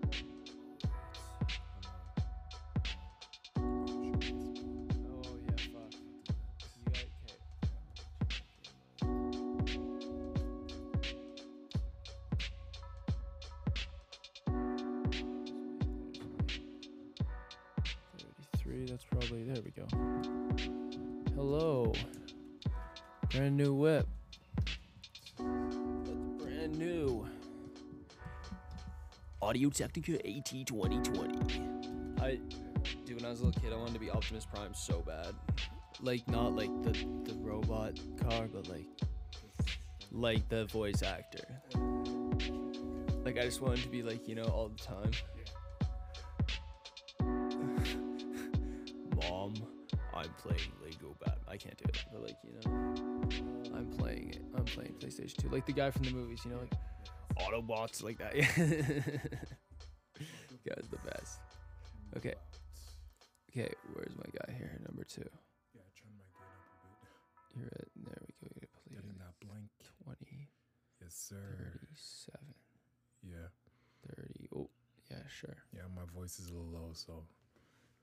Oh, three. That's probably there. We go. Hello. Brand new whip. That's brand new. Audio Technica AT 2020. I, dude, when I was a little kid, I wanted to be Optimus Prime so bad. Like not like the the robot car, but like like the voice actor. Like I just wanted to be like you know all the time. Mom, I'm playing Lego Batman. I can't do it, but like you know, I'm playing it. I'm playing PlayStation 2. Like the guy from the movies, you know, like Autobots, like that. Guy's the best. Okay. Okay, where's my guy here? Number two. Yeah, turn my gain up a bit. You're at there we go. We Get gotta in play that blank. 20, Yes, sir. 37, Yeah, 30. Oh, yeah, sure. yeah. My voice is a little low, so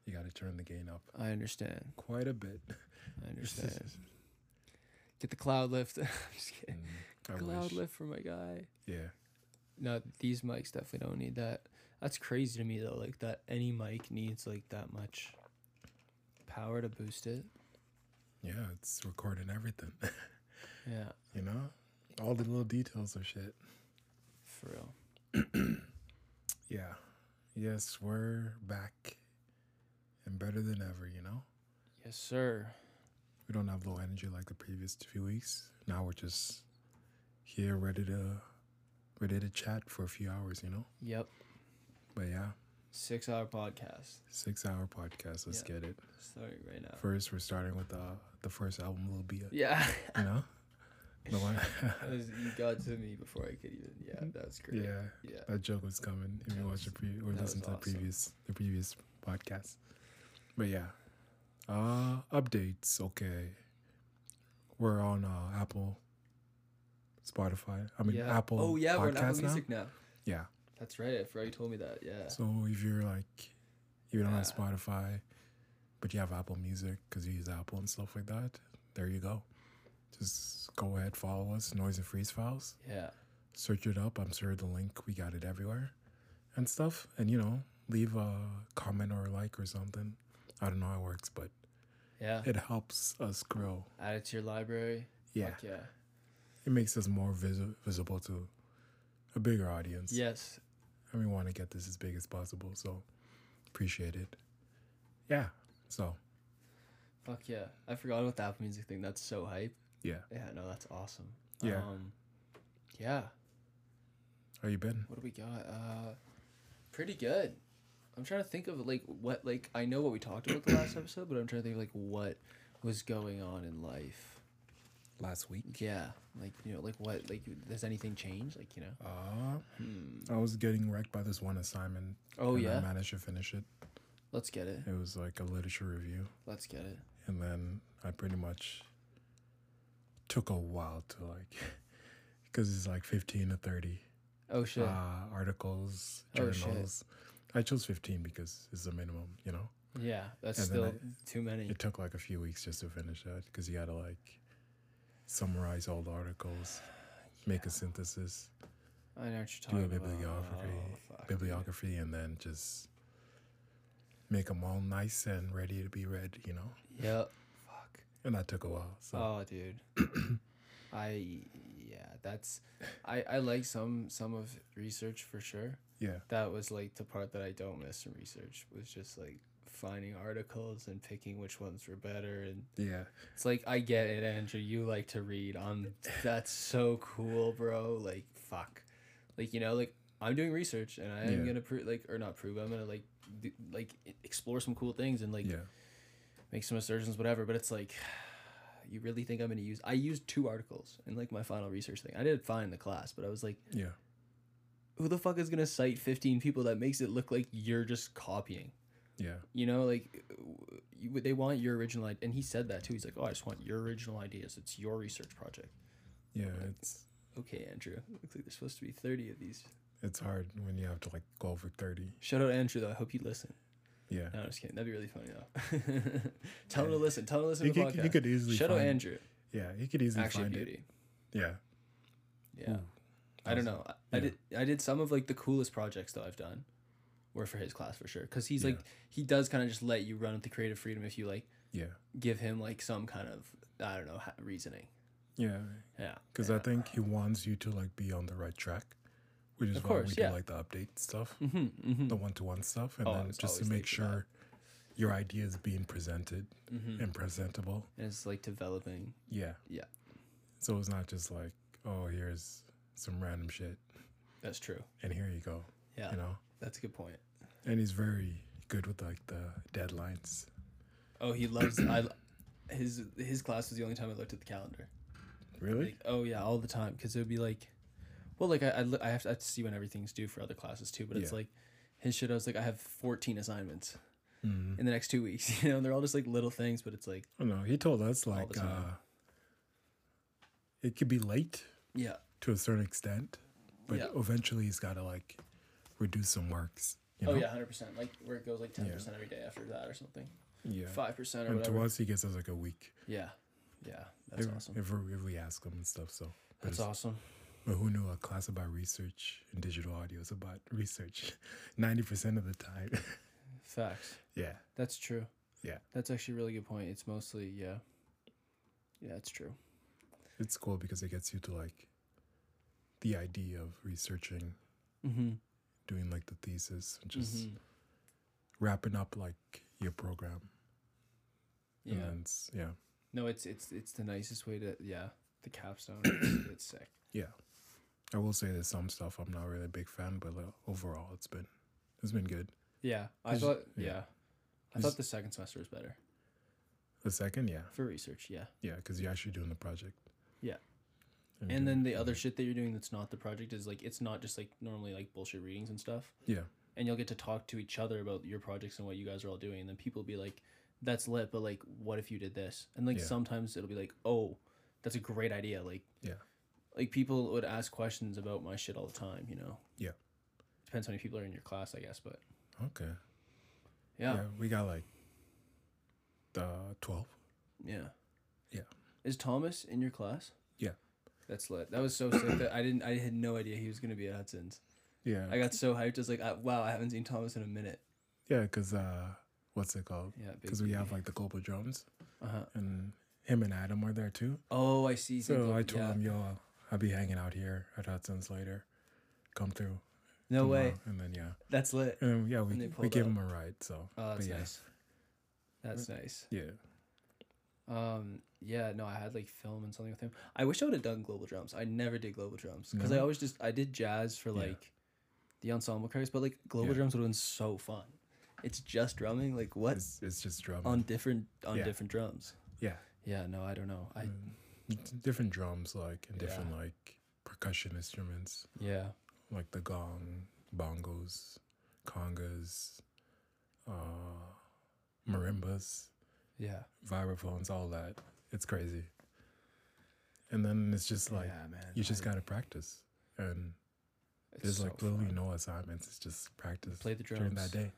you got to turn the gain up I understand. quite a bit. I understand. Get the cloud lift. I'm just kidding. Mm, I cloud wish. lift for my guy. Yeah, No, these mics definitely don't need that. That's crazy to me though, like that any mic needs like that much power to boost it. yeah. It's recording everything. Yeah, you know, all the little details of shit. for real. Yeah. Yes, we're back and better than ever. You know, Yes, sir. we don't have low energy like the previous few weeks. Now we're just here, ready to ready to chat for a few hours. You know, Yep. but yeah. Six hour podcast. Six hour podcast. Let's Yeah. get it. Starting right now. First, we're starting with the the first album, Lil Bia. yeah. You know, the one. That was- you got to me before I could even. Yeah, that's great. Mm-hmm. yeah, Yeah. that joke was coming. If you watch the pre or that listen was to the awesome. previous the previous podcast, but yeah, uh, updates. Okay, we're on uh, Apple, Spotify. I mean yeah. Apple. Oh yeah, we're on Apple Podcasts now. Music now. Yeah. That's right. I forgot you told me that. Yeah. So if you're like, you don't have Yeah. Spotify, but you have Apple Music because you use Apple and stuff like that, there you go. Just go ahead, follow us, Noise and Freeze Files. yeah. Search it up. I'm sure the link we got it everywhere, and stuff. And you know, leave a comment or a like or something. I don't know how it works, but Yeah. it helps us grow. Add it to your library. Yeah, Fuck yeah. it makes us more visi- visible to a bigger audience. Yes. and we want to get this as big as possible. So appreciate it. Yeah. So Fuck yeah. I forgot about the Apple Music thing. That's so hype. yeah. Yeah. No, that's awesome. Yeah. Um, yeah. How you been? What do we got? Uh, pretty good. I'm trying to think of like what like I know what we talked about the last episode, but I'm trying to think of, like what was going on in life. Last week. Yeah, like you know, like what, like does anything change? Like you know. Uh, I was getting wrecked by this one assignment. Oh and yeah, I managed to finish it. let's get it. It was like a literature review. Let's get it. And then I pretty much took a while to like, because it's like 15 to 30 Oh shit. uh, articles, Oh, journals. shit. I chose 15 because it's the minimum, you know? yeah, that's and then still I- too many. It took like a few weeks just to finish that because you gotta like summarize all the articles, make a synthesis, I know what you're do talking a about. bibliography, Oh, fuck, dude. bibliography, and then just make them all nice and ready to be read, you know. Yep. Fuck. And that took a while. So Oh, dude. I yeah, that's I I like some some of research for sure. yeah, That was like the part that I don't miss in research was just like finding articles and picking which ones were better and yeah, It's like I get it, Andrew. You like to read. I'm. That's so cool, bro. Like fuck, like you know, like I'm doing research and I am Yeah. gonna prove, like, or not prove. I'm gonna like, do, like e- explore some cool things and like yeah, make some assertions, whatever. But it's like, you really think I'm gonna use? I used two articles in like my final research thing. I did fine in the class, but I was like, yeah, who the fuck is gonna cite 15 people? That makes it look like you're just copying. yeah, You know, like w- you, they want your original idea. And he said that too. He's like, oh, I just want your original ideas. It's your research project. yeah. It's Okay, Andrew. Looks like there's supposed to be 30 of these. it's hard when you have to like go over thirty. Shout out Andrew, though. I hope you listen. Yeah, No, I'm just kidding. That'd be really funny, though. tell him to listen. Tell him to listen you to the could podcast. you could easily Shout out find, Andrew. Yeah, you could easily Actually, find beauty. it. Yeah, Yeah. I don't Awesome. know. I, I Yeah. did. I did some of like the coolest projects though I've done, or for his class for sure because he's Yeah. like he does kind of just let you run with the creative freedom if you like Yeah. give him like some kind of I don't know ha- reasoning. Yeah. Yeah, Because I yeah. think he wants you to like be on the right track, which is Of why we course, do yeah. like the update stuff, Mm-hmm, the one to one stuff, and Oh, I then was just to always make thinking that. sure your idea is being presented hmm and presentable. And it's like developing. Yeah. Yeah. So it's not just like, oh, here's some random shit That's true. and here you go, Yeah, you know? that's a good point. And he's very good with like the deadlines. Oh, he loves I. His his class was the only time I looked at the calendar. Really? Like, oh yeah, all the time because it would be like, well, like I I, look, I, have to, I have to see when everything's due for other classes too. But it's Yeah. like his shit. I was like, I have fourteen assignments Mhm. in the next two weeks. You know, they're all just like little things, but it's like I don't know. He told us the like uh, time. it could be late yeah, to a certain extent, but Yeah. eventually he's got to like reduce some works. You know? oh yeah, hundred percent. Like where it goes like ten Yeah. percent every day after that or something, Yeah. five percent or And to whatever. us, he gives us like a week. Yeah, yeah, that's if, awesome. If we, if we ask him and stuff, so. But That's it's- awesome. But who knew a class about research and digital audio is about research 90% of the time? Facts. yeah. That's true. Yeah. That's actually a really good point. It's mostly yeah. Yeah, it's true. It's cool because it gets you to like the idea of researching, Mm-hmm. doing like the thesis, and just wrapping up like your program. yeah. And then it's, yeah. No, it's it's it's the nicest way to yeah. The capstone. it's, it's sick. Yeah. I will say there's some stuff I'm not really a big fan, but like, overall it's been it's been good. Yeah, I It's- thought yeah. yeah. I It's- thought the second semester was better The second, yeah. for research. Yeah. Yeah, because you're actually doing the project. Yeah. And, And doing- then the other shit that you're doing that's not the project is like it's not just like normally like bullshit readings and stuff. Yeah. And you'll get to talk to each other about your projects and what you guys are all doing. And then people will be like, "That's lit," but like, what if you did this? And like Yeah. sometimes it'll be like, "Oh, that's a great idea." Like Yeah. like people would ask questions about my shit all the time, you know. Yeah. Depends how many people are in your class, I guess, but Okay. yeah. yeah. We got like the twelve. Yeah. Yeah. Is Thomas in your class? Yeah. That's lit. That was so sick that I didn't I had no idea he was going to be at Hudson's. Yeah. I got so hyped. I was like, I, wow, I haven't seen Thomas in a minute. Yeah, because uh, what's it called? Yeah, big Because we have baby. like the global drums, Uh-huh. and him and Adam are there too. Oh, I see. So Think- I told yeah. him, "Yo, I'll be hanging out here at Hudson's later. Come through." No way. tomorrow." And then yeah, That's lit. and then, yeah, And they we we pulled gave up. him a ride. So Oh, that's yeah. nice. That's nice. yeah, Um, yeah, no, I had like film and something with him. I wish I would have done global drums. I never did global drums because I No? always just I did jazz for Yeah. like the ensemble credits, but like global Yeah. drums would have been so fun. It's just drumming, like what it's it's just drumming. on different on Yeah. different drums. yeah, Yeah, no, I don't know. I Mm, different drums like and different Yeah. like percussion instruments yeah, like the gong, bongos, congas, uh, marimbas. yeah, vibraphones, all that. It's crazy. And then it's just like yeah, man. you just I- gotta practice, and it's there's so like literally fun. no assignments. It's just practice play the during drums. that day.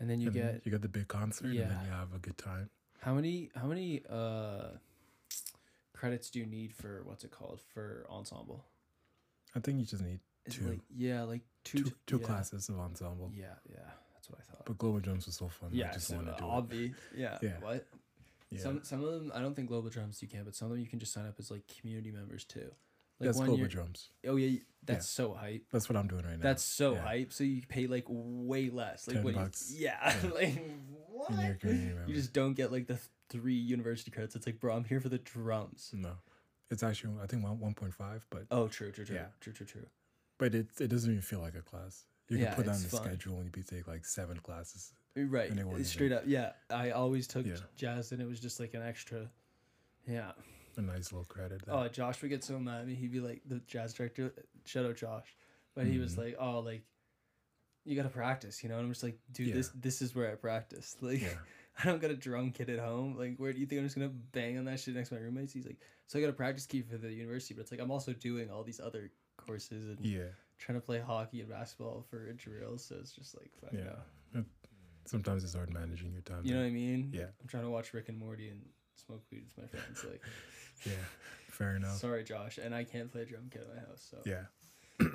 and then you and then get you got the big concert, and Yeah. then you have a good time. how many how many uh credits do you need for what's it called for ensemble? I think you just need Is it Two. like yeah, like two two two, yeah. classes of ensemble. Yeah, yeah, that's what I thought. But global drums was so fun. yeah, I just so want to the do it. obvi. Yeah. Yeah. What? Yeah. Some some of them I don't think global drums you can, but some of them you can just sign up as like community members too. Like That's one global year, drums. oh yeah, that's so hype. That's what I'm doing right now. That's so Yeah. hype. So you pay like way less. Like 10 what? you- bucks. yeah. Yeah. like and you're what? community You members. just don't get like the th- three university credits. It's like, bro, I'm here for the drums. no. It's actually I think one one point five, but Oh, true, true, true, Yeah. true, true, true. but it it doesn't even feel like a class. You can Yeah, put that on it's the fun. schedule and you take like seven classes. Right. And it wasn't It's Straight up. Yeah. I always took Yeah. jazz, and it was just like an extra. Yeah. A nice little credit. there. Oh, Josh would get so mad at me. He'd be like, the jazz director, shout out Josh. But he Mm-hmm. was like, oh, like, you got to practice, you know? And I'm just like, dude, Yeah. this this is where I practice. Like, Yeah. I don't got a drum kit at home. Like, where do you think I'm just going to bang on that shit next to my roommates? He's like, so I got a practice key for the university. But it's like, I'm also doing all these other courses and Yeah, trying to play hockey and basketball for a drill. So it's just like, fuck yeah. no. It- Sometimes it's hard managing your time. You know though. what I mean? Yeah. I'm trying to watch Rick and Morty and smoke weed with my friends. Like, yeah, fair enough. sorry, Josh. And I can't play a drum kit at my house. So. Yeah,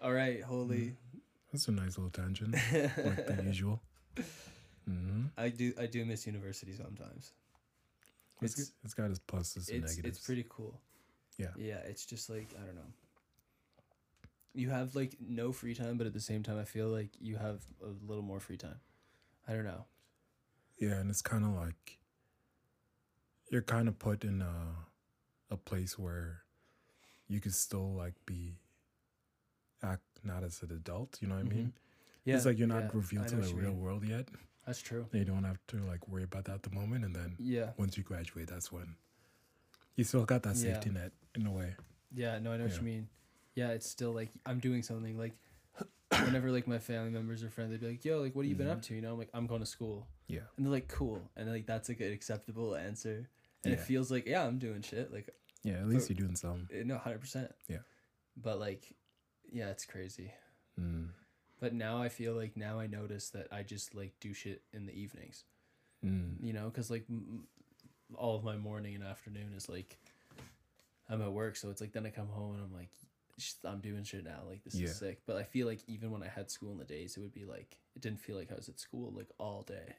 All right, holy. I That's a nice little tangent, like the usual. hmm I do I do miss university sometimes. It's, It's- it's got its pluses and It's negatives. it's pretty cool. Yeah. Yeah, it's just like I don't know. You have like no free time, but at the same time, I feel like you have a little more free time. I don't know. Yeah, and it's kind of like you're kind of put in a a place where you could still like be act not as an adult. You know what I mean? Mm-hmm. Yeah, it's like you're not yeah, I revealed to know the what you real mean. world yet. That's true. You don't have to like worry about that at the moment, and then Yeah, once you graduate, that's when you still got that Yeah. safety net in a way. yeah. No, I know what Yeah. you mean. Yeah, it's still like I'm doing something. Like whenever like my family members or friends, they'd be like, "Yo, like what have you been up to?" Mm-hmm. You know, I'm like, "I'm going to school," Yeah, and they're like, "Cool," and like that's like an acceptable answer. And it Yeah. feels like, yeah, I'm doing shit. Like yeah. At So- least you're doing something. eh, no, hundred percent. Yeah. But like, yeah, it's crazy. Mm. But now I feel like now I notice that I just like do shit in the evenings, Mm. you know, because like m- m- all of my morning and afternoon is like I'm at work, so it's like then I come home and I'm like sh- I'm doing shit now, like this Yeah. is sick. But I feel like even when I had school in the days, it would be like it didn't feel like I was at school like all day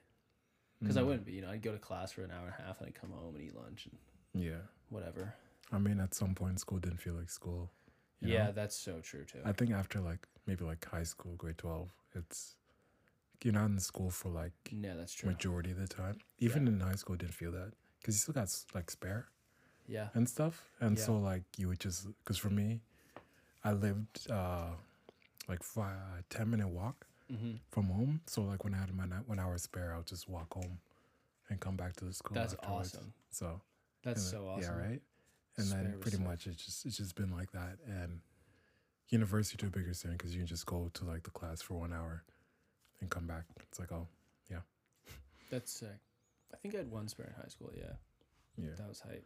because I Mm. wouldn't be, you know, I'd go to class for an hour and a half and I'd come home and eat lunch and Yeah, whatever. I mean, at some point, school didn't feel like school. you know? Yeah, that's so true too. I think after like maybe like high school, grade twelve, it's you're not in school for like yeah, that's true. majority of the time. Even Yeah. in high school, I didn't feel that because you still got s- like spare yeah, and stuff, and Yeah. so like you would just because for me, I lived uh like five, ten minute walk mm-hmm. from home. So like when I had my ni- one hour spare, I would just walk home and come back to the school. that's afterwards. awesome. So That's and so then- awesome. Yeah, right. And then Spare was pretty sick. much it's just it's just been like that. And university to a bigger extent because you can just go to like the class for one hour and come back. It's like oh That's sick. I think I had one spare in high school. Yeah, yeah that was hype.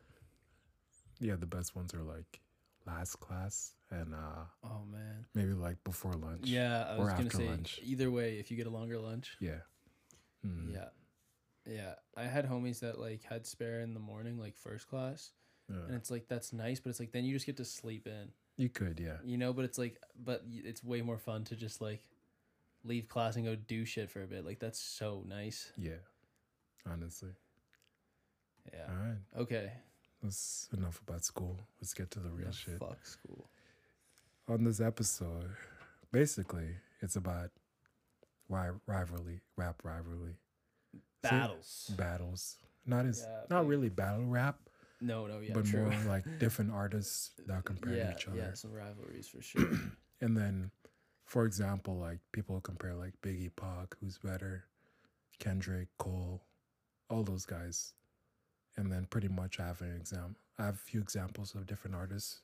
yeah the best ones are like last class and uh Oh man. maybe like before lunch. Yeah, I Or was gonna after say lunch. either way, if you get a longer lunch. Yeah. Mm. Yeah, yeah. I had homies that like had spare in the morning, like first class, Yeah. and it's like that's nice, but it's like then you just get to sleep in, You could yeah you know. But it's like, but y- it's way more fun to just like leave class and go do shit for a bit. Like that's so nice. yeah. Honestly. Yeah. All right. Okay. That's enough about school. Let's get to the real Yeah, shit. Fuck school. on this episode, basically, it's about ri- rivalry, rap rivalry, Say- Battles. battles. Not as Yeah, not big- really battle rap, No, no, yeah, but true. more like different artists that compare yeah, to each other. yeah, some rivalries for sure. And then, for example, like people compare like Biggie, Pac, who's better, Kendrick, Cole, all those guys. And then pretty much I have an exam. I have a few examples of different artists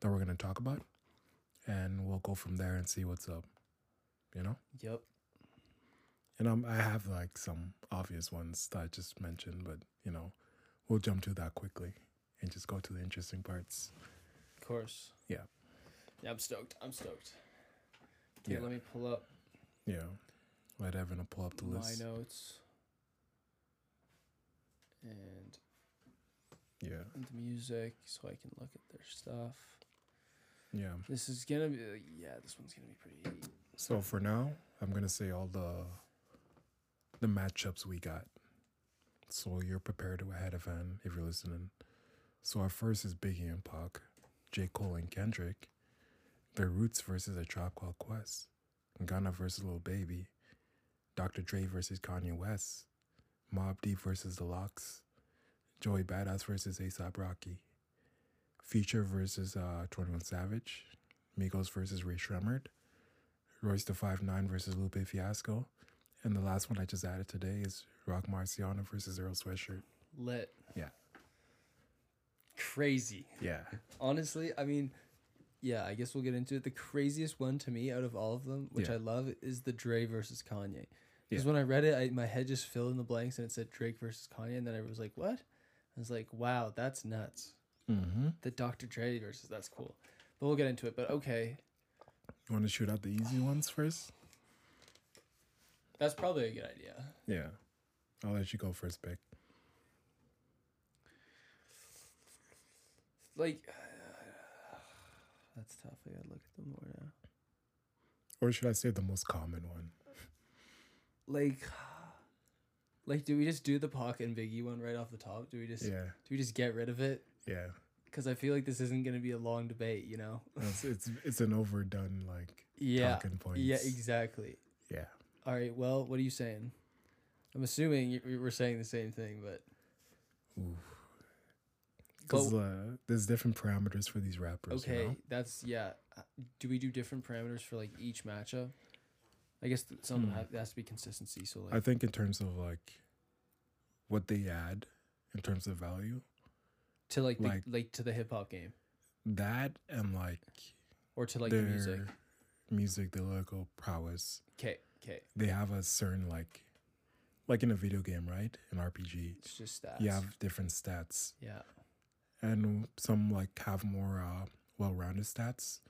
that we're gonna talk about, and we'll go from there and see what's up. You know. yep. And um, I have like some obvious ones that I just mentioned, but you know, we'll jump to that quickly and just go to the interesting parts. Of course. Yeah. Yeah, I'm stoked. I'm stoked. Okay, Yeah. let me pull up Yeah. Let Evan pull up the my list. notes and Yeah. the music so I can look at their stuff. Yeah. This is gonna be uh, yeah, this one's gonna be pretty. So for now, I'm gonna say all the the matchups we got. So you're prepared ahead of Evan if you're listening. So our first is Biggie and Pac, J. Cole and Kendrick. Their roots versus a tribe called Quest. Ghana versus Lil Baby. Dr. Dre versus Kanye West. Mob Deep versus The Locks. Joey Badass versus ASAP Rocky. Future versus uh, 21 Savage. Migos versus Ray Shremmerd. Royce the Five Nine versus Lupe Fiasco, and the last one I just added today is Rock Marciano versus Earl Sweatshirt. lit. Yeah. Crazy. Yeah, Honestly, I mean, yeah, I guess we'll get into it. The craziest one to me out of all of them, which Yeah. I love, is the Dre versus Kanye. Because Yeah. when I read it, I, my head just filled in the blanks and it said Drake versus Kanye. And then I was like, what? I was like, wow, that's nuts. mm-hmm. you The Dr. Dre versus, that's cool. But we'll get into it. But okay, want to shoot out the easy ones first? that's probably a good idea. Yeah, I'll let you go first, pick. Like, that's tough. I gotta look at them more now. or should I say the most common one? Like, like, do we just do the Pac and Biggie one right off the top? Do we just Yeah, do we just get rid of it? yeah. Because I feel like this isn't gonna be a long debate, you know? It's it's, it's an overdone like Yeah. talking points. Yeah, exactly. yeah. All right. Well, what are you saying? I'm assuming you- you we're saying the same thing, but Because uh, there's different parameters for these rappers. okay, You know? that's yeah. Uh, Do we do different parameters for like each matchup? I guess th- some Hmm. ha- has to be consistency. So like, I think in terms of like what they add in terms of value, to like the, like, like- to the hip hop game that and like, or to like their the music. music, their lyrical prowess, Okay, okay, they have a certain like, like in a video game, right? An RPG, it's just stats. you have different stats, yeah, and some like have more uh, well-rounded stats.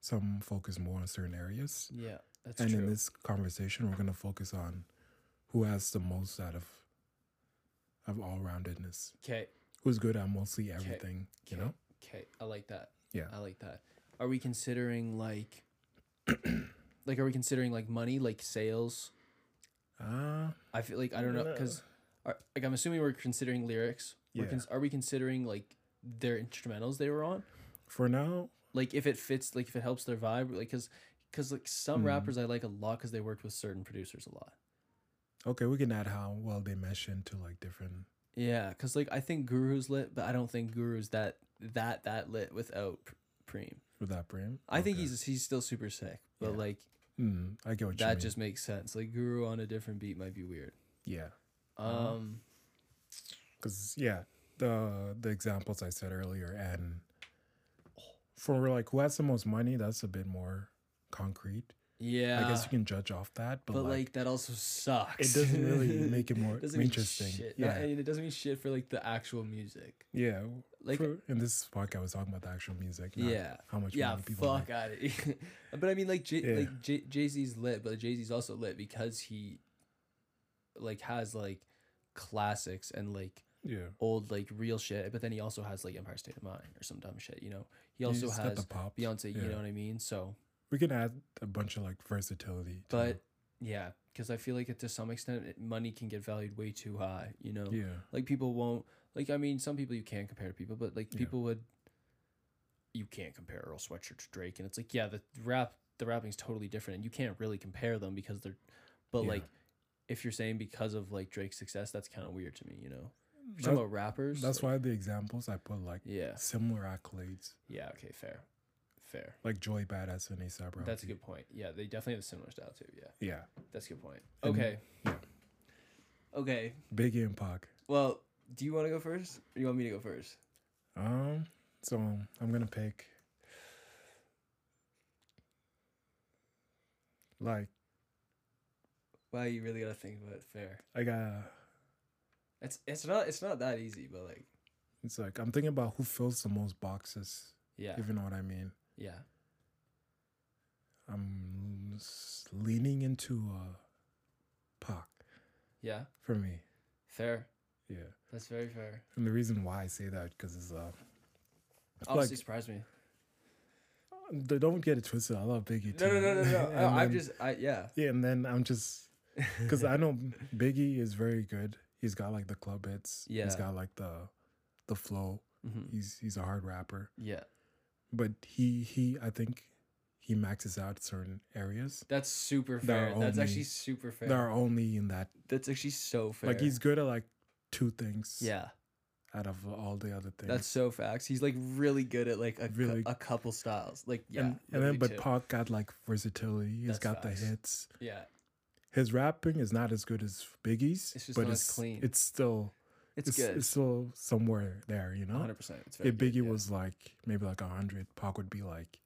Some focus more on certain areas, yeah. That's and true. in this conversation, we're gonna focus on who has the most out of of all-roundedness. okay, who's good at mostly everything, you know? okay. I like that. Yeah. I like that. Are we considering like, like, are we considering like money, like sales? Uh, I feel like I don't know because, like, I'm assuming we're considering lyrics. We're Yeah. cons- are we considering like their instrumentals they were on? for now, Like, if it fits, like, if it helps their vibe, like, because. Cause like some Mhm. rappers I like a lot because they worked with certain producers a lot. okay, we can add how well they mesh into like different. Yeah, cause like I think Guru's lit, but I don't think Guru's that that that lit without P- Preem. With that Prem. I think Okay. he's he's still super sick, but Yeah. like Mm, I get what you that mean. just makes sense. Like Guru on a different beat might be weird. yeah, Uh-huh. Um, because yeah, the the examples I said earlier, and for like who has the most money, that's a bit more concrete. yeah, I guess you can judge off that, but, but like, like that also sucks. it doesn't really make it more doesn't mean interesting. Shit. Yeah, Yeah, and it doesn't mean shit for like the actual music. yeah. Like, for, in this podcast, was talking about the actual music. not yeah, how much yeah, money people make. fuck out of it. but I mean, like, J- Yeah. like J- Jay Z's lit, but Jay Z's also lit because he, like, has like classics and like Yeah, old like real shit. But then he also has like Empire State of Mind or some dumb shit. You know, he You also just got has the pops. Beyonce. You yeah. know what I mean? So. We can add a bunch of like versatility. to But yeah, because I feel like it, to some extent, it, money can get valued way too high. You know, it. yeah, like people won't like. I mean, some people you can compare to people, but like Yeah. people would. You can't compare Earl Sweatshirt to Drake, and it's like yeah, the rap, the rapping's totally different, and you can't really compare them because they're, but Yeah. like. If you're saying because of like Drake's success, that's kind of weird to me, you know. If you're That- talking about rappers. that's like- why the examples I put like Yeah. similar accolades, Yeah. Okay. Fair. Fair. like Joy Badass and ASAP Rocky. That's a good point. Yeah, they definitely have a similar style too. Yeah, Yeah, that's a good point. And- Okay. yeah. Okay. Biggie and Pac. Well, do you want to go first? Or you want me to go first? Um, so I'm gonna pick like Wow, you really gotta think about it. Fair. I got. It's it's not it's not that easy, but like It's like I'm thinking about who fills the most boxes. yeah If you know what I mean. yeah I'm s- leaning into uh, Pac yeah for me. fair. Yeah, That's very fair. and the reason why I say that because it's uh. Obviously, surprised me. They don't get it twisted. I love Biggie too. No no no no no. And no I'm then- just I yeah yeah, and then I'm just because I know Biggie is very good. He's got like the club hits. he's Yeah. got like the the flow. Mhm. He's he's a hard rapper, yeah. but he he I think he maxes out certain areas That's super fair. There are That's only- actually super fair. that are only in that. That's actually so fair. Like he's good at like two things. yeah. out of all the other things. That's so facts. He's like really good at like a, cou- Really- a couple styles. Like yeah. and, and then literally but two. Pac got like versatility. He's That's got facts. the hits. yeah, His rapping is not as good as Biggie's, It's just but not as it's clean. It's still it's, it's, good. it's still somewhere there, you know. 100. percent It's very If good, Biggie yeah. was like maybe like hundred, Pac would be like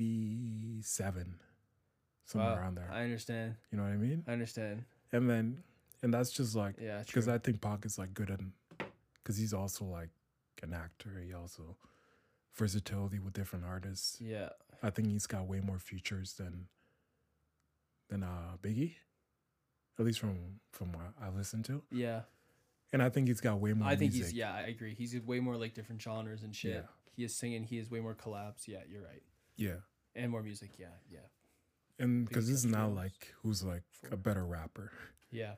eighty-seven, somewhere Wow, around there. I understand. you know what I mean? I understand. And then and that's just like Yeah. because true. I think Pac is like good at because he's also like an actor. He also versatility with different artists. yeah. I think he's got way more features than than uh Biggie. At least from from what I listened to. Yeah. And I think he's got way more I think music. he's yeah, I agree. He's way more like different genres and shit. Yeah. He is singing, he is way more collabs. Yeah, you're right. Yeah. and more music. Yeah, yeah, And because Big it's not Touch like who's like a better rapper. yeah.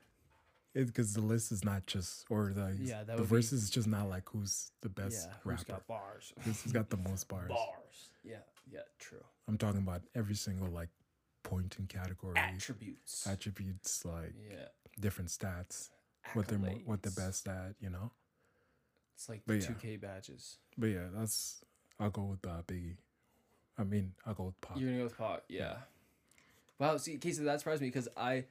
Because the list is not just, or the, Yeah, that the would be- verse is just not like who's the best yeah, who's rapper. got bars? This has got the most bars. bars. Yeah, yeah, true. I'm talking about every single like point and category, Attributes. attributes, like yeah. different stats, what they're mo- what they're accolades. best at, you know. It's like the But yeah. two K badges. But yeah, that's I'll go with uh, Biggie. I mean, I'll go with Pac. You're gonna go with Pac, yeah. Wow, see, okay, so that surprised me because I,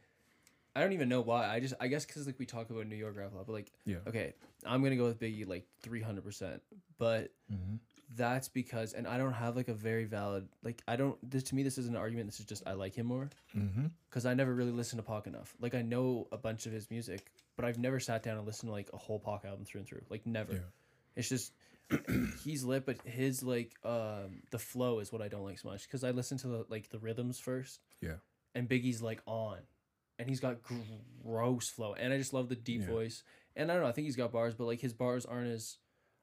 I don't even know why. I just, I guess, because like we talk about New York rap a lot, but like, yeah, okay, I'm gonna go with Biggie like 300, percent but hmm that's because, and I don't have like a very valid, like, I don't. This to me, this is an argument. This is just I like him more hmm because I never really listened to Pac enough. Like, I know a bunch of his music, but I've never sat down and listened to like a whole Pac album through and through. Like, never. yeah, It's just he's lit, but his like um the flow is what I don't like so much because I listen to the like the rhythms first. Yeah. And Biggie's like on, and he's got gross flow, and I just love the deep Yeah. voice. And I don't know, I think he's got bars, but like his bars aren't as.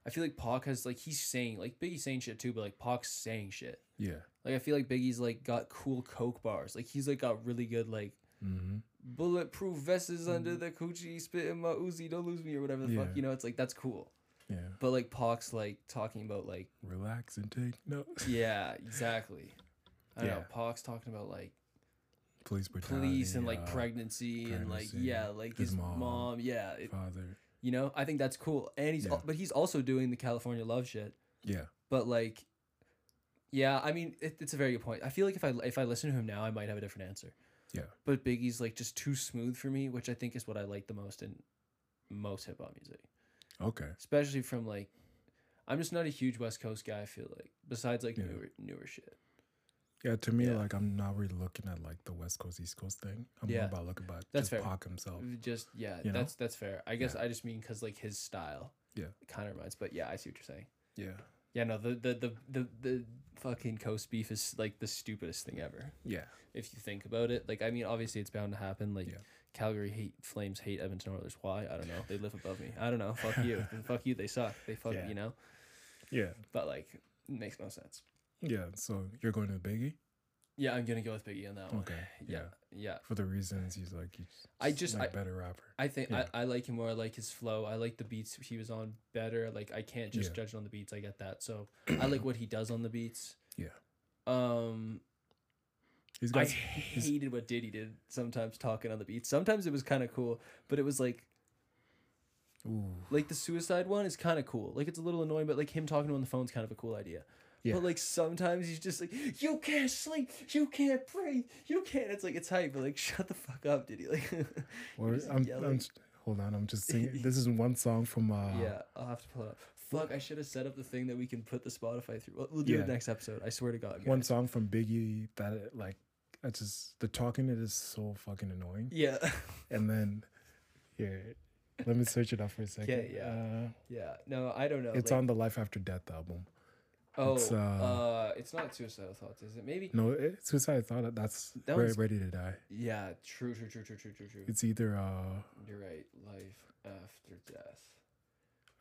I feel like Pac has like he's saying like Biggie's saying shit too, but like Pac's saying shit. yeah. Like I feel like Biggie's like got cool coke bars. Like he's like got really good like Mm-hmm. bulletproof vests under the coochie, spitting my Uzi, don't lose me or whatever the Mm. Yeah. fuck. You know, it's like that's cool. Yeah, But like Pac's like talking about like relax and take no. yeah, exactly. I don't know. Yeah. Pac's talking about like Police brutality. police and like uh, pregnancy, and like pregnancy, yeah, like his his, mom, mom. Yeah, it- father. you know, I think that's cool. And he's Yeah. al- but he's also doing the California love shit. Yeah, But like, yeah, I mean, it, it's a very good point. I feel like if I if I listen to him now, I might have a different answer. yeah, But Biggie's like just too smooth for me, which I think is what I like the most in most hip hop music, okay, especially from like. I'm just not a huge West Coast guy. I feel like besides like Yeah. newer newer shit. yeah. To me, Yeah. like I'm not really looking at like the West Coast East Coast thing. I'm Yeah. more about looking about That's just fair. Mm. Pac himself. just yeah You know? that's that's fair i guess i just mean because like his style Yeah. kind of reminds but yeah i see what you're saying Yeah, yeah no the the the the, the fucking coast beef is like the stupidest thing ever yeah, if you think about it like i mean obviously it's bound to happen like Yeah. calgary hate flames hate edmonton oilers why i don't know they live above me i don't know fuck you Then fuck you they suck they fuck Yeah. you know yeah, but like it makes no sense yeah. So you're going to Biggie? yeah i'm gonna go with biggie on that one Okay, yeah yeah. yeah for the reasons he's like he's I just- like I- better rapper. I think Yeah. I, I like him more. I like his flow. I like the beats he was on better. Like I can't just Yeah. judge it on the beats. I get that. So I like what he does on the beats. Yeah. Um, I He's got he's- hated what Diddy did sometimes talking on the beats. Sometimes it was kind of cool, but it was like ooh, like the suicide one is kind of cool. Like it's a little annoying, but like him talking on the phone's kind of a cool idea. Yeah. But like sometimes he's just like, you can't sleep, you can't breathe, you can't. It's like it's hype, but like shut the fuck up, Diddy. Like, or just I'm, I'm yelling. st- hold on, I'm just singing. this is one song from uh Yeah, I'll have to pull it up. Fuck, I should have set up the thing that we can put the Spotify through. We'll, we'll do Yeah. it next episode. I swear to God. one guys. song from Biggie that it, like I just the talking it is so fucking annoying. Yeah, And then here, let me search it up for a second. yeah. yeah. No, I don't know. Uh, it's like- on the Life After Death album. Oh, it's, it's, uh, uh, it's not suicidal thoughts, is it? Maybe. No, it, Suicide Thought. That's That Re- one's- ready to die. Yeah. True. True. True. True. True. True. True. It's either uh You're right. Life after death.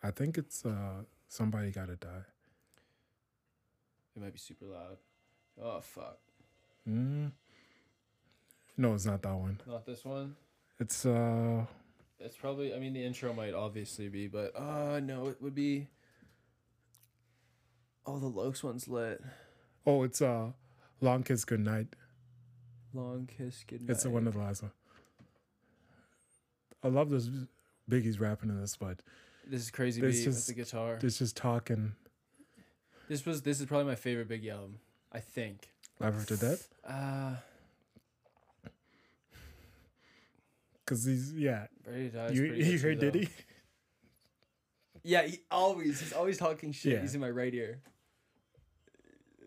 I think it's uh somebody gotta die. It might be super loud. Oh fuck! Mm. No, it's not that one. Not this one. It's uh It's probably. I mean, the intro might obviously be, but uh no, it would be. Oh, the Lokes one's lit. oh, it's uh Long Kiss Goodnight. Long kiss goodnight. It's the one of the last one. I love this Biggie's rapping in this, but This is crazy This beat is- with the guitar. it's just talking This was this is probably my favorite Biggie album. I think. live after death. Uh Cause he's yeah. Ready to Die. is you pretty good you too, heard though. Diddy? Yeah, he always he's always talking shit. Yeah. He's in my right ear.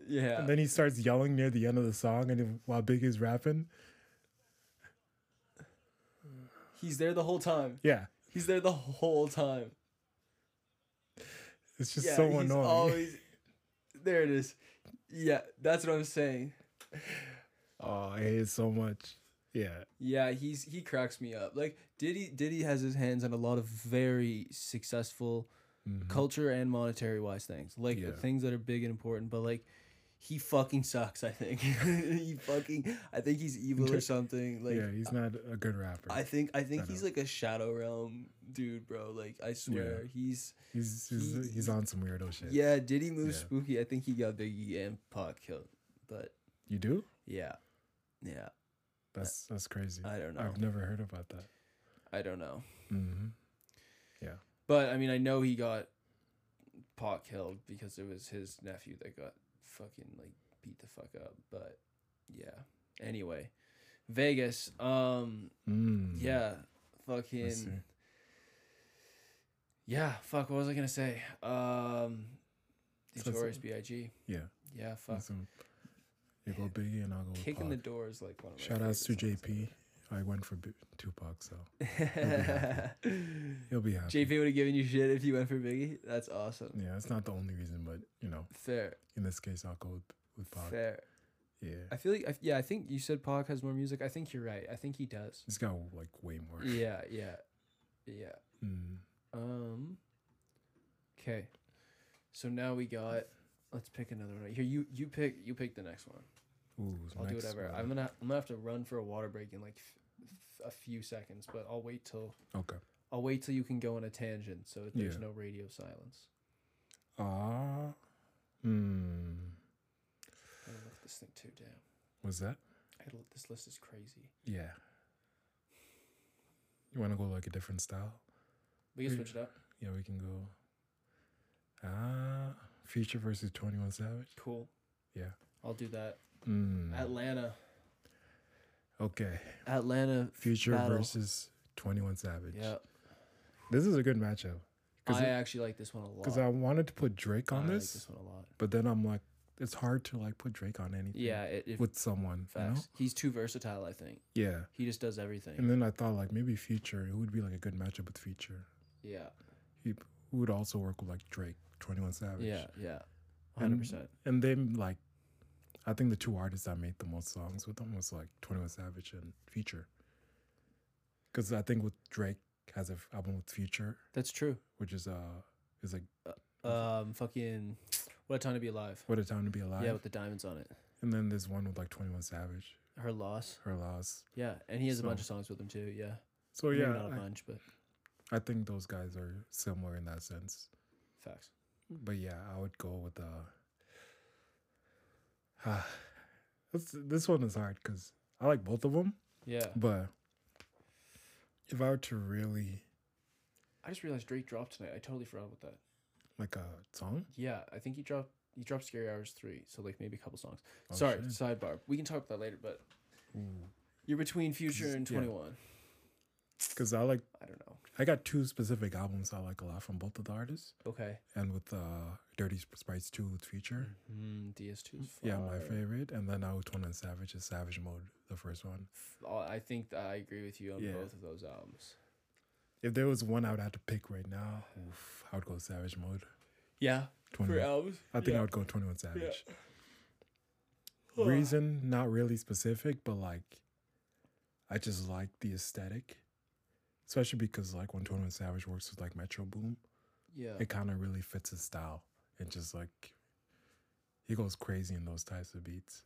Yeah. And then he starts yelling near the end of the song and he- while Biggie's rapping. he's there the whole time. Yeah. He's there the whole time. It's just yeah, so he's annoying. always there it is. Yeah, that's what I'm saying. oh, I hate it so much. Yeah. Yeah, he's he cracks me up. Like Diddy Diddy has his hands on a lot of very successful Mhm. Mm-hmm. culture and monetary wise things like Yeah. things that are big and important but like he fucking sucks. I think he fucking. I think he's evil or something. Like yeah, he's not a good rapper. I think I think I he's know. like a shadow realm dude, bro. Like I swear, he's he's he's, he- he's on some weirdo shit. yeah. Did he move Yeah. spooky? I think he got Biggie and Pac killed, but You do? yeah, yeah. That's that's crazy. I don't know. I've never heard about that. I don't know, hmm but I mean, I know he got Pac killed because it was his nephew that got fucking like beat the fuck up. But yeah. Anyway, Vegas. Um. Mm. Yeah. I see. Fucking. Yeah, fuck. What was I gonna say? Um, So it's- Notorious B.I.G. Yeah. Yeah, fuck. that's some- you go Biggie and I'll go. Kicking the with Pac. door is like one of my Shout outs to favorite JP. I went for B- Tupac, so songs. he'll be happy. JP would have given you shit if you went for Biggie. That's awesome. Yeah, it's not the only reason, but you know, Fair, in this case, I'll go with, with Pac. fair. I Yeah, feel like I, yeah. I think you said Pac has more music. I think you're right. I think he does. he's got like way more. Yeah, yeah, yeah. Mm. Um. Okay. So now we got. Let's pick another one. Here, you you pick you pick the next one. Ooh, I'll do next whatever. one. I'm gonna I'm gonna have to run for a water break in like f- f- a few seconds, but I'll wait till Okay. I'll wait till you can go on a tangent so that there's Yeah. no radio silence. Ah. Hmm. I gotta look this thing too down. Was that? I gotta, look- this list is crazy. Yeah. You want to go like a different style? We can Mm. switch it up. Yeah, we can go. Ah, Future versus Twenty One Savage. Cool. Yeah. I'll do that. Mm. Atlanta. okay, Atlanta. Future Battle. versus Twenty One Savage. Yeah. This is a good matchup. Cause, I it- actually like this one a lot. 'cause I wanted to put Drake on I like this, this one a lot. but then I'm like, it's hard to like put Drake on anything. Yeah. It, it With someone, you know? facts. He's too versatile. I think Yeah. he just does everything. And then I thought like maybe Future, it would be like a good matchup with Future. yeah. He who would also work with like Drake, Twenty One Savage. Yeah. Yeah. And- Hundred percent. And then like, I think the two artists that made the most songs with them was like Twenty One Savage and Future. Because I think with Drake has an album with Future, That's true. which is uh is like Um. Fucking. What a time to be alive. What a Time to Be Alive. Yeah, with the diamonds on it. and then there's one with like Twenty One Savage, Her loss. Her Loss. Yeah, and he has a bunch of So- songs with him too. Yeah. So Maybe yeah, not a I, bunch, but I think those guys are similar in that sense. facts. But yeah, I would go with uh, this this one is hard because I like both of them, Yeah. but if I were to really I just realized Drake dropped tonight. I totally forgot about that. like a song, Yeah, I think he dropped he dropped Scary Hours three, so like maybe a couple songs. Oh, Sorry, shit. sidebar. We can talk about that later, but you're between Future and Yeah. Twenty One. because I like I don't know. I got two specific albums I like a lot from both of the artists, Okay. and with uh, Dirty Sp- Sprites Two with Future. Mm, DS two. Yeah, my favorite, and then I would one on Savage is Savage Mode, the first one. Oh, I think that I agree with you on Yeah. both of those albums. If there was one I would have to pick right now, oof, I would go Savage Mode. Yeah, Twenty. albums. I think yeah. I would go Twenty One Savage. Huh. Reason not really specific, but like, I just like the aesthetic, especially because like when Twenty One Savage works with like Metro Boom, Yeah. it kind of really fits his style. It just like he goes crazy in those types of beats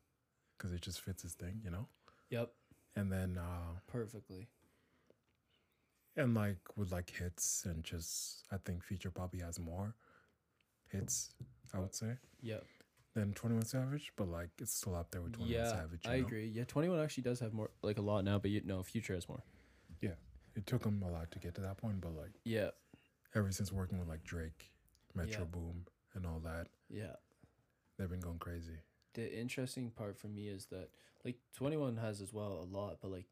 because it just fits his thing, you know. Yep. And then. uh Perfectly. and like with like hits and just I think Future probably has more hits, I would say, Yep. than Twenty One Savage, but like it's still up there with Twenty One yeah, Savage. you I know? agree. Yeah, 21 actually does have more, like a lot now, but you no, Future has more. It took him a lot to get to that point, but like Yeah, ever since working with like Drake, Metro Yeah. Boom, and all that, yeah. they've been going crazy. The interesting part for me is that, like, 21 has as well a lot, but like,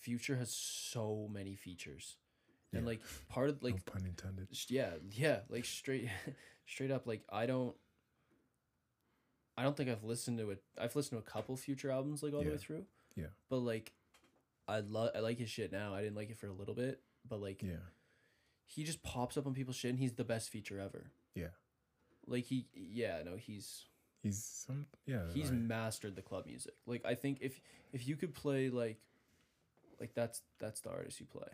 Future has so many features. And Yeah. Oh. like, part of, like, no pun intended. s- yeah, yeah, like, straight, straight up, like, I don't. I don't think I've listened to it. I've listened to a couple Future albums like all the way Yeah. through. Yeah. But like, I love I like his shit now. I didn't like it for a little bit, but like Yeah, he just pops up on people's shit and he's the best feature ever. Yeah. Like he yeah, no, he's he's some yeah. he's like- mastered the club music. Like I think if if you could play like like that's that's the artist you play.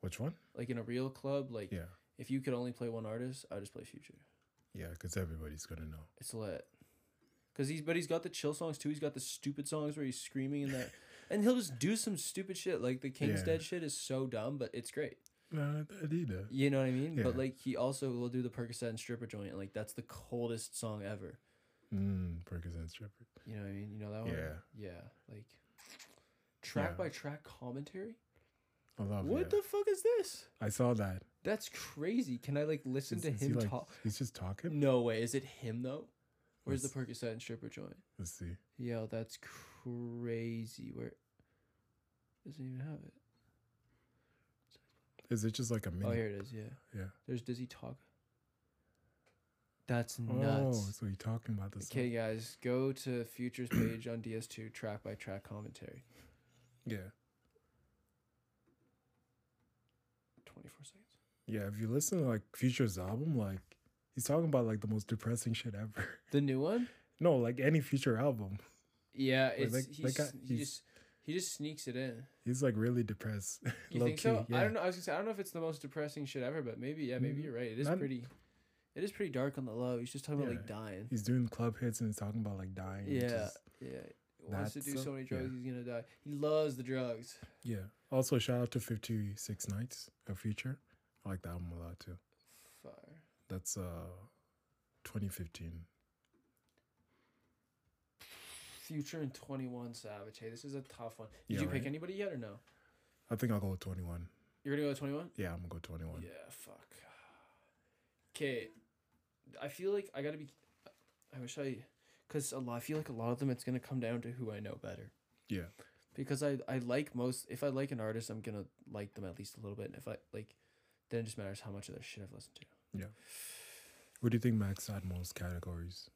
which one? Like in a real club, like Yeah, if you could only play one artist, I would just play Future. yeah, because everybody's gonna know. It's lit. Cause he's but he's got the chill songs too. He's got the stupid songs where he's screaming and that, and he'll just do some stupid shit. Like the King's Yeah. Dead shit is so dumb, but it's great. Nah, I did that. You know what I mean? But Yeah. like he also will do the Percocet and stripper joint. And like that's the coldest song ever. Mm, Perkins and Stripper. You know what I mean? You know that one? Yeah. Yeah. Like track Yeah. by track commentary. I love what that. the fuck is this? I saw that. That's crazy. Can I like listen Is, to is he him like, talk? he's just talking? No way. Is it him though? Where's the Percocet and stripper joint? Let's see. Yo, that's crazy. Where doesn't even have it. Is it just like a Oh, minute? here it is. Yeah. yeah. There's Dizzy Talk. That's Oh, nuts. so you're talking about this? Okay, guys, go to Futures page on DS2 track by track commentary. Yeah. 24 seconds. Yeah. If you listen to like Future's album, like he's talking about like the most depressing shit ever. The new one? no, like any Future album, Yeah, Wait, it's like- he's, like, uh, he he's- just he just sneaks it in. he's like really depressed. You Low think so? key, yeah. I don't know. I was gonna say I don't know if it's the most depressing shit ever, but maybe yeah, maybe Mm, you're right. It is not- pretty. It is pretty dark on the low. He's just talking about Yeah. like dying. He's doing club hits and he's talking about like dying. which Yeah, is- yeah. He wants to that's do so so- many yeah. drugs, he's gonna die. He loves the drugs. yeah. Also, shout out to Fifty Six Nights of Future. I like that album a lot too. Fire. That's uh, 2015. Future and Twenty One Savage. Hey, this is a tough one. Did Yeah, you pick right? anybody yet or no? I think I'll go with 21. You're gonna go with Twenty One. Yeah, I'm gonna go 21. Yeah, fuck. Okay, I feel like I gotta be. I wish I, cause a lot. I feel like a lot of them. It's gonna come down to who I know better. Yeah. Because I I like most. If I like an artist, I'm gonna like them at least a little bit. And if I like, then it just matters how much of their shit I've listened to. What do you think Max had most categories?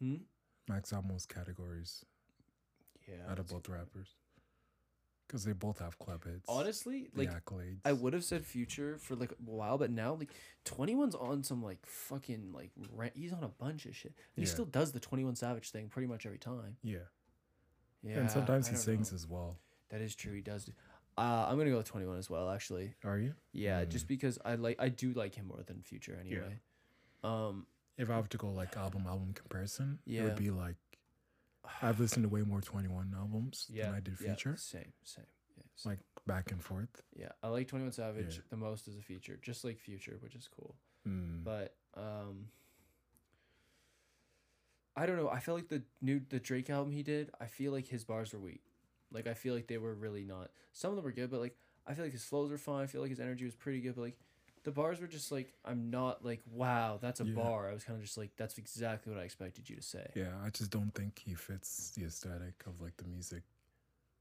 Hmm. Max had most categories Yeah. out of that's- both rappers. Because they both have club hits. Honestly, the like accolades. I would have said Future for like a while, but now like 21's on some like fucking like rant. He's on a bunch of shit. He Yeah. still does the 21 Savage thing pretty much every time. Yeah. Yeah. and sometimes I he don't sings know. as well. That is true. He does. Do. Uh, I'm gonna go with 21 as well. Actually, Are you? yeah, just because I like I do like him more than Future anyway. Um, If I have to go like album album comparison, it Yeah. would be like I've listened to way more 21 albums yeah, than I did yeah, Future. same, same. Yeah, same. Like back and forth. yeah, I like 21 Savage the most as a feature, just like Future, which is cool. Mm. but um I don't know. I feel like the new the Drake album he did, I feel like his bars were weak. Like I feel like they were really not. Some of them were good, but like I feel like his flows were fine. I feel like his energy was pretty good, but like the bars were just like I'm not like wow, that's a Yeah. bar. I was kind of just like that's exactly what I expected you to say. yeah, I just don't think he fits the aesthetic of like the music,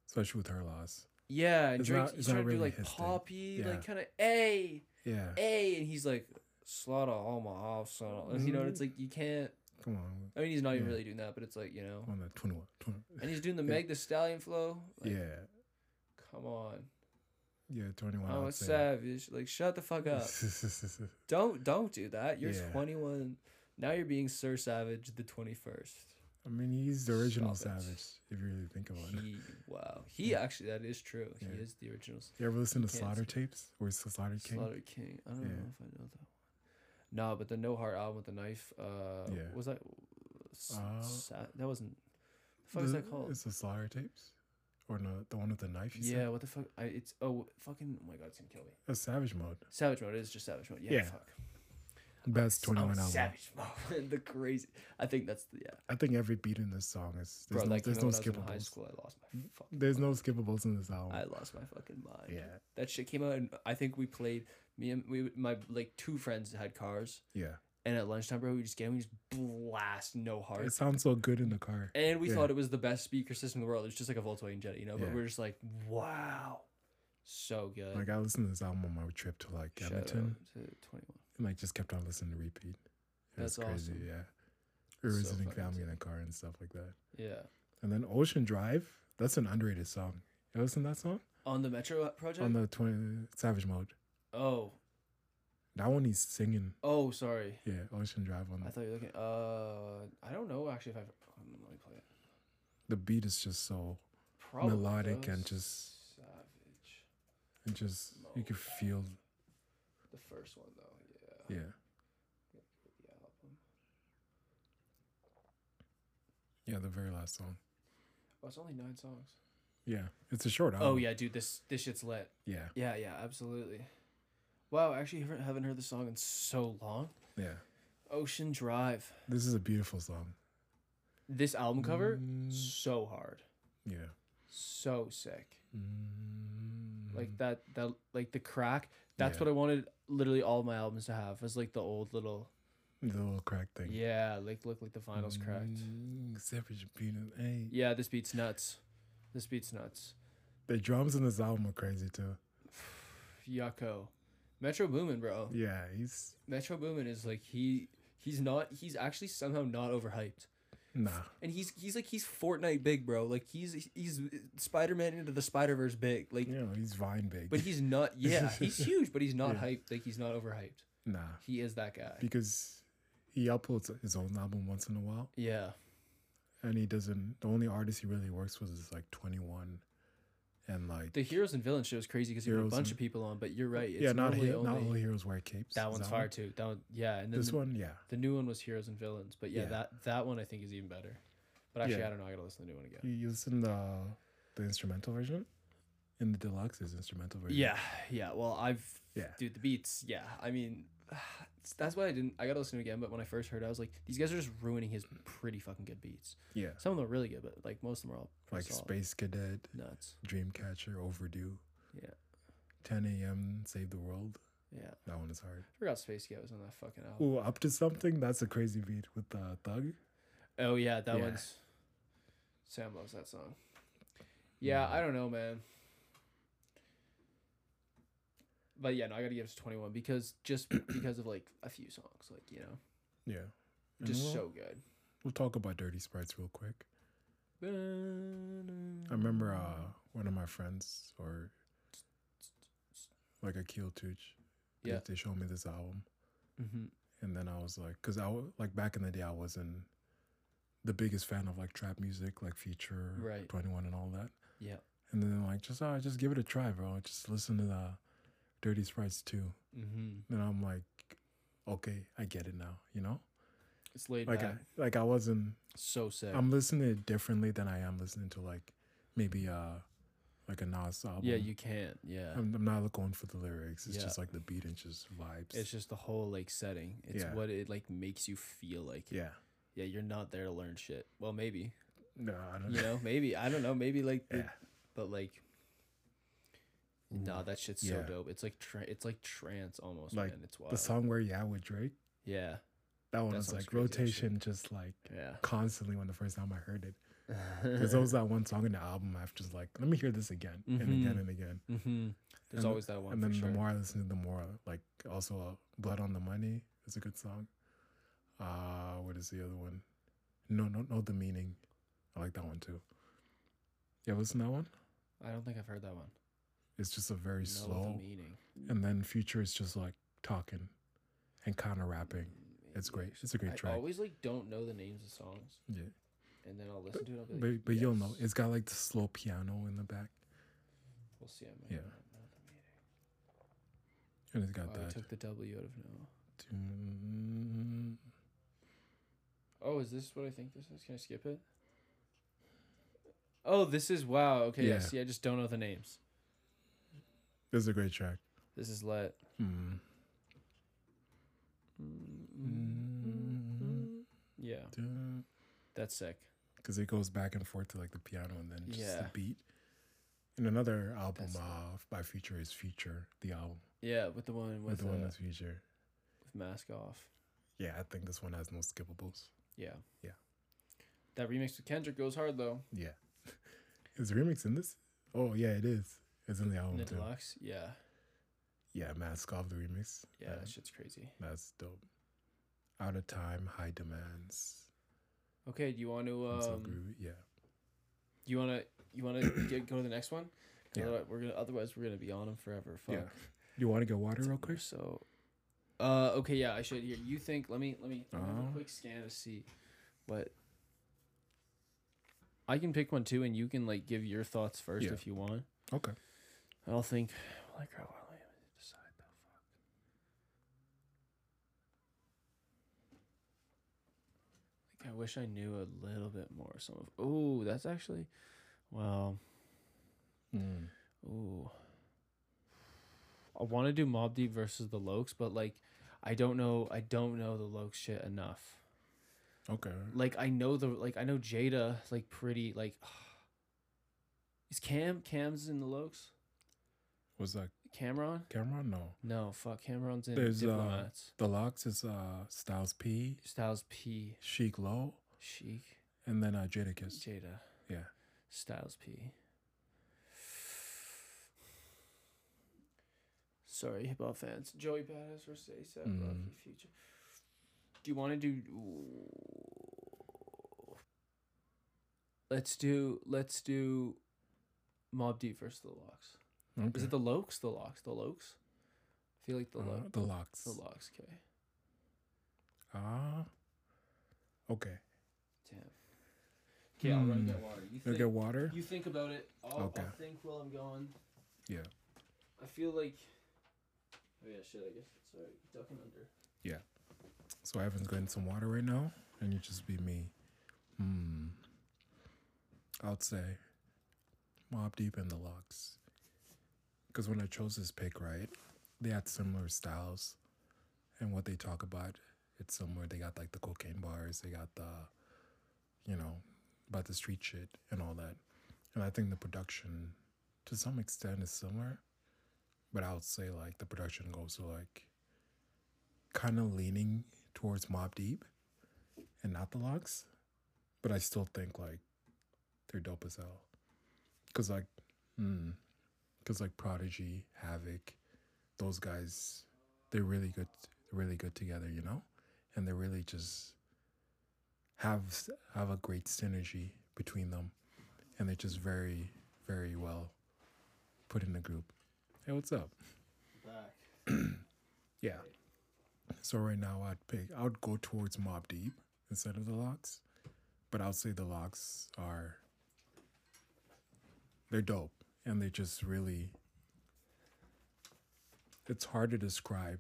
especially with her loss. Yeah, and It's Drake not- he's it's not trying to do really like his thing. poppy, Yeah. like kind of a Yeah. a, and he's like slaughter all my off, so you know, and it's like you can't. Come on. I mean, he's not even Mm-hmm. Yeah. really doing that, but it's like you know, Come on, that 21. 21. and he's doing the Meg the Stallion flow. Like, yeah. Come on, Yeah, 21. I'm I'd a say. savage. Like, shut the fuck up. don't don't do that. You're Yeah. 21. Now you're being Sir Savage the 21st. I mean, he's the original Stop it. Savage, if you really think about it. He wow. He actually that is true. Yeah. He is the original S- You ever listen to can't Slaughter tapes or S- Slaughter King? Slaughter King. I don't Yeah. know if I know that one. No, but the No Heart album with the knife. Uh, Yeah. was that s- Uh, sa- that wasn't. The fuck is The- that called? It's the Slaughter tapes, or no, the one with the knife. You Yeah, said? what the fuck? I, it's oh fucking oh my god, it's gonna kill me. That's Savage Mode. Savage mode. It is just savage mode. Yeah, Yeah. fuck. Best I'm twenty one album. oh, Savage mode. the crazy. I think that's the yeah. I think every beat in this song is there's Bro, no, like there's there's no when I was in high skippables. school, I lost my fucking. There's no skippables in this album. I lost my fucking mind. Yeah. That shit came out, and I think we played. Me and we, my like two friends had cars, yeah, and at lunchtime, bro, we just get 'em, we just blast no it heart. sounds so good in the car. And we yeah. thought it was the best speaker system in the world. It's just like a Volkswagen Jetta, you know. But Yeah. we're just like, wow, so good. Like I listened to this album on my trip to like Shout out Edmonton, to twenty one. and like just kept on listening to repeat. It was That's crazy. awesome. Yeah, we were So visiting fucking family in the car and stuff like that. Yeah. And then Ocean Drive. That's an underrated song. You listen to that song On the Metro project. on the twenty Savage Mode. oh, That one he's singing. oh, sorry. Yeah, Ocean Drive on I thought you were looking. Uh, I don't know actually if I've. hold on, Let me play it. the beat is just so Probably Melodic and does. just- savage. it just you can feel The first one though, yeah. yeah. The album. Yeah, the very last song. Oh, it's only nine songs. Yeah, it's a short album. Oh yeah, dude, this this shit's lit. yeah, Yeah, yeah, absolutely. Wow, I actually haven't, haven't heard the song in so long. yeah. Ocean Drive. This is a beautiful song. This album Mm. cover so hard, Yeah, so sick. Like that that like the crack. That's Mm. Yeah. what I wanted. Literally all my albums to have was like the old little the little crack thing. yeah, like look like the vinyl's cracked. Mm, Savage Beatles, hey. Yeah, this beat's nuts. This beat's nuts. The drums in this album are crazy too. Yucko. Metro Boomin, bro. Yeah, he's Metro Boomin is like he he's not he's actually somehow not overhyped. nah. And he's he's like he's Fortnite big, bro. Like he's he's Spider-Man into the Spider-Verse big. Like You know, he's Vine big. but he's not yeah, he's huge, but he's not Yeah. hyped. Like he's not overhyped. nah, He is that guy. because he uploads his own album once in a while, yeah. and he doesn't. The only artist he really works with is like Twenty One, and like The Heroes and Villains show is crazy because he put a Heroes bunch and- of people on, but you're right. It's yeah, not normally he, not only- all heroes wear capes. that Is one's one? fire too. That one, yeah, and then This the, one, yeah, the new one was Heroes and Villains, but yeah, Yeah. that that one I think is even better. But actually, Yeah. I don't know. I gotta listen to the new one again. you, you listen the the instrumental version, and the deluxe is instrumental version. Yeah, yeah. Well, I've Yeah. dude, the beats. Yeah, I mean, it's- that's why I didn't. I gotta listen to it again. But when I first heard, it, I was like, these guys are just ruining his pretty fucking good beats. yeah, Some of them are really good, but like most of them are all like pretty solid. Space Cadet, nuts. Dreamcatcher, Overdue. Yeah. 10 a.m. Save the World. Yeah, That one is hard. forgot Space Cat was on that fucking album. Ooh, up to something. That's a crazy beat with the thug. Oh yeah, that Yeah. one's. Sam loves that song. Mm-hmm. Yeah, I don't know, man. But yeah, no, I gotta give it to twenty one because just because of like a few songs, like you know, Yeah. And just we'll, so good. We'll talk about Dirty Sprites real quick. I remember uh, one of my friends, or like Akil Tooch, they- Yeah. they, showed me this album. hmm And then I was like, because I, wa- like back in the day, I wasn't the biggest fan of like trap music, like Future, Right. 21, and all that. Yeah. And then like, just, uh, just give it a try, bro. Just listen to the Dirty Sprites too. Mm-hmm. Then I'm like, okay, I get it now, you know? It's laid Like, back. I, like I wasn't so sick. I'm listening to it differently than I am listening to like maybe uh like a Nas album. yeah, you can't. Yeah. I'm, I'm not going for the lyrics. It's Yeah. just like the beat and just vibes. it's just the whole like setting. It's Yeah. what it like makes you feel like. yeah. Yeah, you're not there to learn shit. Well, maybe. No, I don't You know. know, maybe. I don't know. Maybe like the- Yeah. but like nah, that shit's so yeah. dope. It's like tra- it's like trance almost, Like, man. It's wild. The song where yeah with Drake. yeah. That one That was song's like crazy, actually. rotation, just like Yeah. constantly when the first time I heard it. Because there was that one song in the album. I've just like let me hear this again and again Mhm. and again. Mm-hmm. There's And- always that one and for then sure. the more I listen to, the more like also uh, Blood on the Money is a good song. Uh what is the other one? No, no, no, the meaning. I like that one too. Yeah, listen to that one. I don't think I've heard that one. It's just a very Know slow, the meaning. and then Future is just like talking and kind of rapping. It's great. It's a great Mm, I track. always like don't know the names of songs, yeah, and then I'll listen to it. I'll be like, but but you'll know. "Yes." It's got like the slow piano in the back, We'll see. I might Yeah. not know the meaning. and it's got Oh, I that. took the W out of no. tune. Oh, is this what I think this is? Can I skip it? Oh, this is wow. Okay, yeah. Yeah. See, I just don't know the names. This is a great track. This is let. Mm. Yeah, Dun. Mm-hmm. that's sick. because it goes back and forth to like the piano and then just the Yeah. beat. And another album That's- uh, by Future is Future, the album Yeah, with the one with, with the one uh, that's Future. with mask off. Yeah, I think this one has no skippables. Yeah. Yeah. That remix with Kendrick goes hard though. Yeah, is the remix in this? Oh yeah, it is. It's in the album In the too. deluxe. Yeah. Yeah, Mask Off the remix. Yeah, that shit's crazy. that's dope. Out of time, high demands. Okay, do you want to I'm um? so groovy. Yeah, do you want to you want to get go to the next one? 'Cause Yeah. Otherwise, we're gonna otherwise we're gonna be on him forever. Fuck. yeah. You want to get water real quick? So, uh, okay, yeah, I should hear. You think? Let me let me let me have Uh-huh. a quick scan to see what. I can pick one too, and you can like give your thoughts first Yeah. if you want. Okay. I'll think. Well, I grab while I decide though. Fuck. I I wish I knew a little bit more. of Some of ooh, that's actually, well, Mm. ooh. I want to do Mob Deep versus the Lokes, but like, I don't know. I don't know the Lokes shit enough. Okay. Like I know the like I know Jada like pretty like. Is Cam Cam's in the Lokes? Was that Cameron? Cameron? No. No, fuck. Cameron's in There's, uh, Diplomats. The locks is uh Styles P, Styles P, Chic Low, Chic, and then uh, Jadakiss. Jada, Yeah. Styles P. Sorry, hip hop fans. Joey Badass versus ASAP Rocky Mhm. Future. Do you want to do? Let's do. Let's do. Mob Deep versus the Locks. Is Okay. it the Lokes? The Locks. The Lokes. I feel like the Uh, Lokes. the locks. The Locks. Okay. Ah. okay. Damn. Okay, I'll run Hmm. get water. You You'll think, get water. you think about it. I'll, Okay. I'll think while I'm going. Yeah. I feel like. Oh yeah, shit. I guess it's alright. Ducking under. So Evan's getting some water right now, and you just be me. Hmm. I'd say Mob Deep and the Locks. Because when I chose this pick, right, they had similar styles and what they talk about. It's similar. They got like the cocaine bars, they got the, you know, about the street shit and all that. And I think the production, to some extent, is similar. But I would say like the production goes to like kind of leaning towards Mob Deep and not the Locks, but I still think like they're dope as hell. Cause like, mm, cause like Prodigy, Havoc, those guys, they're really good, really good together, you know, and they really just have s- have a great synergy between them, and they're just very, very well put in the group. Hey, what's up? Back. Yeah. So right now I'd pick I would go towards Mob Deep instead of the locks. But I'll say the locks are they're dope. And they just really it's hard to describe.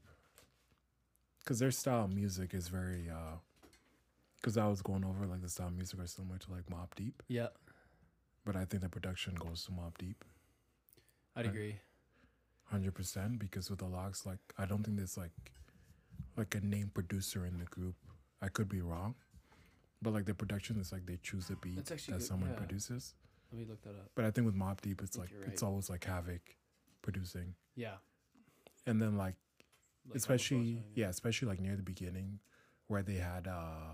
Cause their style of music is very uh because I was going over like the style of music are similar to like Mob Deep, Yeah, but I think the production goes to Mob Deep. I'd I- agree. Hundred percent, because with the locks, like I don't think there's like like a name producer in the group. I could be wrong, but like the production is like they choose the beat That's that actually good, someone yeah. produces. Let me look that up. But I think with Mob Deep, it's think like you're it's right. always like Havoc producing, Yeah. and then like, like especially Hufflepuff, yeah, especially like near the beginning where they had uh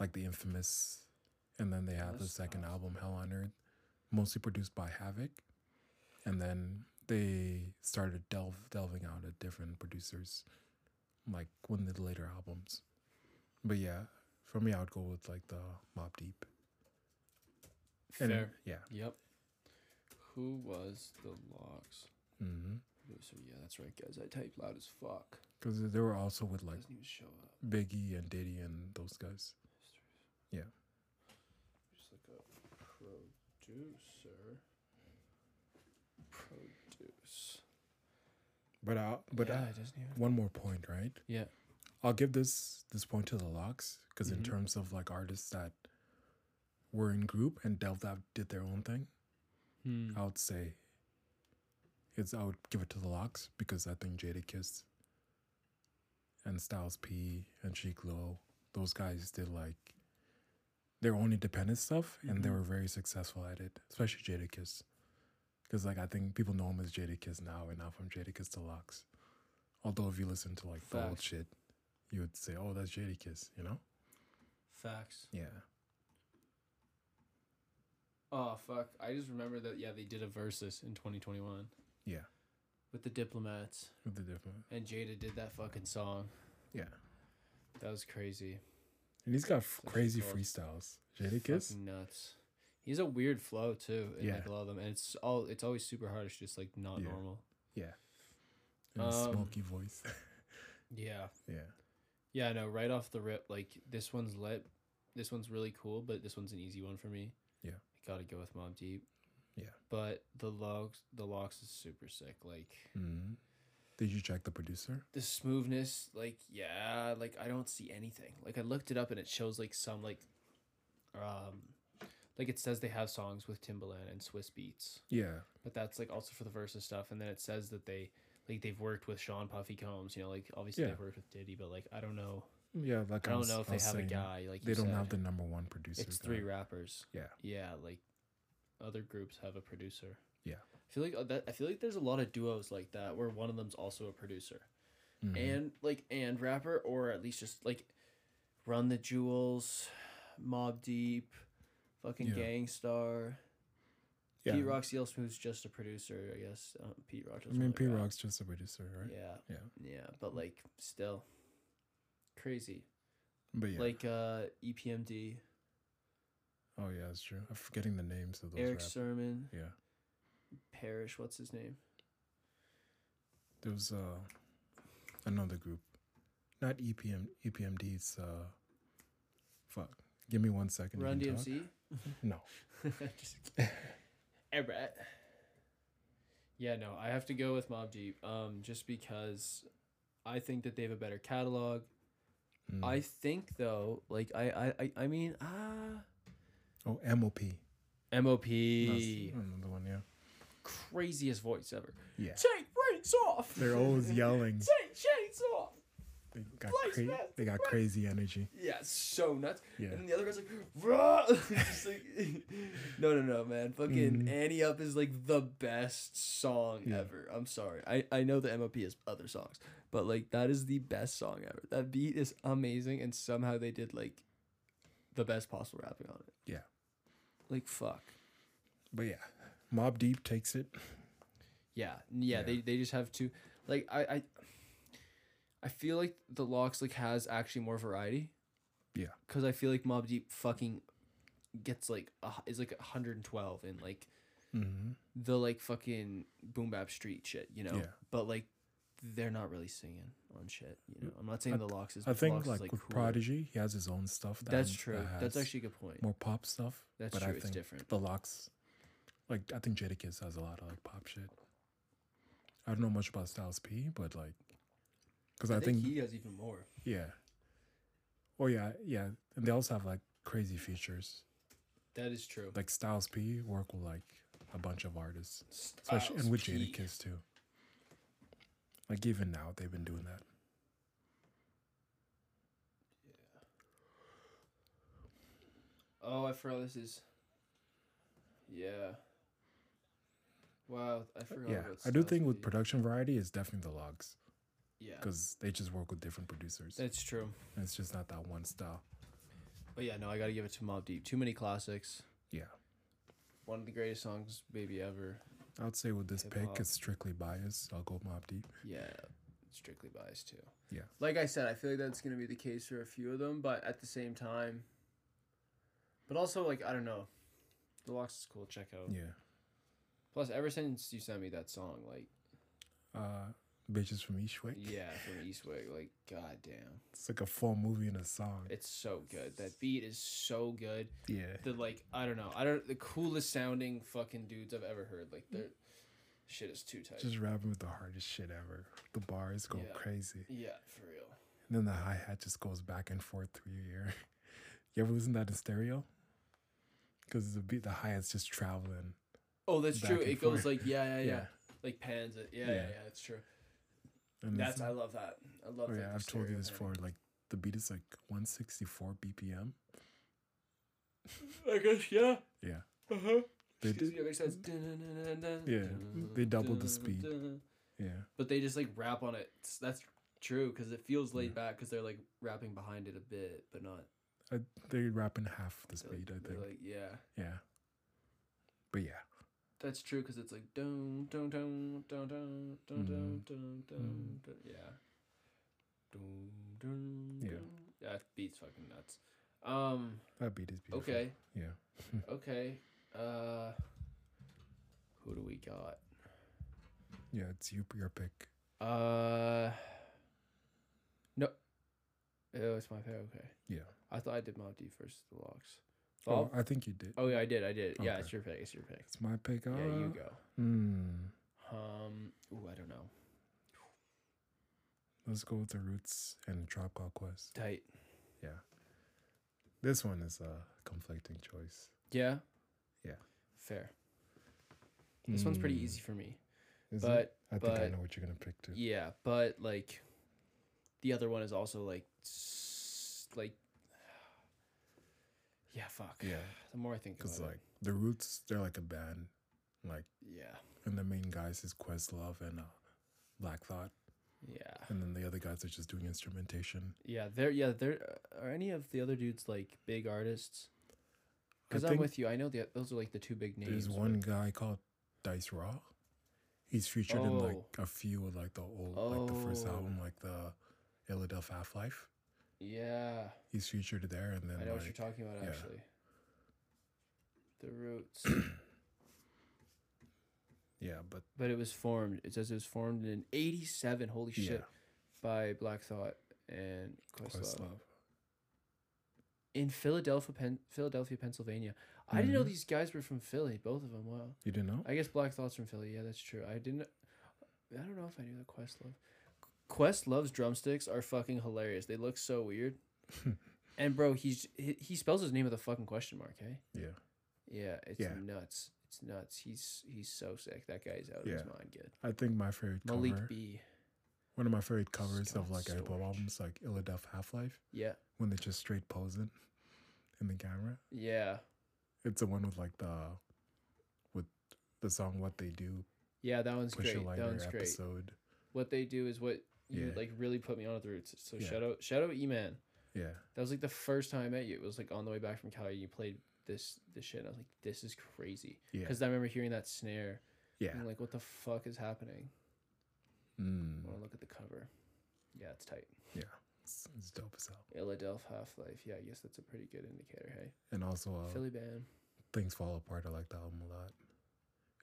like the infamous, and then they had the That's second nice. album Hell on Earth, mostly produced by Havoc, and then they started delve delving out at different producers, like one of the later albums. But yeah, for me, I would go with like the Mob Deep. Fair. yeah. Yep. Who was the locks Mm-hmm. producer? Yeah, that's right, guys. I typed loud as fuck. Because they were also with like Doesn't even show up. Biggie and Diddy and those guys. Yeah. Just look up producer. Produce. But I but uh, yeah, I, it doesn't even. one more point, right? Yeah. I'll give this this point to the locks because Mhm. in terms of like artists that were in group and delved out did their own thing, Hmm. I would say it's I would give it to the locks because I think Jada Kiss and Styles P and Chic Low, those guys did like their own independent stuff and they Mhm. were very successful at it, especially Jada Kiss. Because like I think people know him as Jada Kiss now and not from Jada Kiss to Locks. Although if you listen to like the old Facts. shit, you would say, Oh, that's Jada Kiss, you know? Facts. Yeah. Oh fuck! I just remember that. Yeah, they did a versus in 2021 Yeah. with the diplomats, With the different and Jada did that fucking song. Yeah. That was crazy. And he's got f- That's crazy cool. freestyles. Jada Kiss? Fucking nuts. He's a weird flow too. In Like Yeah. a lot of them, and it's all it's always super hard. It's just like not Yeah. normal. And his Um, smoky voice. Yeah. yeah. Yeah, I know. Right off the rip, like this one's lit. This one's really cool, but this one's an easy one for me. Yeah. I gotta go with Mob Deep. Yeah. But the logs, the locks is super sick. Like Mm-hmm. Did you check the producer? the smoothness, like yeah, like I don't see anything. Like I looked it up and it shows like some like, um, like it says they have songs with Timbaland and Swiss Beats, Yeah. but that's like also for the verses stuff. And then it says that they like they've worked with Sean Puffy Combs. You know, like obviously Yeah. they've worked with Diddy, but like I don't know, Yeah, like I don't was- know if they was have a saying, guy. Like They you don't said. have the number one producer. It's guy. three rappers. Yeah. Yeah, like other groups have a producer. Yeah. I feel like uh, that. I feel like there's a lot of duos like that where one of them's also a producer Mhm. and like and rapper or at least just like Run the Jewels, Mob Deep, fucking Yeah. Gangstar. yeah. Pete Rock CL Smooth's just a producer, I guess. Um, Pete Rock. I doesn't mean, P really rap. Rock's just a producer, right? Yeah. Yeah. Yeah, but like still crazy. But yeah. Like uh EPMD, oh yeah, that's true. I'm forgetting the names of those. Eric rap- Sermon, yeah. Parrish, what's his name? There was uh another group. Not E EPM EPMD, it's uh fuck. Give me one second. you Run can talk. DMC. No. Just kidding. Eh, brat. Yeah, no, I have to go with Mob Deep, um, just because I think that they have a better catalog. Mm. I think though, like I, I, I, I mean, ah, Oh MOP. MOP, That's E. another one, yeah. craziest voice ever. Yeah. Take rates off. They're always yelling. Take chains off. They got Blaze cra- Master, they got crazy energy. Yeah, it's so nuts. Yeah. And then the other guy's like, Rah! Just like no, no, no, man. Fucking Mhm. Annie Up is like the best song Yeah. ever. I'm sorry. I, I know the MOP has other songs, but like that is the best song ever. That beat is amazing, and somehow they did like the best possible rapping on it. Yeah. Like fuck. But yeah. Mob Deep takes it. Yeah, yeah. Yeah. They they just have two. Like I I. I feel like the locks like has actually more variety. Yeah. Because I feel like Mob Deep fucking gets like a, hu- is like 112 in like Mm-hmm. the like fucking boom bap street shit, you know. Yeah. But like they're not really singing on shit, you know. I'm not saying I the locks is I think Lox like, is, like with cooler. Prodigy, he has his own stuff. That That's I'm- true. that That's has actually a good point. more pop stuff. That's but true. I it's think different. The locks, like I think Jadakiss has a lot of like pop shit. I don't know much about Styles P, but like, because I, think, he has even more. yeah. Oh yeah, yeah, and they also have like crazy features. That is true. Like Styles P work with like a bunch of artists, especially and with uh, Jadakiss too. Like even now, they've been doing that. Oh, I forgot this is. Yeah. Wow, I forgot. yeah, about I do Styles think with P. production variety, it's definitely the logs Yeah, because they just work with different producers. that's true. and it's just not that one style. But yeah, no, I gotta give it to Mob Deep. Too many classics. Yeah. One of the greatest songs, maybe ever. I'd say with this Hip pick, hop. it's strictly biased. I'll go Mob Deep. Yeah, strictly biased too. Yeah. Like I said, I feel like that's gonna be the case for a few of them, but at the same time. But also, like I don't know, the Locks is cool. Check out. Yeah. Plus, ever since you sent me that song, like Uh, Bitches from Eastwick. yeah, from Eastwick, like goddamn, It's like a full movie and a song. it's so good. That beat is so good. yeah. the like I don't know I don't the coolest sounding fucking dudes I've ever heard like their shit is too tight. Just rapping with the hardest shit ever. The bars go Yeah. crazy. yeah, for real. And then the hi hat just goes back and forth through your ear. you ever listen to that in stereo? Because the beat, the hi hat's just traveling. Oh, that's Back true. and It forth. goes like yeah, yeah, yeah, like pans it. Yeah, yeah, Yeah. yeah, that's true. And That's this- I love that. I love oh, that. yeah, the I've told you stereo this thing. before. Like, the beat is like 164 BPM. I guess yeah. Yeah. Uh huh. They Excuse did, me, it makes sense. Dun-dun-dun-dun-dun, Yeah, dun-dun-dun-dun, they doubled the speed. dun-dun-dun. yeah. But they just like rap on it. S- That's true because it feels laid back because they're like rapping behind it a bit, but not. I, they're rapping half the they're, like- speed, I they're, think. Like yeah. yeah. But yeah. That's true because it's like dun dun dun dun dun dun Mm-hmm. dun dun dun dun yeah. Dun, dun, Yeah. dun. That beat's fucking nuts. Um. That beat is beautiful. Okay. Yeah. Okay. Uh. Who do we got? Yeah, it's you, your pick. Uh. No. Oh, it's my pair. Okay. Yeah. I thought I did Mob Deep versus the Locks. Oh, Oh. I think you did. Oh yeah, I did. I did. Yeah, Okay. Uh, it's your pick. It's your pick. It's my pick. Ah. Yeah, you uh, go. Hmm. Um. Ooh, I don't know. Let's go with the Roots and Drop Conquest. Tight. Yeah. This one is a conflicting choice. Yeah. Yeah. Fair. This one's pretty Mm, easy for me. is it? but I think I but- know what you're gonna pick too. Yeah, but like the other one is also like s- like yeah, fuck. Yeah, The more I think because about like it, the Roots, they're like a band, like yeah, and the main guys is Questlove and uh, Black Thought, yeah, and then the other guys are just doing instrumentation. yeah. There, yeah, there uh, are any of the other dudes like big artists? I Because I'm think with you. I know the those are like the two big names. There's but- one guy called Dice Raw. He's featured in like Oh. a few of like the old, like the first Oh. album, like the Illadelph Half Life. Yeah, He's featured there, and then I know like, what you're talking about. yeah. Actually, the roots. yeah, but but it was formed. It says it was formed in '87. Holy yeah, shit! By Black Thought and Questlove. Questlove. in Philadelphia, Pen- Philadelphia, Pennsylvania. I didn't know Mhm. these guys were from Philly. Both of them. Wow. You didn't know? I guess Black Thought's from Philly. Yeah, that's true. I didn't. I don't know if I knew that Questlove. Questlove's drumsticks are fucking hilarious. They look so weird. and bro, he's he, he spells his name with a fucking question mark. Hey. yeah, Yeah, it's Yeah. nuts. It's nuts. He's he's so sick. That guy's out of his Yeah. mind. Good. I think my favorite Malik cover, B. one of my favorite covers Scott of like a Storch. albums, like Illadelph Half Life, Yeah. when they're just straight posing in the camera. Yeah. It's the one with like the with the song "What They Do" Yeah, that one's Push a great. That Lighter one's great. episode. What they do is what you Yeah. like really put me on at the roots. So Yeah. shout out shout out E Man. Yeah, That was like the first time I met you. It was like on the way back from Cali. You played this this shit. And I was like, this is crazy. yeah, Because I remember hearing that snare. yeah. and I'm like, what the fuck is happening? Mm. I want to look at the cover. Yeah, it's tight. It's, it's dope as hell. Illadelph Half Life. Yeah, I guess that's a pretty good indicator. Hey, And also, uh, Philly band. Things Fall Apart, I like the album a lot.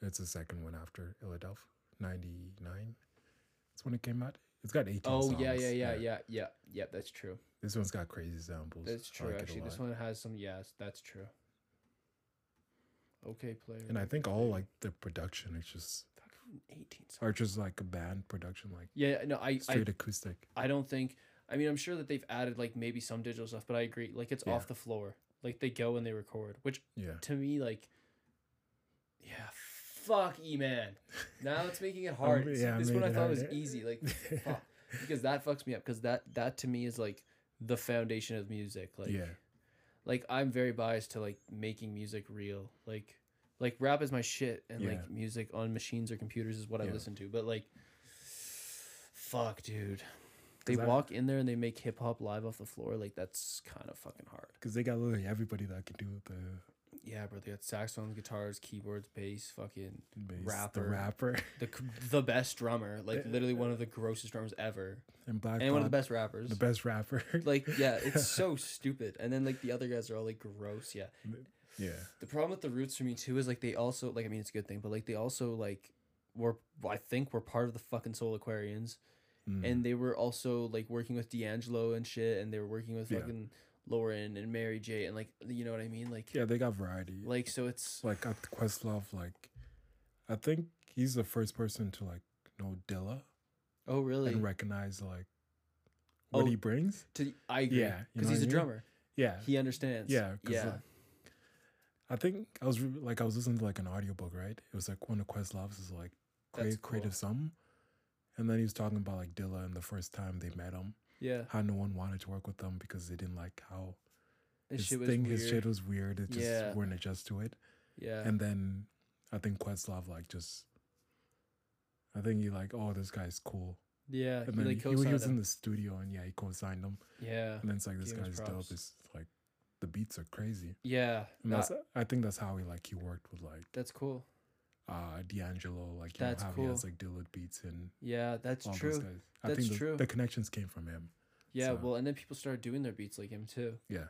It's the second one after Illadelph, 99. That's when it came out. It's got 18 Oh songs. yeah, yeah, yeah, yeah, yeah, yeah. That's true. This one's got crazy samples. That's I true. like it a Actually, this lot. one has some. Yes, that's true. Okay, player. And I think all like the production, it's just, fucking eighteen. songs. or just like a band production, like Yeah, no, I I straight acoustic. I don't think. I mean, I'm sure that they've added like maybe some digital stuff, but I agree. Like it's Yeah. off the floor. Like they go and they record, which Yeah. to me, like, yeah, fuck E Man. Now it's making it hard. Um, It's- yeah, I this one made I it thought was harder. easy, like fuck, because that fucks me up. Because that that to me is like the foundation of music. Like, yeah. like I'm very biased to like making music real. Like, like rap is my shit, and Yeah. like music on machines or computers is what I Yeah. listen to. But like, fuck, dude. They 'Cause I- walk in there and they make hip hop live off the floor. Like that's kind of fucking hard. Because they got literally everybody that can do the Yeah, bro. They got saxophones, guitars, keyboards, bass, fucking bass, Rapper. the rapper, the c- the best drummer. Like Eh, literally one of the grossest drummers ever, and Black and one of the Thought, best rappers. the best rapper. Like yeah, it's so stupid. And then like the other guys are all like gross. Yeah. yeah. The problem with the roots for me too is like they also like I mean it's a good thing, but like they also like were I think were part of the fucking Soul Aquarians, Mm. and they were also like working with D'Angelo and shit, and they were working with Yeah. fucking Lauren and Mary J. And like you know what I mean, like yeah, they got variety. like so it's like at Questlove, like I think he's the first person to like know Dilla oh really and recognize like what Oh, he brings. to, I agree Yeah, you because he's know what a I mean? drummer, Yeah, he understands yeah, 'cause, yeah. like, I think I was re- like I was listening to like an audiobook, right? It was like one of Questlove's is like That's create, creative cool. some, and then he was talking about like Dilla and the first time they met him, Yeah, how no one wanted to work with them because they didn't like how his his shit was thing, weird. his shit was weird. It just Yeah. weren't adjust to it. yeah, And then I think Questlove like just I think he like, oh, this guy's cool. yeah. And Uh, he then like he, he was co-signed in him. the studio and yeah, he co-signed him. Yeah, And then it's like this Gave him his guy's dope. props. It's like the beats are crazy. yeah. And that- that's I think that's how he like he worked with like that's cool. uh D'Angelo, like you That's know how he has cool. like Dillard beats and Yeah, that's all true. those guys. I That's think the, true. the connections came from him. Yeah, So- well, and then people started doing their beats like him too, Yeah.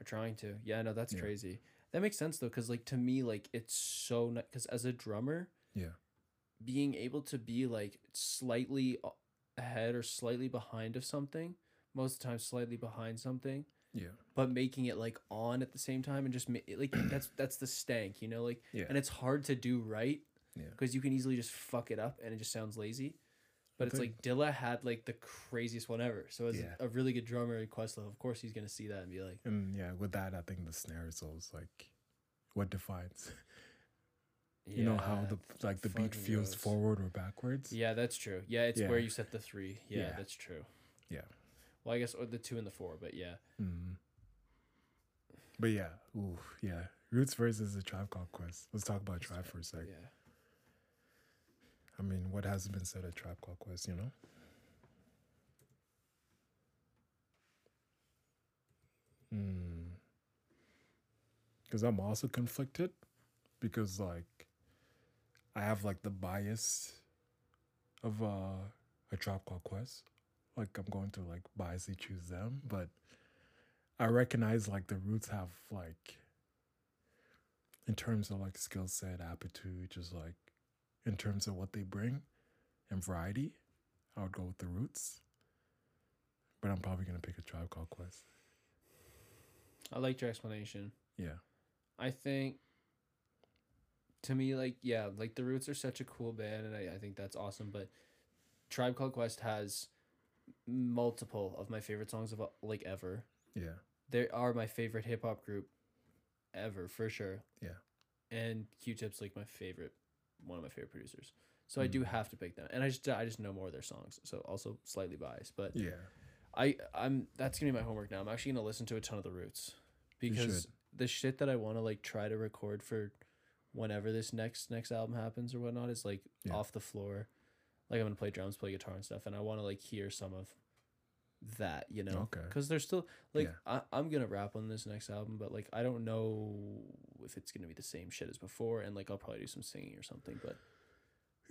or trying to. Yeah, no, that's Yeah. crazy. That makes sense though, because like to me, like it's so nice. Because as a drummer, Yeah. being able to be like slightly a- ahead or slightly behind of something, most of the time slightly behind something, Yeah. but making it like on at the same time and just ma- like that's that's the stank, you know, like Yeah. and it's hard to do right Yeah. because you can easily just fuck it up and it just sounds lazy. But it's Okay. like Dilla had like the craziest one ever. So as Yeah. a really good drummer in Questlove, of course he's gonna see that and be like, And yeah, with that, I think the snare is always like what defines. You know how "Yeah, the like the beat fucking feels goes." forward or backwards. Yeah, that's true. Yeah, it's Yeah. where you set the three. Yeah, Yeah. that's true. Yeah. Well, I guess or the two and the four, but yeah. Mhm. But yeah, ooh, yeah. Roots versus the Tribe Called Quest. Let's talk about Tribe for a sec. Yeah. I mean, what hasn't been said at Tribe Called Quest, you know? Because Hmm. I'm also conflicted. Because, like, I have, like, the bias of uh, a Tribe Called Quest. Like, I'm going to, like, biasly choose them. But I recognize, like, the roots have, like, in terms of, like, skill set, aptitude, just, like, in terms of what they bring and variety, I would go with the roots. But I'm probably gonna pick a tribe called Quest. I liked your explanation. Yeah. I think to me, like, yeah, like the Roots are such a cool band, and I, I think that's awesome. But Tribe Called Quest has multiple of my favorite songs of uh, like ever. Yeah. They are my favorite hip hop group ever for sure. Yeah. And Q Tip's like my favorite, one of my favorite producers. So I do Mm. have to pick them, and I just I just know more of their songs. So also slightly biased, but Yeah. I I'm that's gonna be my homework now. I'm actually gonna listen to a ton of the Roots because should. the shit that I want to like try to record for whenever this next next album happens or whatnot is like Yeah. off the floor. Like I'm gonna play drums, play guitar and stuff, and I want to like hear some of that, you know, Okay. because there's still like Yeah. I, I'm gonna rap on this next album, but like I don't know if it's gonna be the same shit as before, and like I'll probably do some singing or something, but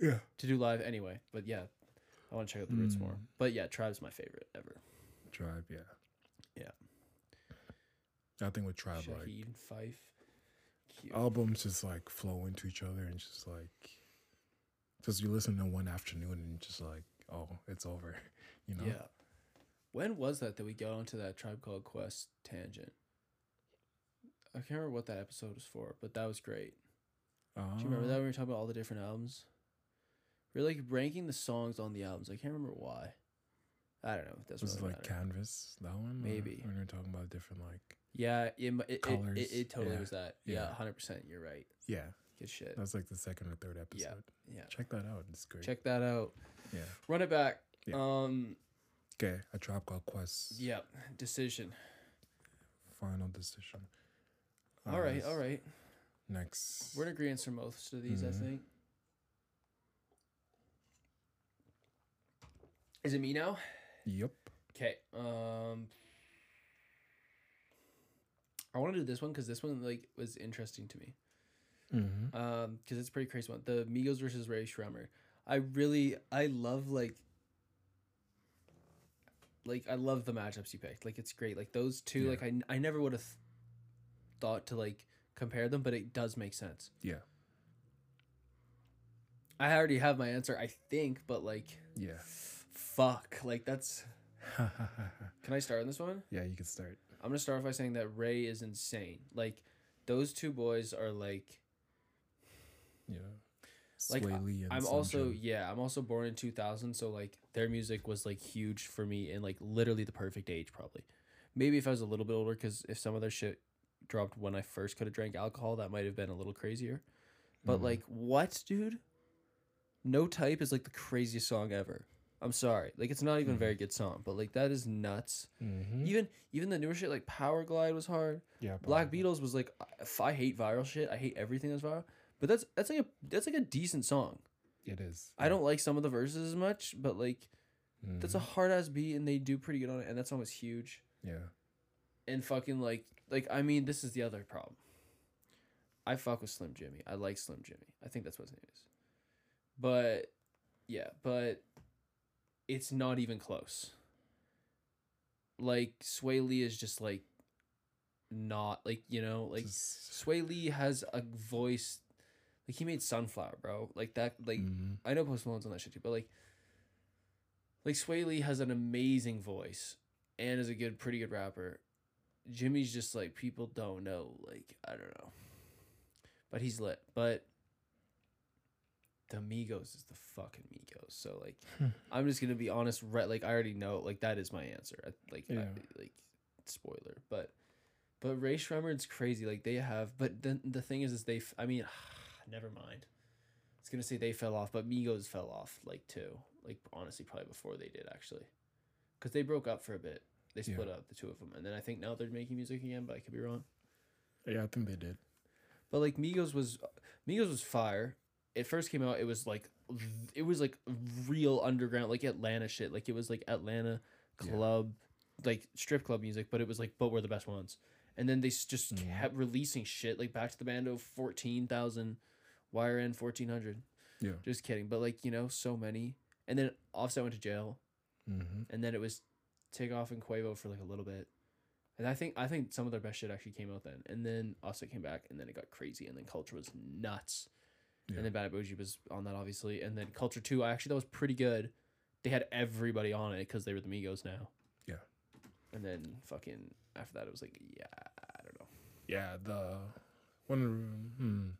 Yeah. to do live anyway. But yeah, I want to check out the Roots more. Mm. But yeah, Tribe's my favorite ever. Tribe, yeah. Yeah. I think with tribe like Shaheed, Fife. Cute. albums just like flow into each other and just like because you listen to one afternoon and just like, oh, it's over. You know? Yeah. When was that that we got onto that Tribe Called Quest tangent? I can't remember what that episode was for, but that was great. Ah. Do you remember that when we were talking about all the different albums? We were like ranking the songs on the albums. I can't remember why. I don't know. It doesn't Was it really like matter. Canvas, that one? Or Maybe. When we are talking about different like yeah, it, mu- it, it, Colours, it, it totally yeah, was that. yeah. Yeah, hundred percent. You're right. Yeah. Good shit. That's like the second or third episode. yeah, Check that out. It's great. check that out. Yeah. Run it back. Yeah. Um. Okay, a tribe called Quest. Yeah. Decision. Final decision. all right. Ours All right. Next. We're in agreement for most of these, Mhm. I think. Is it me now? Yep. Okay. Um, I want to do this one because this one like was interesting to me. Mm-hmm. Um, because it's a pretty crazy one. The Migos versus Ray Shremmer. I really, I love like, like I love the matchups you picked. Like it's great. Like those two. Yeah. Like I, I never would have thought to like compare them, but it does make sense. Yeah. I already have my answer, I think, but like, Yeah. fuck, like that's. Can I start on this one? yeah, you can start. I'm gonna start off by saying that Ray is insane. Like, those two boys are like. Yeah. Like, Sway I- Lee and I'm also Sunjin. yeah. I'm also born in 2000, so like their music was like huge for me and like literally the perfect age probably. Maybe if I was a little bit older, because if some of their shit dropped when I first could have drank alcohol, that might have been a little crazier. But Mhm. like, what, dude? No Type is like the craziest song ever. I'm sorry. Like it's not even a very good song, but like that is nuts. Mhm. Even even the newer shit like Power Glide was hard. Yeah. Black probably. Beatles was like I- if I hate viral shit. I hate everything that's viral. But that's that's like a that's like a decent song. It is. Mm-hmm. I don't like some of the verses as much, but like that's a hard ass beat and they do pretty good on it and that song was huge. Yeah. And fucking like like I mean this is the other problem. I fuck with Slim Jimmy. I like Slim Jimmy. I think that's what his name is. But yeah, but it's not even close. Like Sway Lee is just like not like you know like Just- Sway Lee has a voice like he made Sunflower, bro. Like that like Mhm. I know Post Malone's on that shit too, but like, like Sway Lee has an amazing voice and is a good, pretty good rapper. Jimmy's just like people don't know, like I don't know, but he's lit. But the Migos is the fucking Migos. So like, I'm just gonna be honest. Right, like I already know. Like that is my answer. I, like, I- Yeah. like spoiler, but but Ray Shremmerd's crazy. Like they have, but then the thing is, is they. f- I mean, never mind. I was gonna say they fell off, but Migos fell off like too. Like honestly, probably before they did actually, because they broke up for a bit. They Yeah. split up the two of them, and then I think now they're making music again. But I could be wrong. Yeah, I think they did. But like Migos was Migos was fire. It first came out. It was like it was like real underground, like Atlanta shit. Like it was like Atlanta Yeah. club, like strip club music. But it was like, but we're the best ones. And then they s- just Mhm. kept releasing shit like Back to the Bando, fourteen thousand, YRN fourteen hundred. Yeah. Just kidding, but like you know, so many. And then Offset went to jail, Mm-hmm. and then it was Takeoff and Quavo for like a little bit. And I think I think some of their best shit actually came out then. And then Offset came back, and then it got crazy, and then Culture was nuts. Yeah. And then Bad Bougie was on that obviously, and then Culture Two. I actually that was pretty good. They had everybody on it because they were the Migos now. Yeah. And then fucking after that, it was like yeah, I don't know. Yeah, the one. of the- Hmm,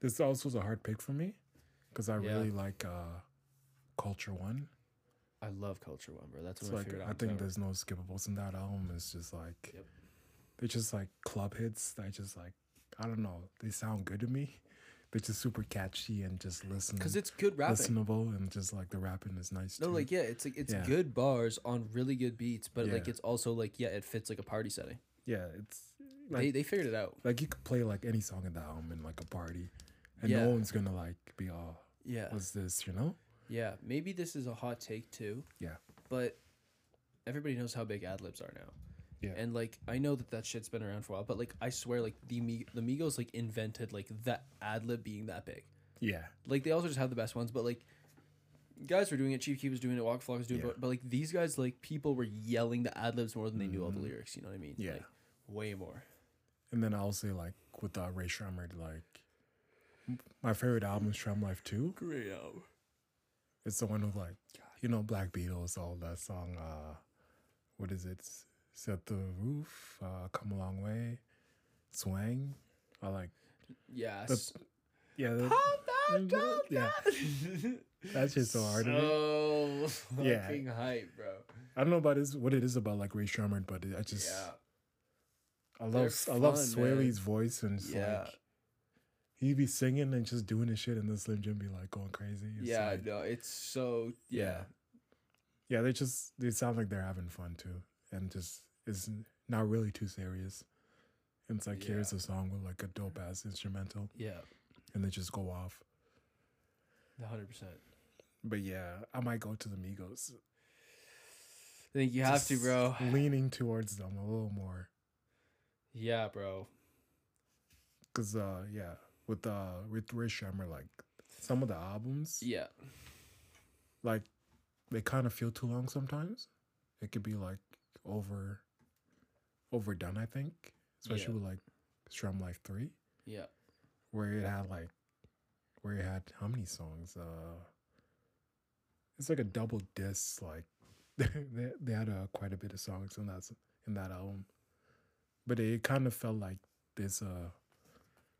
this also is a hard pick for me because I Yeah. really like uh, Culture One. I love Culture One, bro. That's It's one of my like favorite I albums think ever. there's no skippables in that album. It's just like Yep. they're just like club hits. They just like I don't know. They sound good to me. They're just super catchy and just listen because it's good rapping. listenable and just like the rapping is nice. No, too. like yeah, it's like it's Yeah. good bars on really good beats, but like Yeah. it's also like yeah, it fits like a party setting. yeah, it's they like they figured it out. like you could play like any song in the album in like a party, and Yeah. no one's gonna like be all Yeah. what's this, you know? Yeah, maybe this is a hot take too. Yeah. But everybody knows how big ad libs are now. Yeah. And like I know that that shit's been around for a while, but like I swear like the Mi- the Migos like invented like that ad lib being that big. Yeah, Like they also just have the best ones, but like guys were doing it, Chief Keef was doing it, Walk Flock was doing Yeah. it, but, but like these guys like people were yelling the ad libs more than they knew all the lyrics, you know what I mean? Mm-hmm. Yeah. Like, way more. and then I'll say like with uh, Ray Shremmer, like my favorite album is Shrem Life Two. Great album. It's the one with like you know Black Beatles, all that song. uh What is it? Set the roof, uh, come a long way, swang. I like Yes. yeah. That, yeah, that's just so hard. to me. so Yeah. fucking hype, bro. I don't know about this, what it is about like Ray Sherman, but it, I just Yeah. I They're love I love fun, man. Swaley's voice and it's Yeah. like he'd be singing and just doing his shit and then Slim Jim be like going crazy. It's yeah, like- no, it's so yeah. yeah, yeah. They just they sound like they're having fun too, and just is not really too serious. And it's like Yeah. here's a song with like a dope ass instrumental, Yeah. and they just go off. hundred percent. But yeah, I might go to the Migos. I think you have to, Just bro. Leaning towards them a little more. Yeah, bro. Cause uh yeah, with uh with Ray Shremmer, like some of the albums, Yeah. like they kind of feel too long sometimes. It could be like over overdone, I think. Especially Yeah. with like Strum Life Three, Yeah. where it had like where it had how many songs? Uh it's like a double disc, like they they had uh, quite a bit of songs in that s- in that album. But it kind of felt like there's a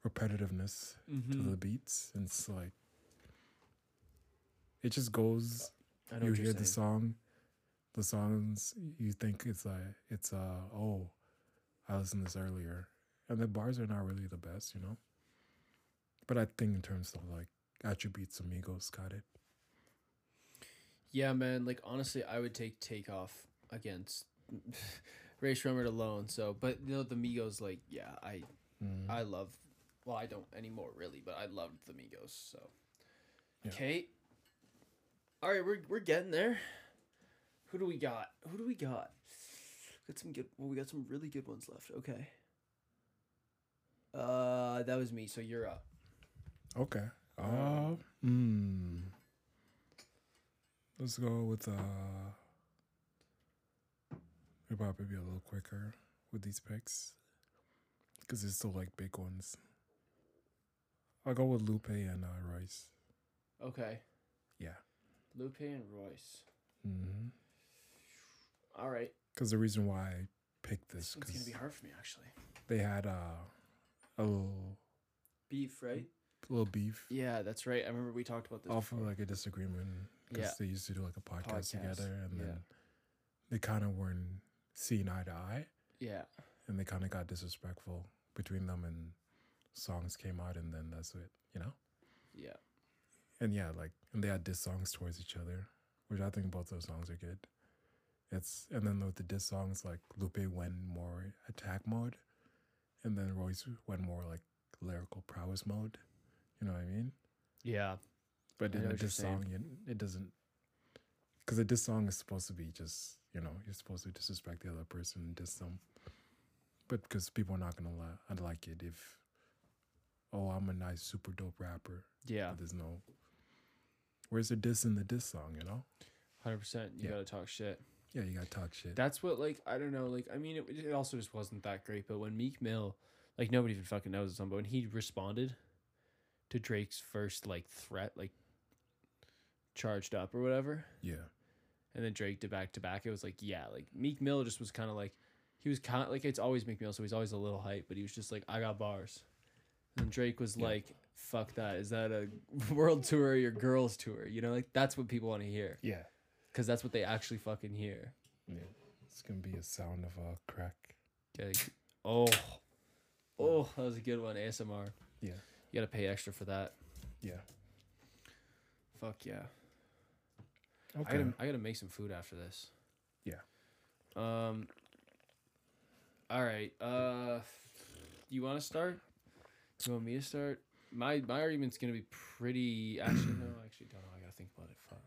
repetitiveness to Mm-hmm. the beats. And it's like it just goes. I know You what you're hear the saying. song, the songs. You think it's like it's uh oh, I listened to this earlier, and the bars are not really the best, you know. But I think in terms of like attributes, Amigos got it. Yeah, man. Like honestly, I would take takeoff against Ray Shremmerd alone. So, but you know the Migos, like yeah, I Mm. I love. Well, I don't anymore really, but I loved the Migos. So, Yeah. okay. All right, we're we're getting there. Who do we got? Who do we got? Got some good. Well, we got some really good ones left. Okay. Uh, that was me. So you're up. Okay. Uh, mm. Let's go with uh. We'll probably be a little quicker with these picks, because it's still like big ones. I'll go with Lupe and uh, Rice. Okay. Yeah. Lupe and Royce. Mm-hmm. All right. Because the reason why I picked this, This one's gonna because be hard for me actually. they had uh, a little Beef, right? little beef Yeah, that's right. I remember we talked about this. off of like a disagreement because Yeah. they used to do like a podcast, Podcast, together, and yeah. then they kind of weren't seeing eye to eye, yeah, and they kind of got disrespectful between them, and songs came out, and then that's it, you know. yeah. And yeah, like and they had diss songs towards each other, which I think both those songs are good. It's and then with the diss songs, like Lupe went more attack mode, and then Royce went more like lyrical prowess mode. You know what I mean? Yeah. But I in know a what you're diss saying. song, it, it doesn't. Because a diss song is supposed to be just, you know, you're supposed to disrespect the other person and diss them. But because people are not going to li- I'd like it if, oh, I'm a nice, super dope rapper. Yeah. But there's no. Where's the diss in the diss song, you know? 100%. You Yeah. got to talk shit. Yeah, you got to talk shit. That's what, like, I don't know. Like, I mean, it, it also just wasn't that great. But when Meek Mill, like, nobody even fucking knows it's on, but when he responded to Drake's first, like, threat, like, charged up or whatever, yeah. and then Drake did back to back, it was like, yeah, like, Meek Mill just was kind of like, he was kind of like, it's always Meek Mill, so he's always a little hype, but he was just like, I got bars. And Drake was like, fuck that. Is that a world tour or your girls tour? You know, like, that's what people want to hear Yeah. because that's what they actually fucking hear. Yeah. It's going to be a sound of a crack. Okay. Oh. Oh, that was a good one. ASMR. Yeah. You gotta pay extra for that. Yeah. Fuck yeah. I Okay. gotta I gotta make some food after this. Yeah. Um all right. Uh you wanna start? You want me to start? My my argument's gonna be pretty actually no, I actually don't know. I gotta think about it. Fuck.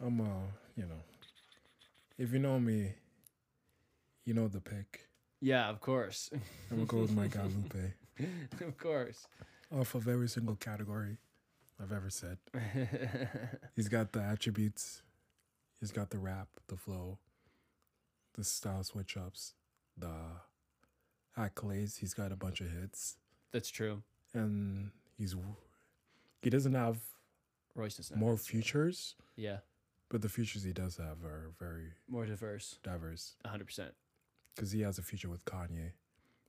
I'm uh, you know, if you know me, you know the pick. Yeah, of course. I'm gonna go with my guy Lupe of course. off of every single category I've ever said. He's got the attributes. He's got the rap, the flow, the style switch ups, the accolades. He's got a bunch of hits, That's true. and he's w- he doesn't have Royce is not. more futures, Yeah. but the futures he does have are very More diverse. diverse hundred percent. because he has a future with Kanye.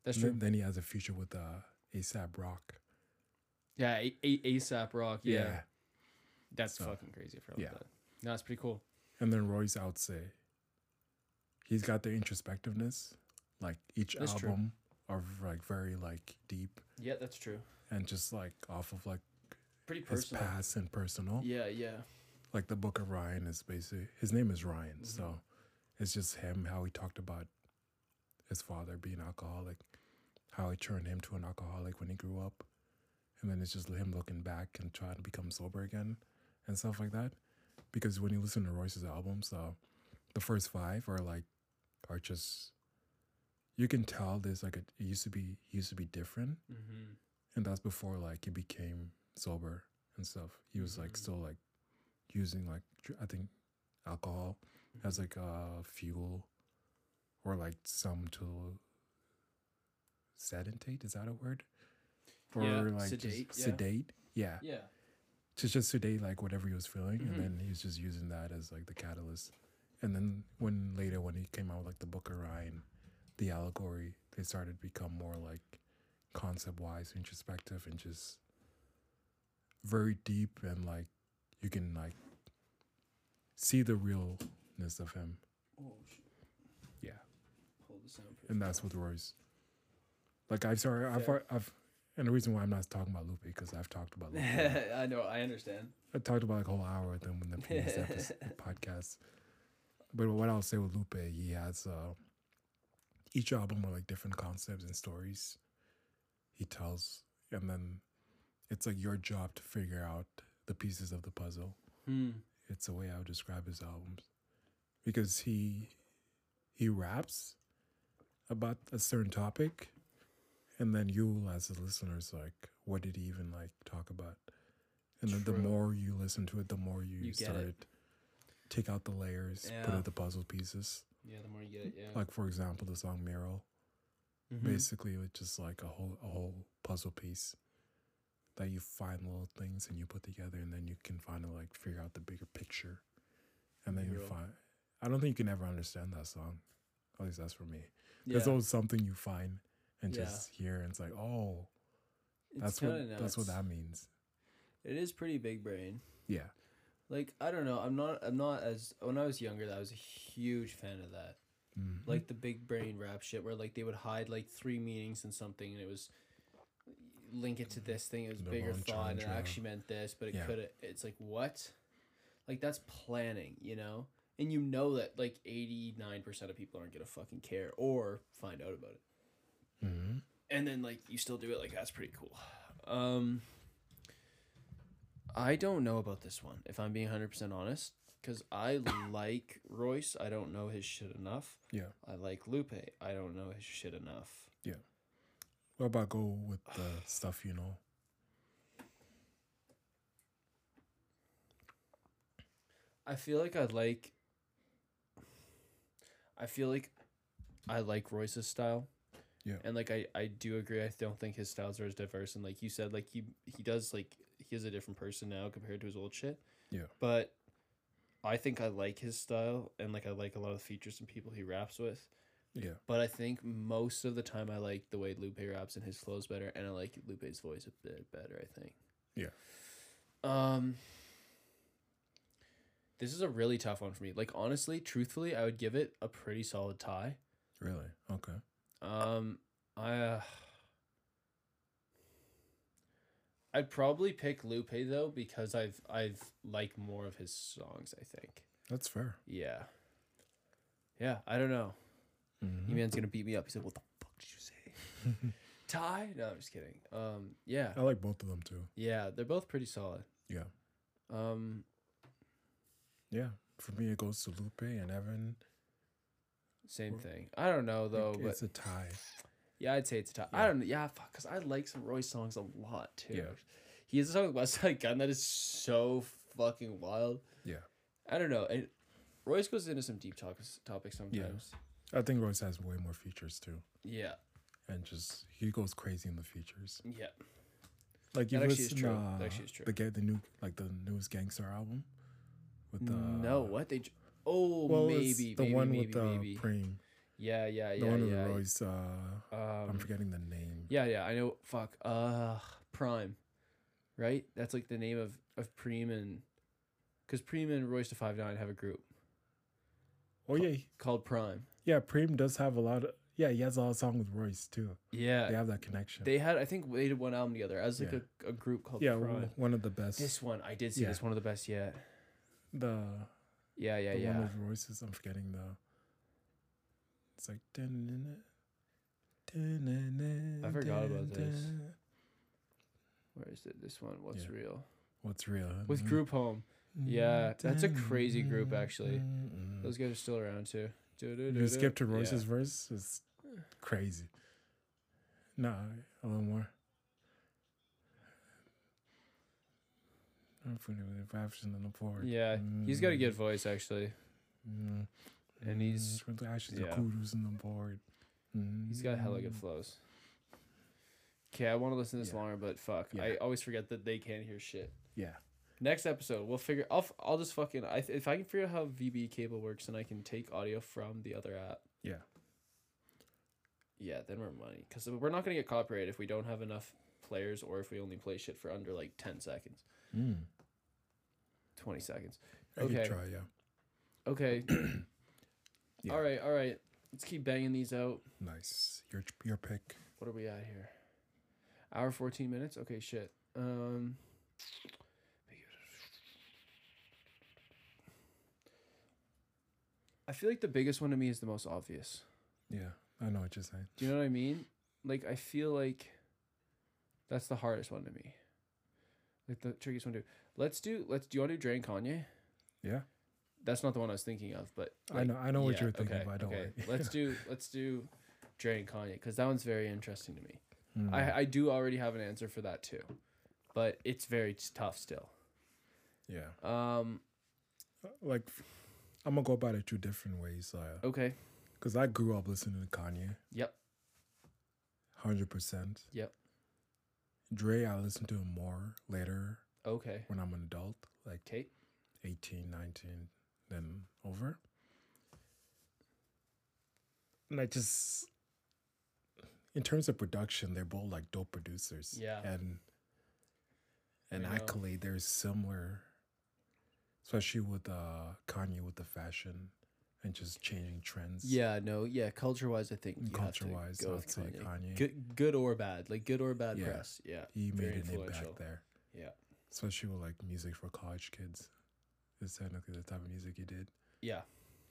That's And true. Then, then he has a future with uh, ASAP Rock. Yeah, a- a- ASAP Rock. Yeah, that's So, fucking crazy. I forgot about yeah. that. No, it's pretty cool. And then Royce I'd say He's got the introspectiveness. Like each That's true. album are like very like deep Yeah, that's true. and just like off of like Pretty his personal. past and personal. Yeah, yeah, Like the book of Ryan is basically his name is Ryan, so it's just him how he talked about his father being alcoholic, how it turned him to an alcoholic when he grew up, and then it's just him looking back and trying to become sober again and stuff like that. Because when you listen to Royce's albums, uh, the first five are like are just you can tell there's like a, it used to be used to be different hmm and that's before like he became sober and stuff he was like Mhm. still like using like dr- i think alcohol as like uh fuel or like some to sedentate is that a word for Yeah, like sedate, just yeah. sedate yeah Mm-hmm. yeah. just just sedate like whatever he was feeling Mhm. and then he was just using that as like the catalyst and then when later when he came out with like the book of ryan the allegory they started to become more like concept wise introspective and just very deep and like you can like see the realness of him Oh shit! yeah Hold the soundproof. and that's with Royce. Like I've sorry, I've, Fair. I've, and the reason why I'm not talking about Lupe because I've talked about Lupe. I know. I understand. I talked about like a whole hour with him in the previous episode, podcast. But what I'll say with Lupe, he has uh, each album are like different concepts and stories he tells, and then it's like your job to figure out the pieces of the puzzle Hmm. it's the way I would describe his albums because he he raps about a certain topic and then you as a listener is like what did he even like talk about and then True. the more you listen to it the more you, You get start it. take out the layers put Yeah. out the puzzle pieces Yeah, the more you get it, yeah. like for example the song mural Mhm. basically it's just like a whole a whole puzzle piece that you find little things and you put together and then you can finally like figure out the bigger picture and then you Mural. find i don't think you can ever understand that song at least that's for me yeah. there's always something you find and Yeah. just hear and it's like oh It's that's what kinda that's what nuts. that means It is pretty big brain. Yeah. Like I don't know. I'm not. I'm not as when I was younger. I was a huge fan of that. Mhm. Like the big brain rap shit, where like they would hide like three meanings in something, and it was link it to this thing. It was The bigger Von thought, and it Chandra. actually meant this, but it Yeah. could have. It's like what? Like that's planning, you know. And you know that like eighty nine percent of people aren't gonna fucking care or find out about it. Mhm. and then like you still do it like that's pretty cool um i don't know about this one if i'm being 100% honest because i like royce i don't know his shit enough Yeah. i like lupe i don't know his shit enough What about go with the stuff you know? i feel like i like i feel like i like royce's style Yeah. and like i i do agree i don't think his styles are as diverse and like you said like he he does like he is a different person now compared to his old shit Yeah. but I think I like his style and like I like a lot of the features and people he raps with. Yeah. But I think most of the time I like the way Lupe raps and his flows better, and I like Lupe's voice a bit better. I think. Yeah. Um. This is a really tough one for me. Like honestly, truthfully, I would give it a pretty solid tie. Really? Okay. Um, I. Uh, I'd probably pick Lupe though because I've I've like more of his songs. I think. That's fair. Yeah. Yeah, I don't know. Mhm. E-Man's gonna beat me up. He said, "What the fuck did you say?" Ty? No, I'm just kidding. Um, yeah, I like both of them too. yeah, they're both pretty solid. Yeah. Um, Yeah. For me, it goes to Lupe and Evan. same thing. I don't know though, but it's a tie. yeah, I'd say it's a tie. I Yeah. don't. Yeah, fuck, cause I like some Roy songs a lot too. Yeah. He has a song with West Side Gun that is so fucking wild. Yeah. I don't know. It, Royce goes into some deep talks topics sometimes. I think Royce has way more features too, Yeah, and just he goes crazy in the features. yeah. Like That you actually is listen true. to That uh, actually is true. the ga- the new like the newest Gangster album with the no, what they? j- Oh, well, maybe it's the maybe, one maybe, with the maybe. Preem, Yeah, yeah, the yeah, one with yeah. Royce. Uh, I'm Um, forgetting the name. yeah, yeah. I know. Fuck. Uh, Prime, right? That's like the name of of Preem and, because Preem and Royce to Five Nine have a group Oh yeah, he- called Prime. yeah. Preem does have a lot of yeah. He has a lot of songs with Royce too. Yeah, They have that connection. Uh, they had. I think they did one album together as like Yeah. a, a group called yeah, Prime. w- one of the best. This one I did see. Yeah. This one of the best yet. the Yeah, yeah, the yeah. one with Royce's. I'm forgetting the. It's like. I I forgot about this. Where is it? This one. What's Yeah. Mm-hmm. real What's real? with Group Home? Yeah, that's a crazy group, actually. Those guys are still around too. You skip to Yeah. Royce's verse, it's crazy. Nah, a little more. I'm feeling the vibration in the forward. Yeah, he's got a good voice actually. Mm, And he's- mm, the ashes yeah. yeah. kudos in the board. He's got hella good Mm. flows. Okay, I want to listen to this Yeah. longer, but fuck, Yeah. I always forget that they can't hear shit. Yeah, Next episode, we'll figure. I'll f- I'll just fucking. I th- if I can figure out how VB cable works and I can take audio from the other app. Yeah. Yeah, then we're money because we're not gonna get copyright if we don't have enough players or if we only play shit for under like ten seconds, mm. twenty seconds. I Okay. could try. Yeah, Okay. Yeah. All right. All right. Let's keep banging these out. nice. Your your pick. what are we at here? Hour fourteen minutes. Okay, shit. Um, I feel like the biggest one to me is the most obvious. Yeah, I know what you're saying. Do you know what I mean? Like I feel like that's the hardest one to me. Like the trickiest one to. Let's do. Let's. Do you want to do Drain Kanye? Yeah, That's not the one I was thinking of, but I like, know. I know what yeah, you're thinking. okay, about. Don't okay. worry. let's do. Let's do Drain Kanye because that one's very interesting to me. Mm. I, I do already have an answer for that too, but it's very t- tough still. yeah. Um, like I'm gonna go about it two different ways, uh, okay, cause I grew up listening to Kanye. Oh. Yep. Hundred percent. Yep. Dre, I listened to him more later okay, when I'm an adult, like okay, 18, 19, then over. And I just, in terms of production, they're both like dope producers. Yeah. And and I know. accolade they're similar especially with uh kanye with the fashion and just changing trends Yeah, no, yeah. Culture wise, I think you culture have wise to go i'd with say Kanye. kanye Good, good or bad, like good or bad Yeah. press. Yeah, he very made an influential. impact there yeah, especially with like music for college kids it's technically the type of music he did yeah.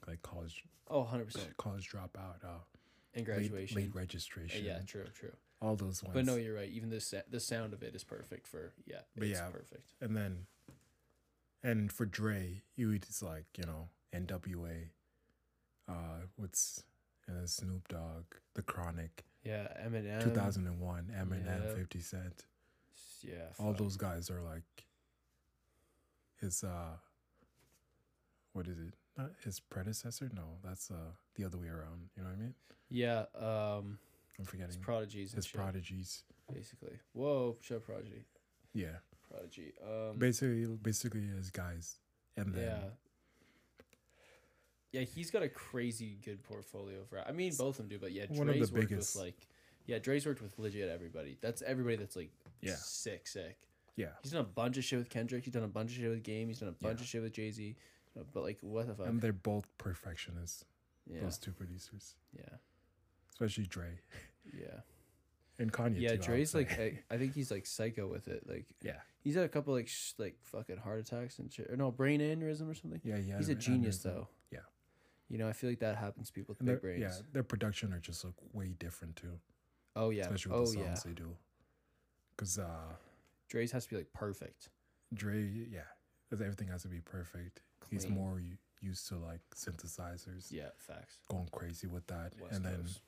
like college Oh, 100 percent. college dropout uh And late- graduation. late, Uh, registration yeah, true, true. all those ones But no, you're right. Even the sa- the sound of it is perfect for yeah. But it's yeah. perfect. and then and for Dre, he was like you know N.W.A. Uh, what's and then Snoop Dogg, The Chronic, Yeah, Eminem. two thousand and one, Eminem, Um, yeah. Fifty Cent, Yeah, all fuck. those guys are like his uh, what is it? Not his predecessor? No, that's uh the other way around. You know what I mean? Yeah, um, I'm it's forgetting prodigies and his shit, prodigies. basically. Whoa, show prodigy, Yeah, prodigy. Um, basically, basically his guys, and then yeah, yeah. He's got a crazy good portfolio of rap. I mean, both of them do, but yeah, Dre's One of the worked biggest. with like, yeah, Dre's worked with legit everybody. That's everybody that's like, Yeah. sick, sick. yeah, He's done a bunch of shit with Kendrick. He's done a bunch of shit with Game. He's done a bunch of shit with Jay Z. But like, what the fuck? and they're both perfectionists. yeah, those two producers, yeah, especially Dre yeah. and Kanye. Yeah, too, I would Dre's say. like I, I think he's like psycho with it. Like yeah, he's had a couple like sh- like fucking heart attacks and shit. Or no, brain aneurysm or something. yeah, yeah. he's a genius though. Yeah. You know, I feel like that happens to people with And big their, brains. yeah, their production are just like way different too, Oh yeah. especially Oh with the yeah. songs they do. Cause uh, Dre's has to be like perfect. Dre, yeah, 'cause everything has to be perfect. He's Clean. more u- used to like synthesizers, Yeah, facts. going crazy with that, West and then Coast.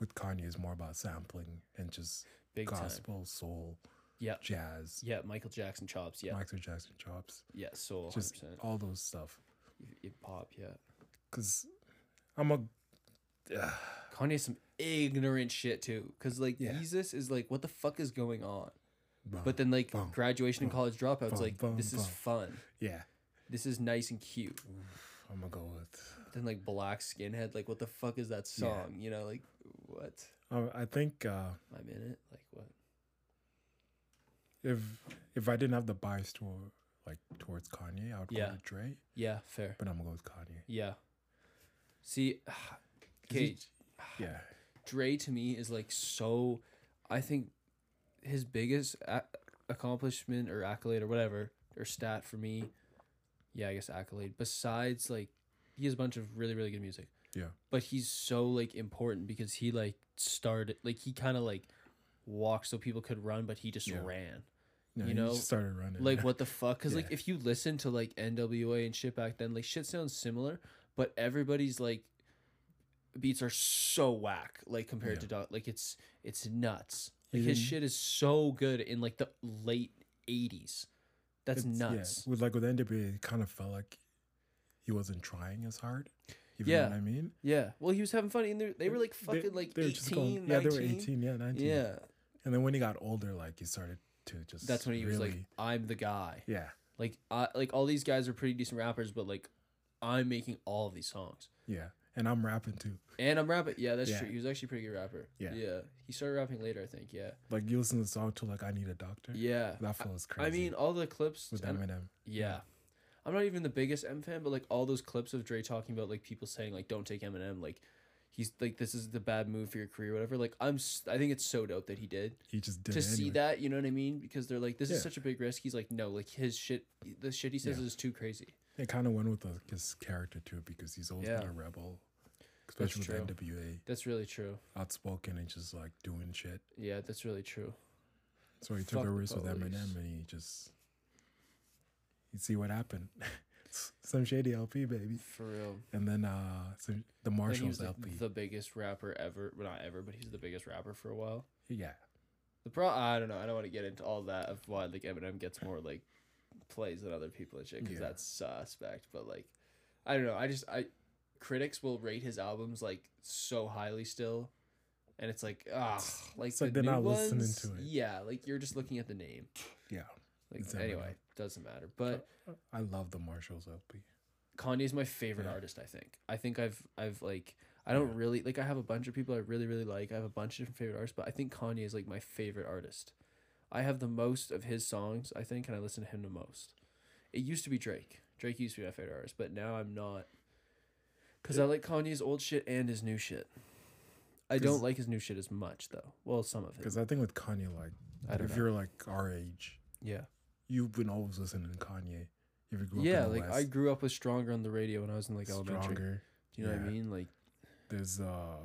with Kanye is more about sampling and just Big time. gospel, soul, Yeah. jazz, Yeah, Michael Jackson chops. Yeah. Michael Jackson chops, yeah, soul 100%. just all those stuff. You- you pop, yeah. Cause I'm a Kanye's some ignorant shit too cuz like Yeah. Jesus is like what the fuck is going on? But Bum, then like bum, graduation and college dropouts bum, like bum, this is bum. fun. yeah, This is nice and cute. I'm gonna go with. then like black skinhead like what the fuck is that song you know like what Uh, I think uh, i'm in it like what if if I didn't have the bias to like towards Kanye, I would Yeah. go with Dre. yeah fair But I'm gonna go with Kanye. yeah see okay Yeah, dre to me is like so i think his biggest a- accomplishment or accolade or whatever or stat for me yeah i guess accolade besides like he has a bunch of really really good music Yeah. but he's so like important because he like started like he kind of like walked so people could run but he just Yeah. ran no, You you know, know, started running. like what the fuck because like Yeah. if you listen to like nwa and shit back then like shit sounds similar but everybody's like beats are so whack like compared Yeah. to Doc. like it's it's nuts You like his didn't- shit is so good in like the late 80s that's It's- nuts Yeah, with like with NWA, it kind of felt like he wasn't trying as hard. If You Yeah. know what I mean? yeah. well he was having fun and they they were like They- fucking like they were 18 just going- yeah, they were 19. 18, yeah, 19. yeah And then when he got older, like he started to just. that's when he was like really- i'm the guy Yeah, like i like all these guys are pretty decent rappers but like i'm making all of these songs yeah, and I'm rapping too. And I'm rapping. Yeah, that's Yeah. true. He was actually a pretty good rapper. Yeah. Yeah. He started rapping later, I think. Yeah. Like you listen to the song too, like I need a doctor. Yeah. that feels crazy. I mean, all the clips. with and- Eminem. yeah. I'm not even the biggest M fan, but like all those clips of Dre talking about like people saying like don't take Eminem, like he's like this is the bad move for your career, whatever. Like I'm, s- I think it's so dope that he did He just did to it see anyway. that. You know what I mean? Because they're like this Yeah. is such a big risk. He's like no, like his shit, the shit he says Yeah. is too crazy. It kind of went with uh his character too, because he's always Yeah. been a rebel, especially true. with NWA, That's really true. outspoken and just like doing shit. Yeah, that's really true. So he Fuck took the a risk with police. Eminem, and he just you see what happened. some shady LP, baby, For real. and then uh, some, the Like, he Marshalls was like, LP. the biggest rapper ever. Well, not ever, but he's the biggest rapper for a while. yeah, The pro I don't know. I don't want to get into all that of why like Eminem gets more like plays than other people and shit because Yeah. that's suspect. But like, I don't know. I just I critics will rate his albums like so highly still, and it's like ah, like It's like the they're new not listening ones, to it. Yeah, like you're just looking at the name. yeah. Like It's Eminem. anyway, doesn't matter. But I love the Marshalls LP. Kanye's my favorite Yeah. artist. I think. I think I've I've like. I don't really like. I have a bunch of people I really really like. I have a bunch of different favorite artists, but I think Kanye is like my favorite artist. I have the most of his songs, I think, and I listen to him the most. It used to be Drake. Drake used to be my favorite artist, but now I'm not. Because I like Kanye's old shit and his new shit. I 'Cause- don't like his new shit as much, though. Well, some of it. Because I think with Kanye, like, I don't if know. you're like our age, Yeah. you've been always listening to Kanye. If you grew up Yeah, in the like West, I grew up with Stronger on the radio when I was in like elementary. Do stronger. you know what yeah. I mean? Like, There's uh,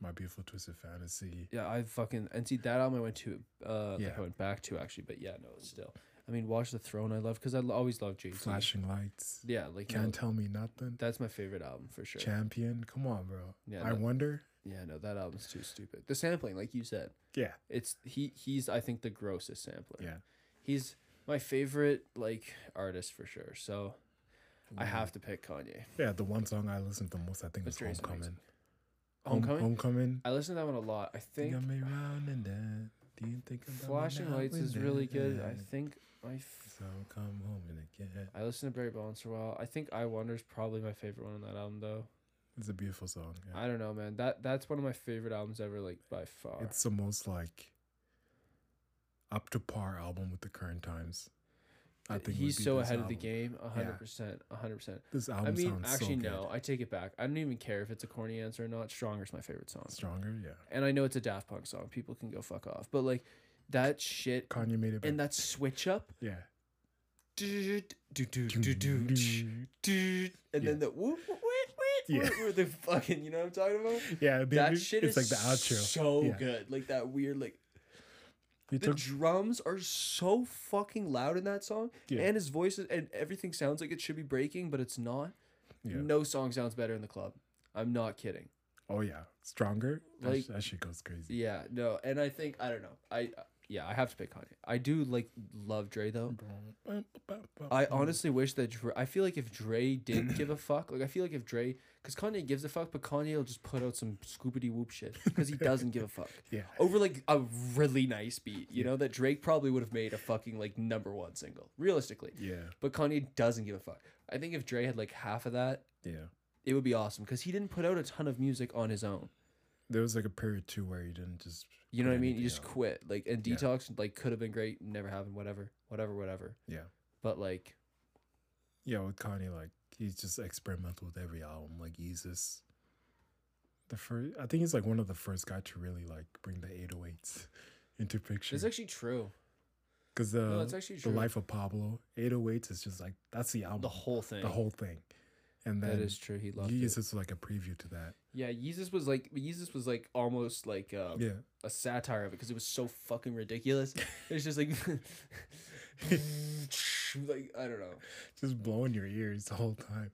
my beautiful twisted fantasy. yeah, I fucking and see that album I went to, uh, like Yeah. I went back to actually, but yeah, no, it's still. I mean, Watch the Throne I love because I l- always loved Jay Z. Flashing lights. Yeah, like no, Can't tell me nothing. that's my favorite album for sure. Champion. Come on, bro. Yeah, I that- wonder. yeah, no, that album's too stupid. The sampling, like you said, Yeah. it's he he's I think the grossest sampler. Yeah. he's my favorite like artist for sure. So I have to pick Kanye. Yeah, the one song I listened to the most, I think, But was Dre's Homecoming. amazing. Homecoming. Homecoming. I listen to that one a lot. I think Think of me round and then. Do you think about me Flashing now Lights and is really good. I then? think my f- So come home and again. I listened to Barry Bonds for a while. I think I Wonder's probably my favorite one on that album though. It's a beautiful song. yeah. I don't know, man. That that's one of my favorite albums ever, like by far. It's the most like up to par album with the current times. Uh, would he's be so this ahead of the album. game. a Yeah. hundred percent. a hundred percent. This album I mean, sounds actually so no, good. I take it back. I don't even care if it's a corny answer or not. Stronger's my favorite song. Stronger, yeah. And I know it's a Daft Punk song. People can go fuck off. But like that shit Kanye made it. and better. that switch up. yeah. do, do, do, do, do, do, do, and Yeah. then the whoop, whoop, whoop, Yeah. whoop, whoop, the fucking, you know what I'm talking about? Yeah, they- That they- shit it's is like the outro. so Yeah. good. Like that weird, like He the took drums are so fucking loud in that song, Yeah. and his voice is, and everything sounds like it should be breaking, but it's not. yeah. No song sounds better in the club. I'm not kidding. Oh yeah, stronger. That, sh- Like- that shit goes crazy. Yeah, no, and I think I don't know. I uh, yeah, I have to pick Kanye. I do like love Dre though. Mm. I honestly wish that Dre, I feel like if Dre didn't give a fuck, like I feel like if Dre, because Kanye gives a fuck, but Kanye will just put out some scoopity whoop shit because he doesn't give a fuck. Yeah. Over like a really nice beat, you know, that Drake probably would have made a fucking like number one single, realistically. Yeah, But Kanye doesn't give a fuck. I think if Dre had like half of that, yeah. it would be awesome because he didn't put out a ton of music on his own. There was like a period too where he didn't just. You know put what I mean? You anything just out. quit. Like and Yeah. detox like could have been great, never happened, whatever, whatever, whatever. Yeah. But like Yeah, with Kanye, like he's just experimental with every album. Like he's just the first. I think he's like one of the first guy to really like bring the 808s into picture. it's actually true. Because the No, that's actually Uh, the true. life of Pablo 808s is just like that's the album, The whole thing. the whole thing, and that then is true. He loved Yeezus it. is like a preview to that. Yeah, Yeezus was like Yeezus was like almost like uh, Yeah, a satire of it because it was so fucking ridiculous. It's just like like I don't know. just blowing your ears the whole time.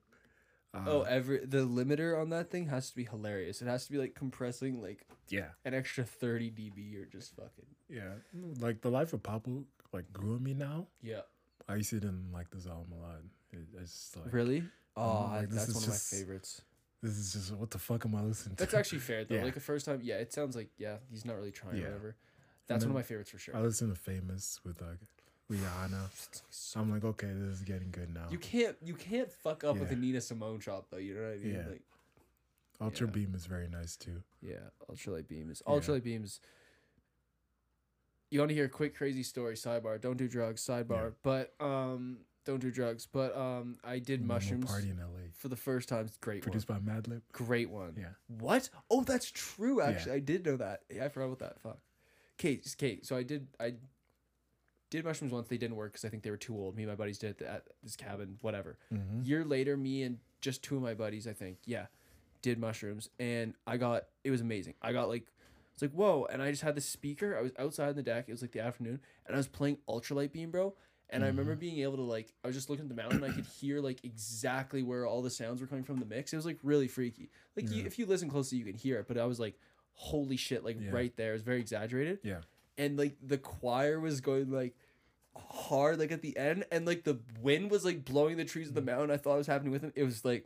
Uh, Oh, every the limiter on that thing has to be hilarious. It has to be like compressing like yeah, an extra 30 dB or just fucking yeah. Like the life of Pablo like grew on me now. yeah. I used to didn't like this album a lot. It, it's just like Really? Oh, like, this that's is one just- of my favorites. This is just what the fuck am I listening to? That's actually fair though. Yeah. Like the first time, yeah, it sounds like yeah, he's not really trying Yeah. or whatever. That's then- one of my favorites for sure. I listen to Famous with like Rihanna. So I'm like, okay, this is getting good now. You can't you can't fuck up with Yeah. a Nina Simone chop though. You know what I mean? Yeah. Like Ultra yeah. Beam is very nice too. yeah, ultralight beam is ultralight beam is. You want to hear a quick crazy story? Sidebar. Don't do drugs. Sidebar. But um, don't do drugs. But um, I did Minimal mushrooms Party in L.A. for the first time. It's a Great Produced by Madlib. one. Great one. Yeah. What? Oh, that's true. Actually, I did know that. Yeah, I forgot about that. Fuck. Okay, s- okay. So I did. I did mushrooms once. They didn't work because I think they were too old. Me and my buddies did it at this cabin. Whatever. Mm-hmm. Year later, me and just two of my buddies, I think, yeah, did mushrooms, and I got it was amazing. I got like. It's like whoa, and I just had the speaker. I was outside in the deck. It was like the afternoon, and I was playing Ultralight Beam, bro. And I remember being able to like, I was just looking at the mountain. I could hear like exactly where all the sounds were coming from the mix. It was like really freaky. Like you, if you listen closely, you can hear it. But I was like, holy shit, like Yeah. right there. It was very exaggerated. Yeah. And like the choir was going like hard, like at the end, and like the wind was like blowing the trees of Mm. the mountain. I thought it was happening with him. It was like,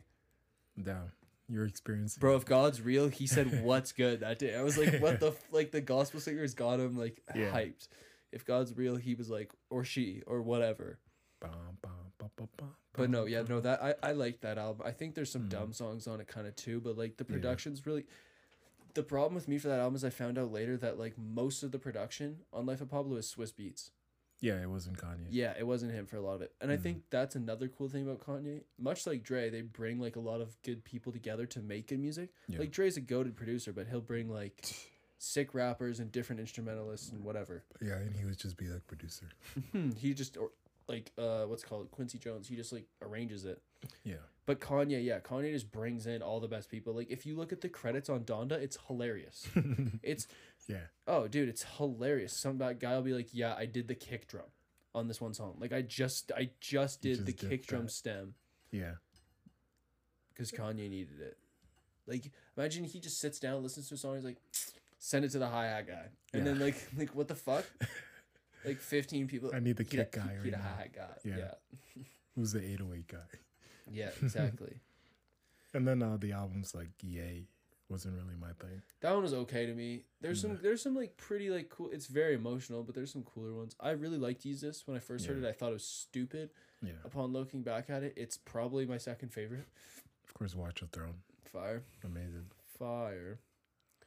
Damn. You're experiencing. bro, if God's real, he said, "What's good?" That day, I was like, "What the f-? like?" The gospel singers got him like Yeah. hyped. If God's real, he was like, or she, or whatever. Bum, bum, bum, bum, bum, But no, bum. yeah, no, that I I like that album. I think there's some dumb songs on it kind of too, but like the production's really the problem with me for that album is I found out later that like most of the production on Life of Pablo is Swiss beats. Yeah, it wasn't Kanye. Yeah, it wasn't him for a lot of it. And I Mhm. think that's another cool thing about Kanye. Much like Dre, they bring like a lot of good people together to make good music. Yeah. Like Dre's a goaded producer, but he'll bring like sick rappers and different instrumentalists and whatever. Yeah, and he would just be like producer. he just or, like uh what's it called Quincy Jones, he just like arranges it. Yeah. But Kanye, yeah, Kanye just brings in all the best people. Like if you look at the credits on Donda, it's hilarious. it's Yeah. oh dude, it's hilarious. Some that guy will be like, yeah, I did the kick drum on this one song. Like I just I just You did the just did kick drum that. stem Yeah. because Kanye needed it. Like imagine he just sits down, listens to a song, he's like, send it to the hi hat guy, and then Yeah. like like what the fuck? like fifteen people. I need the "Get a- kick guy Get right a now. hi hat guy. Yeah. yeah. Who's the 808 guy? Yeah, exactly. And then uh, the album's like, yay, wasn't really my thing. that one was okay to me. There's some Mm. there's some like pretty like cool. It's very emotional, but there's some cooler ones. I really liked Jesus when I first heard Yeah. it. I thought it was stupid. Yeah. Upon looking back at it, it's probably my second favorite. Of course, Watch the Throne. Fire, Amazing. fire.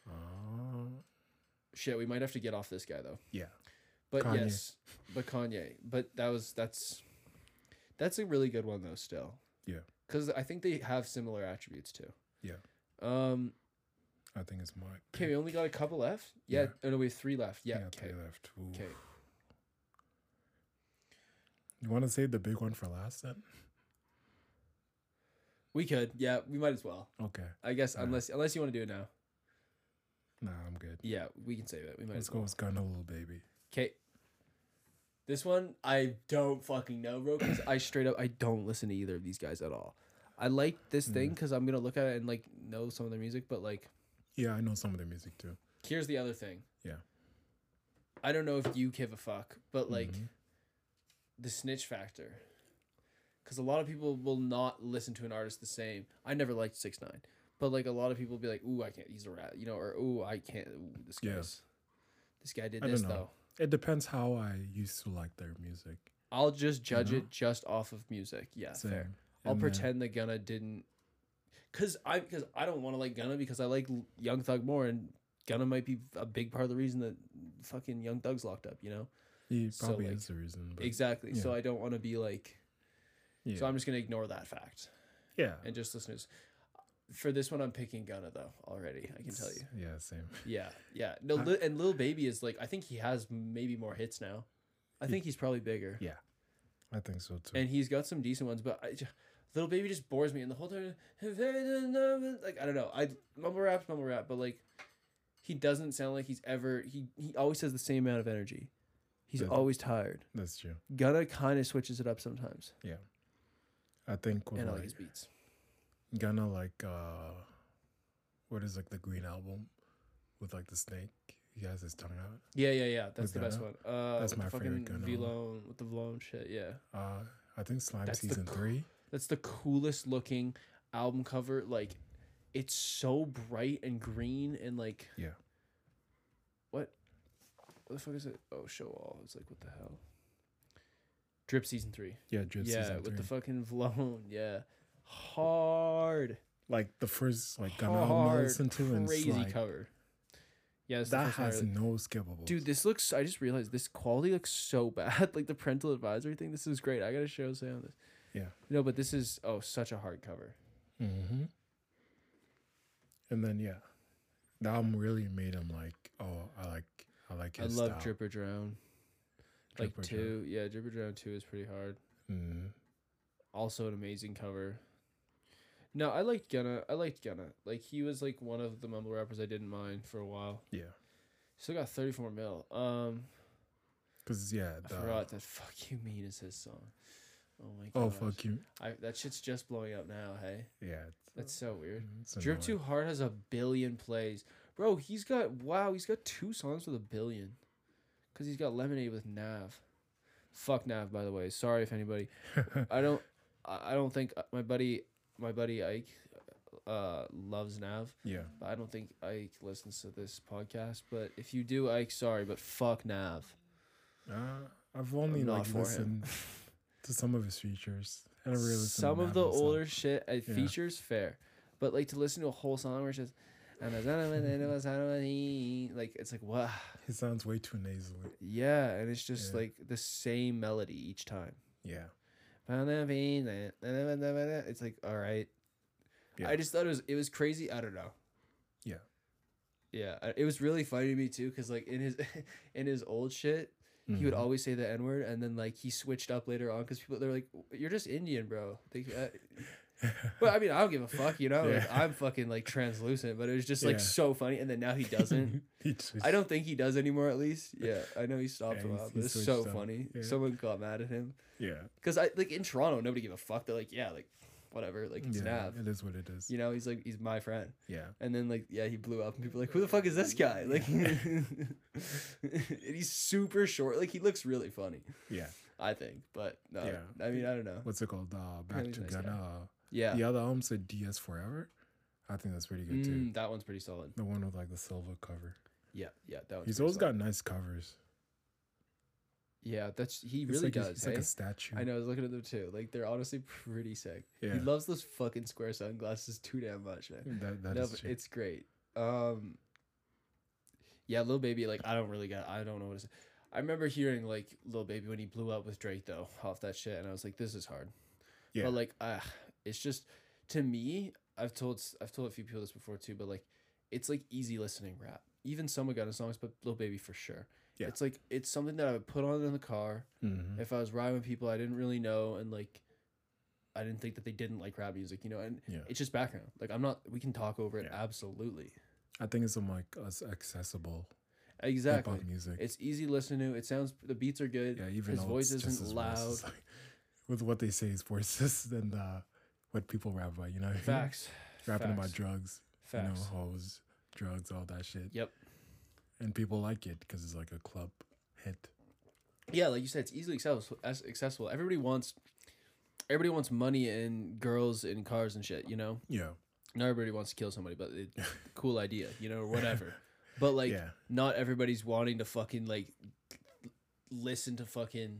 Uh, Shit, we might have to get off this guy though. yeah. But Kanye. yes, but Kanye. But that was that's that's a really good one though. Still. Yeah. Because I think they have similar attributes too. Yeah. Um. I think it's my. Okay, we only got a couple left. Yeah. Yeah. Oh no, we have three left. Yeah. yeah, Okay. three left. Ooh. Okay. You want to save the big one for last then? We could. Yeah. We might as well. Okay. I guess All right. unless unless you want to do it now. Nah, I'm good. Yeah, we can save it. We might Let's as go well. with Gunna Little Baby. Okay. This one I don't fucking know, bro. Because I straight up I don't listen to either of these guys at all. I like this thing Hmm. because I'm gonna look at it and like know some of their music, but like Yeah, I know some of their music too. here's the other thing. Yeah. Mm-hmm. I don't know if you give a fuck, but like the snitch factor. Cause a lot of people will not listen to an artist the same. I never liked Six Nine, but like a lot of people will be like, "Ooh, I can't." He's a rat, you know, or "Ooh, I can't." Ooh, this Yeah. guy's, this guy did I this don't know. though. It depends how I used to like their music. I'll just judge know? it just off of music. Yeah, Ah, fair. Same. I'll And uh, then- pretend that Gunna didn't, cause I because I don't want to like Gunna because I like L- Young Thug more, and Gunna might be a big part of the reason that fucking Young Thug's locked up. You know He so, probably like, is the reason. But exactly. So yeah. I don't want to be like. yeah. So I'm just gonna ignore that fact yeah. and just listen to. This. For this one, I'm picking Gunna though already. I can tell you. Yeah, same. Yeah, yeah. No, Lil and Lil Baby is like I think he has maybe more hits now. I think he's probably bigger. Yeah. I think so too. and he's got some decent ones, but I just, little baby just bores me, and the whole time, like I don't know, I mumble rap, mumble rap, but like he doesn't sound like he's ever he he always has the same amount of energy. He's Doesn't. always tired. That's true. Gunna kind of switches it up sometimes, Yeah. I think with and I like, like his beats. Gunna like uh what is like the green album with like the snake? He has his tongue out. Yeah, yeah, yeah. That's With the best one. Gunna? Uh, That's with the my fucking favorite Gunna one. Vlone with the Vlone shit. Yeah, Uh I think Slime That's the season cr- three. that's the coolest looking album cover. Like, it's so bright and green and like Yeah. what the fuck is it? Oh, show all. It's like what the hell? Drip season three. Yeah, Drip yeah, season with three. the fucking Vlone. Yeah, hard. like the first like Gunna album I hard, listened to and crazy Slime. cover. Yeah, that's the That first one I has really- no skippable. Dude, this looks. I just realized this quality looks so bad. Like the parental advisory thing. This is great. I gotta show Sam this. Yeah. No, but this is oh such a hard cover. Mm-hmm. And then yeah, the album really made him like, oh, I like, I like his I love style. Drip or Drown. Drip or like Drown. two, yeah, Drip or Drown two is pretty hard. Mhm. also an amazing cover. No, I liked Gunna. I liked Gunna. Like he was like one of the mumble rappers I didn't mind for a while. Yeah, Still got thirty four mil. Um, because yeah, I the, forgot that "Fuck You Mean" is his song. Oh my god. oh fuck you, I, that shit's just blowing up now. Hey, yeah, that's so weird. it's Drip annoying. Too Hard has a billion plays, bro. He's got wow. He's got two songs with a billion, cause he's got Lemonade with Nav. Fuck Nav, by the way. Sorry if anybody. I don't. I I don't think uh, my buddy, my buddy Ike, uh, loves Nav. Yeah, But I don't think Ike listens to this podcast. But if you do, Ike, sorry, but fuck Nav. uh, I've only not like for him. listened to some of his features. I never really listened to Some of Nav the himself. older shit, uh, Yeah. features fair, but like to listen to a whole song where it's just and it's not even- it was not even he- like it's like wow, He sounds way too nasally. yeah, and it's just Yeah. like the same melody each time. Yeah. It's like all right. Yeah. I just thought it was it was crazy. I don't know. Yeah. Yeah, I- it was really funny to me too, cause like in his in his old shit, he would Mhm. always say the n word, and then like he switched up later on, cause people they're like, "You're just Indian, bro." They, uh, but I mean, I don't give a fuck, you know. Like, Yeah. I'm fucking like translucent, but it was just like Yeah. so funny. And then now he doesn't. He just- I don't think he does anymore. At least, yeah, I know he stopped Yeah, a he's- while, he but it's so switched up. funny. Yeah. Someone got mad at him Yeah. because I like in Toronto, nobody gave a fuck. They're like, "Yeah, like whatever, like it's yeah. Nav." It is what it is. You know, he's like he's my friend. Yeah. And then like yeah, he blew up and people were like, Who the fuck is this guy? Like and he's super short. Like he looks really funny, Yeah. I think. But no Yeah. I mean I don't know. What's it called? Uh, back he's to a nice guy. Ghana. Yeah. The other album said DS Forever. I think that's pretty good too. Mm, that one's pretty solid. The one with like the silver cover. Yeah, yeah, that one's He's pretty always solid. got nice covers. Yeah, that's he It's really like a- does. It's like hey? a statue. I know, I was looking at them too. Like they're honestly pretty sick. Yeah. He loves those fucking square sunglasses too damn much. Man. That, that no, is but true. it's great. Um, yeah, Lil Baby, like I don't really got, I don't know what it's. I remember hearing like Lil Baby when he blew up with Drake though off that shit, and I was like, this is hard. Yeah. But like, uh, it's just to me, I've told s- I've told a few people this before too, but like, it's like easy listening rap. Even some of Gunna songs, but Lil Baby for sure. Yeah. It's like it's something that I would put on in the car Mhm. if I was riding with people I didn't really know and like I didn't think that they didn't like rap music, you know, and Yeah. it's just background. Like I'm not we can talk over it Yeah. absolutely. I think it's some like us accessible Exactly. hip hop music. It's easy listening to. It sounds the beats are good. yeah, even his though voice it's just isn't his loud. voice, it's like, with what they say his voices and uh, what people rap about, you know, what I mean? Facts. rapping Facts. about drugs, you know, Facts. hoes, drugs, all that shit. Yep. And people like it because it's like a club hit. Yeah, like you said, it's easily accessible. as- Accessible. Everybody wants. Everybody wants money and girls and cars and shit. You know, Yeah, not everybody wants to kill somebody, but it, cool idea. You know, or whatever. But like, yeah, not everybody's wanting to fucking like listen to fucking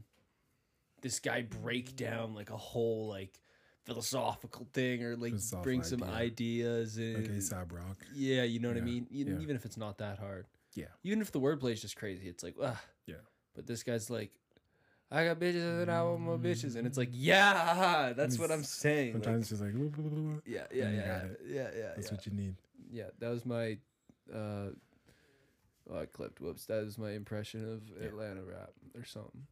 this guy break down like a whole like philosophical thing or like Philosoph bring some idea. ideas in. like ASAP Rock. yeah, you know what Yeah, I mean. Even, yeah. even if it's not that hard. Yeah. Even if the wordplay is just crazy, it's like ah. Yeah. But this guy's like. I got bitches and I want more bitches, and it's like, yeah, that's what I'm saying. like, Mm. Sometimes it's just like, "Blah, blah, blah, blah." yeah, yeah, yeah, you yeah, got it. yeah, yeah. that's yeah what you need. yeah, that was my uh well, I clipped whoops. That was my impression of Yeah. Atlanta rap or something.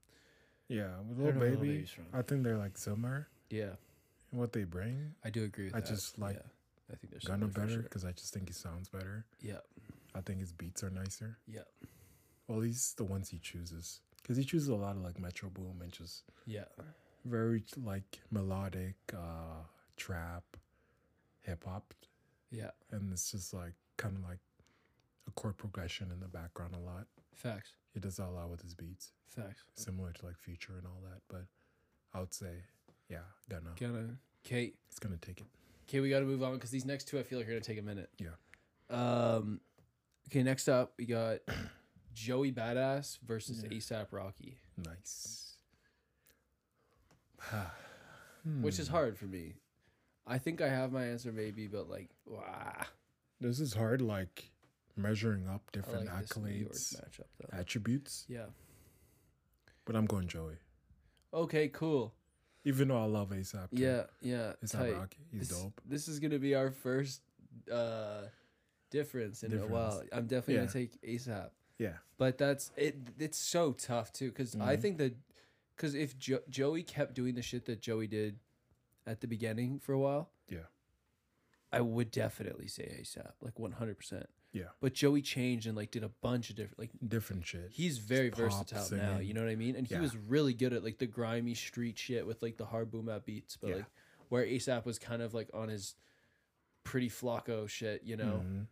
Yeah, with I little don't know where baby, Baby's from. I think they're like similar Yeah, in what they bring. I do agree with I that. just like yeah. I think there's Gunna something better better. because I just think he sounds better. Yeah. I think his beats are nicer. Yeah. Well, at least the ones he chooses, because he chooses a lot of like Metro Boom and just Yeah. very like melodic uh trap, hip hop, Yeah. and it's just like kind of like a chord progression in the background a lot. Facts. He does that a lot with his beats, Facts. similar to like Future and all that. But I would say, yeah, Gunna, Gonna Kate. it's gonna take it. Okay, we got to move on because these next two I feel like are gonna take a minute. Yeah. Um. Okay, next up we got Joey Badass versus ASAP Rocky, Nice. Hmm. which is hard for me. I think I have my answer maybe, but like, wow. This is hard, like measuring up I different like this New York accolades, matchup though. attributes. Yeah. But I'm going Joey, Okay, cool. even though I love ASAP. Yeah, yeah. ASAP tight. Rocky, he's this, dope. This is gonna be our first uh difference in Difference. a while. I'm definitely Yeah. gonna take ASAP. Yeah, But that's it. It's so tough too, because Mm-hmm. I think that because if jo- Joey kept doing the shit that Joey did at the beginning for a while, Yeah. I would definitely say ASAP, like 100. percent Yeah. But Joey changed and like did a bunch of different like. different shit. He's very pop, versatile now, singing. you know what I mean? And he Yeah. was really good at like the grimy street shit with like the hard boom out beats, but Yeah. like where ASAP was kind of like on his pretty flocko shit, you know? Mhm.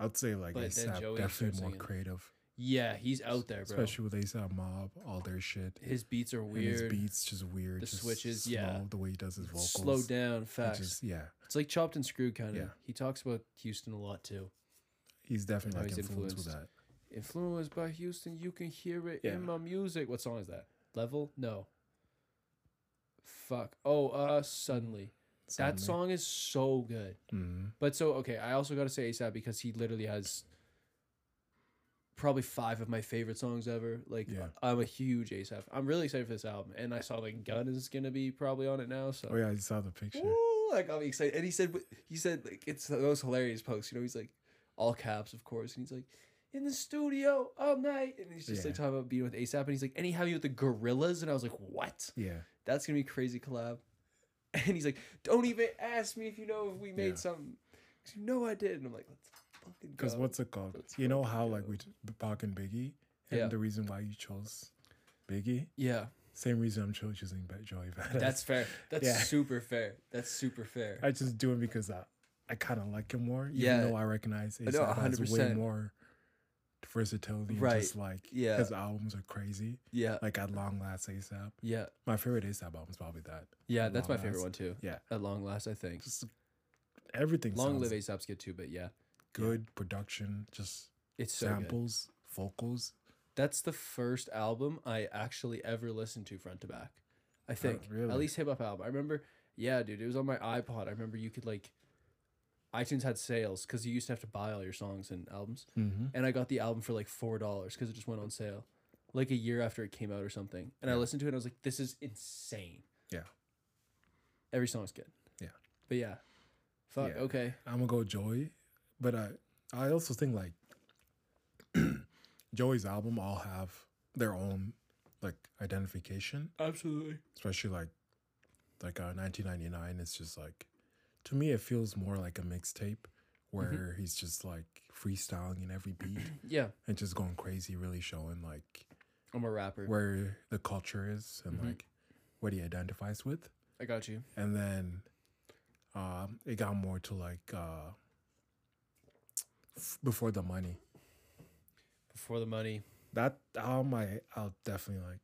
I'd say like But then ASAP Joey starts definitely more singing. creative, Yeah, he's out there, bro. especially with ASAP Mob, all their shit. His beats are And his weird. beats just weird. The just switches, slow, yeah. The way he does his vocals, Slow down, He facts. just- yeah, It's like chopped and screwed kind of. Yeah. He talks about Houston a lot too. he's definitely How like he's influenced with that. influenced. Influenced by Houston, you can hear it Yeah. in my music. What song is that? Level? No. Fuck. Oh, uh, suddenly. that song is so good. hmm But so okay, I also got to say ASAP because he literally has probably five of my favorite songs ever. Like Yeah. I'm a huge ASAP. I'm really excited for this album, and I saw like Gun is gonna be probably on it now. So Oh yeah, I saw the picture. Ooh, like I'm excited. And he said, he said like it's those hilarious posts. You know, he's like all caps, of course, and he's like in the studio all night, and he's just like Yeah. talking about being with ASAP, and he's like, and he had you with the Gorillas, and I was like, what? Yeah, That's gonna be a crazy collab. And he's like, don't even ask me if you know if we made Yeah. something, because you know I did. And I'm like, let's fucking go. because what's it called? Let's you know fucking how like go. we t- Pac and Biggie, and Yeah. the reason why you chose Biggie, yeah, same reason I'm cho- choosing Ba- Joey Badass. that's fair. That's Yeah. super fair. That's super fair. I just do it because I, I kind of like him more. Even Yeah. though I recognize know, ASAP has way 100%. more versatility. and Right. Just like Yeah. his albums are crazy. yeah, Like at long last ASAP. yeah, My favorite ASAP album is probably that. yeah. That's my Long favorite Last. one too. Yeah. At long last, I think. Just everything. Long live sounds ASAP's good too, but yeah, Good production. Just it's so good. samples, vocals. That's the first album I actually ever listened to front to back. I think Oh, really? at least hip hop album. I remember, yeah, dude, it was on my iPod. I remember you could like, iTunes had sales because you used to have to buy all your songs and albums, Mm-hmm. and I got the album for like four dollars because it just went on sale, like a year after it came out or something. And I listened to it, and I was like, this is insane. Yeah. Every song's good. Yeah. But yeah, fuck. Yeah. Okay. I'm gonna go Joey, but I I also think like Joey's album all have their own like identification. Absolutely. especially like like uh, 1999 it's just like to me it feels more like a mixtape where he's just like freestyling in every beat Yeah, and just going crazy really showing like I'm a rapper. where the culture is and Mhm. like what he identifies with I got you. and then um it got more to like uh f- before the money Before the money. that album I I'll definitely like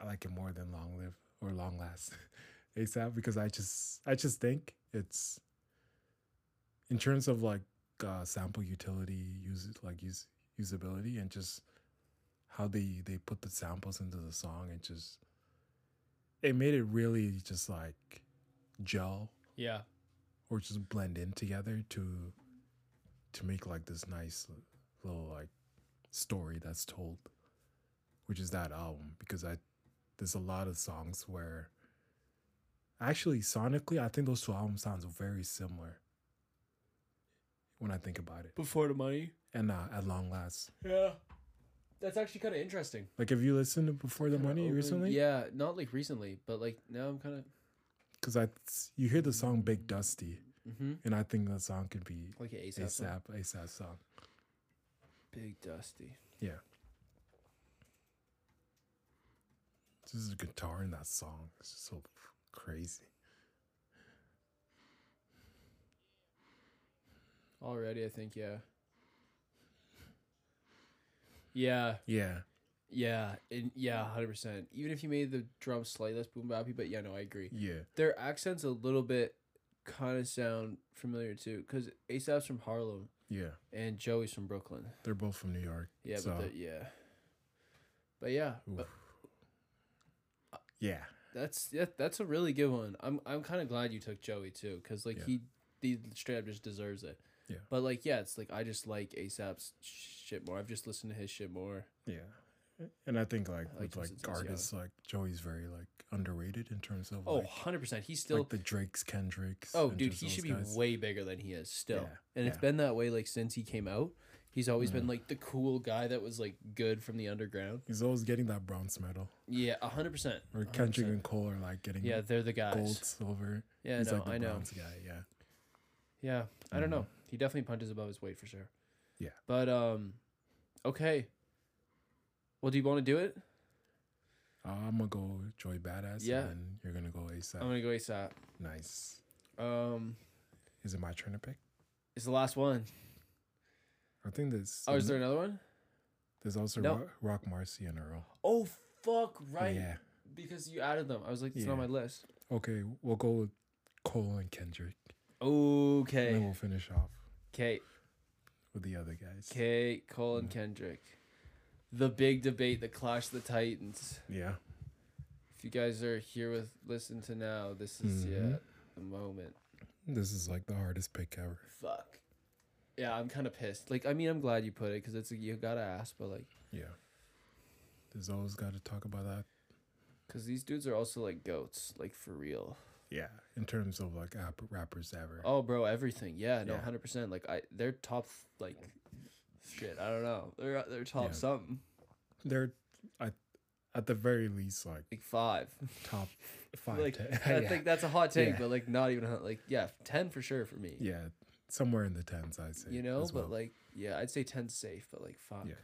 I like it more than Long Live or Long Last ASAP because I just I just think it's in terms of like uh, sample utility use like use usability and just how they they put the samples into the song and just it made it really just like gel Yeah. or just blend in together to to make like this nice little like story that's told which is that album because i there's a lot of songs where actually sonically i think those two albums sounds very similar when i think about it Before the money. and uh, at long last Yeah. That's actually kind of interesting. like have you listened to before the money recently Oh, Yeah, not like recently, but like now I'm kind of because i you hear the song big dusty hmm and i think that song could be like an ASAP. asap asap song Big Dusty. Yeah. This is a guitar in that song. It's just so crazy. Already, I think, yeah. Yeah, Yeah. yeah, and yeah, hundred percent. Even if you made the drums slightly less boom bappy, but yeah, no, I agree. Yeah. Their accents a little bit kind of sound familiar too, because ASAP's from Harlem Yeah. and Joey's from Brooklyn. They're both from New York. Yeah, So- but the, yeah, but yeah, but Oof. Yeah. That's yeah, that's a really good one. I'm I'm kind of glad you took Joey too, because like Yeah. he he straight up just deserves it. Yeah. But like yeah, it's like I just like ASAP's shit more. I've just listened to his shit more. Yeah. And I think like I like with him like since he was young. artists like Joey's very like underrated in terms of Oh, like, 100 percent. He's still. like the Drakes, Kendricks. oh, and dude, just he those should be guys. way bigger than he is still, Yeah, and it's yeah. been that way like since he came out. He's always been like the cool guy that was like good from the underground. He's always getting that bronze medal. Yeah, hundred percent. Or Kendrick and Cole are like getting Yeah, they're the guys. gold, silver. Yeah, He's no, like the I know. bronze guy. Yeah. Yeah, I don't know. He definitely punches above his weight for sure. Yeah. But um, okay. Well, do you want to do it? I'm gonna go Joey Badass. Yeah. And then you're gonna go ASAP. I'm gonna go ASAP. nice. Um, Is it my turn to pick? it's the last one. I think there's Oh, is there another one? there's also No. Rock, Rock Marcy in a row. Oh fuck! Right, Yeah. because you added them. I was like, it's not on Yeah. my list. Okay, we'll go with Cole and Kendrick. And then Okay. we'll finish off Okay. with the other guys. Okay. Cole and Kendrick. The big debate, the Clash of the Titans. Yeah. Mm-hmm. If you guys are here with listen to now, this is yeah. the moment. This is like the hardest pick ever. Fuck. Yeah, I'm kind of pissed. Like, I mean, I'm glad you put it because it's you gotta ask, but like, Yeah. There's always got to talk about that. because these dudes are also like goats, like for real. Yeah. In terms of like app- rappers ever. Oh, bro, everything. Yeah, no, Yeah. hundred percent. Like, I they're top like, shit. I don't know. They're uh, they're top Yeah. something. They're, I, at the very least, like Like five. top five. like ten- I yeah. think that's a hot take, Yeah. but like not even a hot- like yeah, ten for sure for me. yeah. Somewhere in the tens, I'd say. you know, as well. but like yeah, I'd say ten safe, but like fuck. Yeah.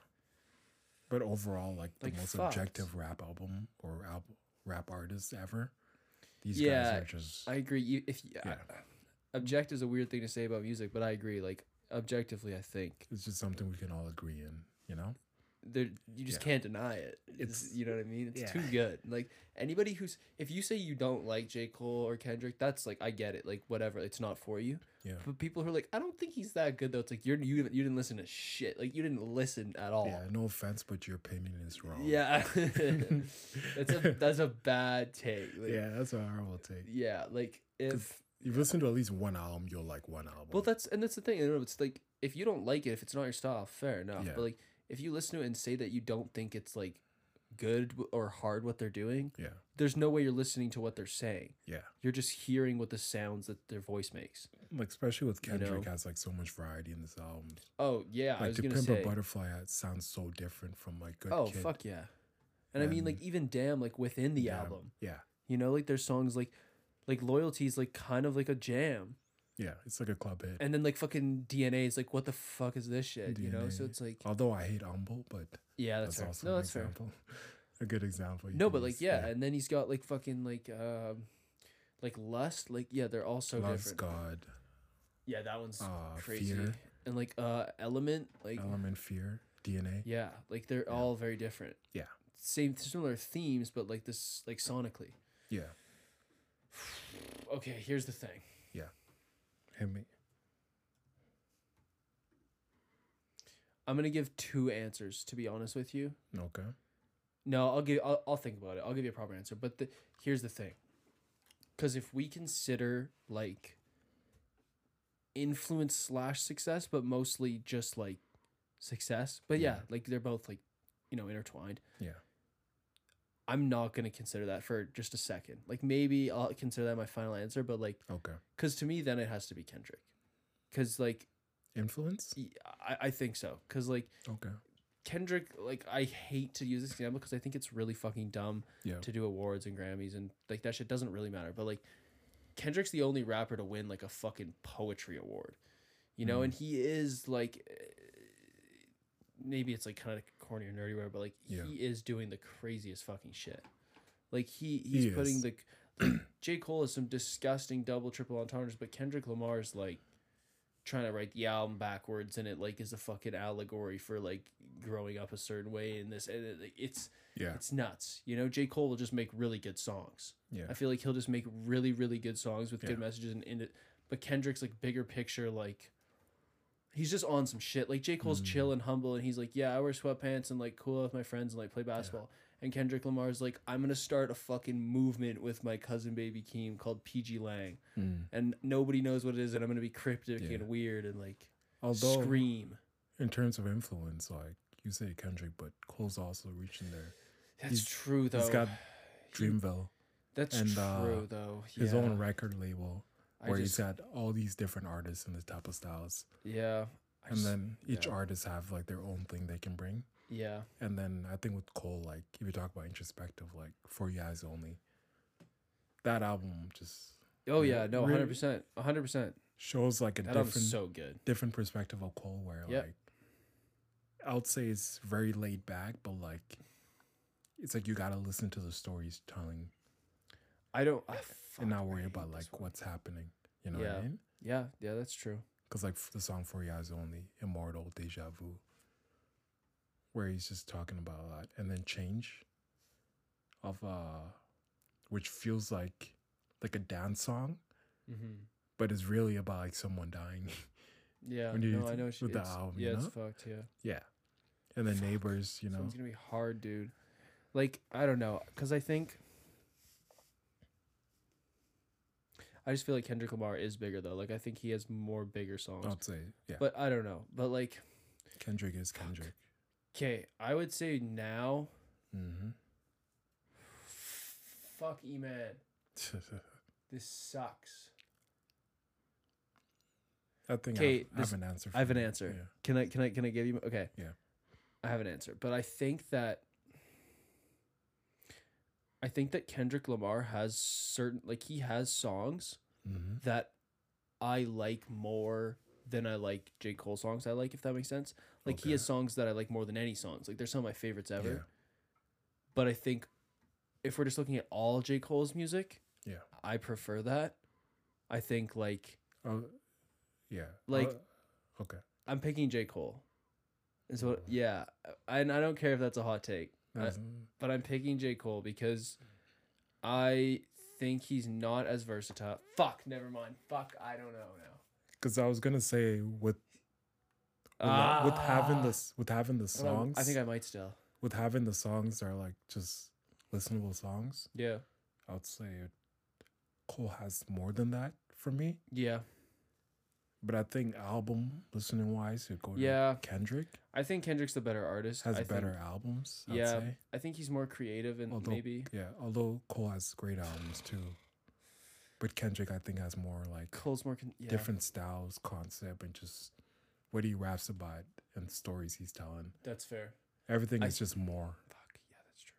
But overall, like the Like, most fucked. objective rap album or al- rap artist ever. These Yeah, guys are just I agree. You, if you, Yeah. object is a weird thing to say about music, but I agree. Like objectively, I think it's just something we can all agree in, you know? there you just Yeah. can't deny it. It's, It's- you know what I mean. It's yeah. too good. Like anybody who's if you say you don't like J Cole or Kendrick, that's like I get it. Like whatever, it's not for you. Yeah. But people who are like, I don't think he's that good though. It's like you're you, you didn't listen to shit. Like you didn't listen at all. Yeah, no offense, but your opinion is wrong. Oh. Yeah, that's a that's a bad take. Like, yeah, Yeah, that's a horrible take. like if You've listened to at least one album, you'll like one album. well, that's and that's the thing. you know, It's like if you don't like it, if it's not your style, fair enough. Yeah. But like if you listen to it and say that you don't think it's like good w- or hard what they're doing, Yeah. there's no way you're listening to what they're saying. Yeah. You're just hearing what the sounds that their voice makes. Like especially with You know? Kendrick has like so much variety in this album. Oh yeah, I Like was the gonna Pimp a say. Butterfly had- sounds so different from like Good oh Kid. fuck yeah, and I mean like even damn like within the Damn. album, Yeah. you know like there's songs like like loyalty is like kind of like a jam. Yeah. It's like a club hit. and then like fucking DNA is like, what the fuck is this shit? You know, so DNA. it's like, Although I hate Humble, but yeah, that's, Oh, that's, fair. also No, an that's fair. example. A good example. you No, can but like, use. yeah, and then he's got like fucking like, um, like lust, like yeah, they're all so Love's different. God, Yeah, that one's uh, crazy. Fear, And like, uh, element, like, Element, Fear, DNA. yeah, like they're all very different. Yeah. same similar themes, but like this, like sonically. Yeah. Okay, here's the thing. Hit me. I'm gonna give two answers to be honest with you. Okay. No, I'll give. I'll, I'll think about it. I'll give you a proper answer. But the, here's the thing, because if we consider like influence slash success, but mostly just like success. But yeah, Yeah. like they're both like, you know, intertwined. Yeah. I'm not gonna consider that for just a second. Like maybe I'll consider that my final answer. But like, Okay. because to me, then it has to be Kendrick, because like Influence. y- I, I think so. Because like Okay. Kendrick, like I hate to use this example because I think it's really fucking dumb Yeah. to do awards and Grammys and like that shit doesn't really matter. But like Kendrick's the only rapper to win like a fucking poetry award, you Mm. know, and he is like eh, maybe it's like kind of corny or nerdy, whatever, but like Yeah. he is doing the craziest fucking shit. Like he he's He putting is. the like, J Cole is some disgusting double triple entendres, but Kendrick Lamar's like trying to write the album backwards and it like is a fucking allegory for like growing up a certain way and this and it, like, it's Yeah. it's nuts. You know, J. Cole will just make really good songs. Yeah. I feel like he'll just make really, really good songs with Yeah. good messages and in it. But Kendrick's like bigger picture, like he's just on some shit. Like J. Mm. Cole's chill and humble and he's like, Yeah, I wear sweatpants and like cool out with my friends and like play basketball. And Kendrick Lamar's like, I'm gonna start a fucking movement with my cousin baby Keem called PG Lang. Mm. And nobody knows what it is, and I'm gonna be cryptic Yeah. and weird and like Although scream. in terms of influence, like you say Kendrick, but Cole's also reaching there. That's true though. He's got Dreamville, That's and, true uh, though. his Yeah. own record label, I where just- he's got all these different artists and the type of styles, Yeah. I and s- then each yeah. artist have like their own thing they can bring. yeah. And then I think with Cole, like if you talk about introspective, like For You Eyes Only, that album just Oh Yeah, yeah, no, really- hundred percent, hundred percent. shows like a That different album's so good. different perspective of Cole, where Yep. like I would say it's very laid back, but like it's like you gotta listen to the stories telling I don't. ah, and not fuck, I worry hate about like this one. what's happening. You know what Yeah. I mean? Yeah, yeah, that's true. Because like the song For You Eyes Only, Immortal, Deja Vu, where he's just talking about a lot, and then Change, of uh, which feels like like a dance song, Mm-hmm. but it's really about like someone dying. Yeah, When you no, I th- know. She, with the it's, album, you yeah, it's know? fucked. Yeah, yeah, and then Fuck. Neighbors, you This know, one's gonna be hard, dude. Like I don't know, cause I think. I just feel like Kendrick Lamar is bigger though. Like I think he has more bigger songs. I'd say Oh, yeah. But I don't know. But like, Kendrick is Kendrick. okay, I would say now, Mm-hmm. fuck E Man, this sucks. I think Okay, I've, I have this- an answer. I have for an you. answer. Can I can I can I give you? Okay. Yeah. I have an answer, but I think that I think that Kendrick Lamar has certain like he has songs Yeah. Mm-hmm. that I like more than I like J. Cole songs I like, if that makes sense. Like he Okay. has songs that I like more than any songs. Like they're some of my favorites ever. Yeah. But I think if we're just looking at all J. Cole's music, Yeah. I prefer that. I think like Oh, yeah. Like- Uh, okay. I'm picking J. Cole. Is what yeah. And I don't care if that's a hot take. That's- but I'm picking J. Cole because I think he's not as versatile. Fuck, never mind. Fuck, I don't know now. Because I was gonna say with with, not- with having the s- with having the Hold on, songs, Ah. I think I might still. with having the songs that are like just listenable songs. Yeah. I'd say Cole has more than that for me. Yeah. But I think album listening wise, you go to Yeah. Kendrick I think Kendrick's the better artist. has I better Think, albums. I'd yeah. say. I think he's more creative and Although- maybe. Yeah, although Cole has great albums too. But Kendrick, I think, has more like Cole's more. Con- yeah. different styles, concept, and just what he raps about and stories he's telling. That's fair. Everything I- is just more. Fuck, yeah, that's true.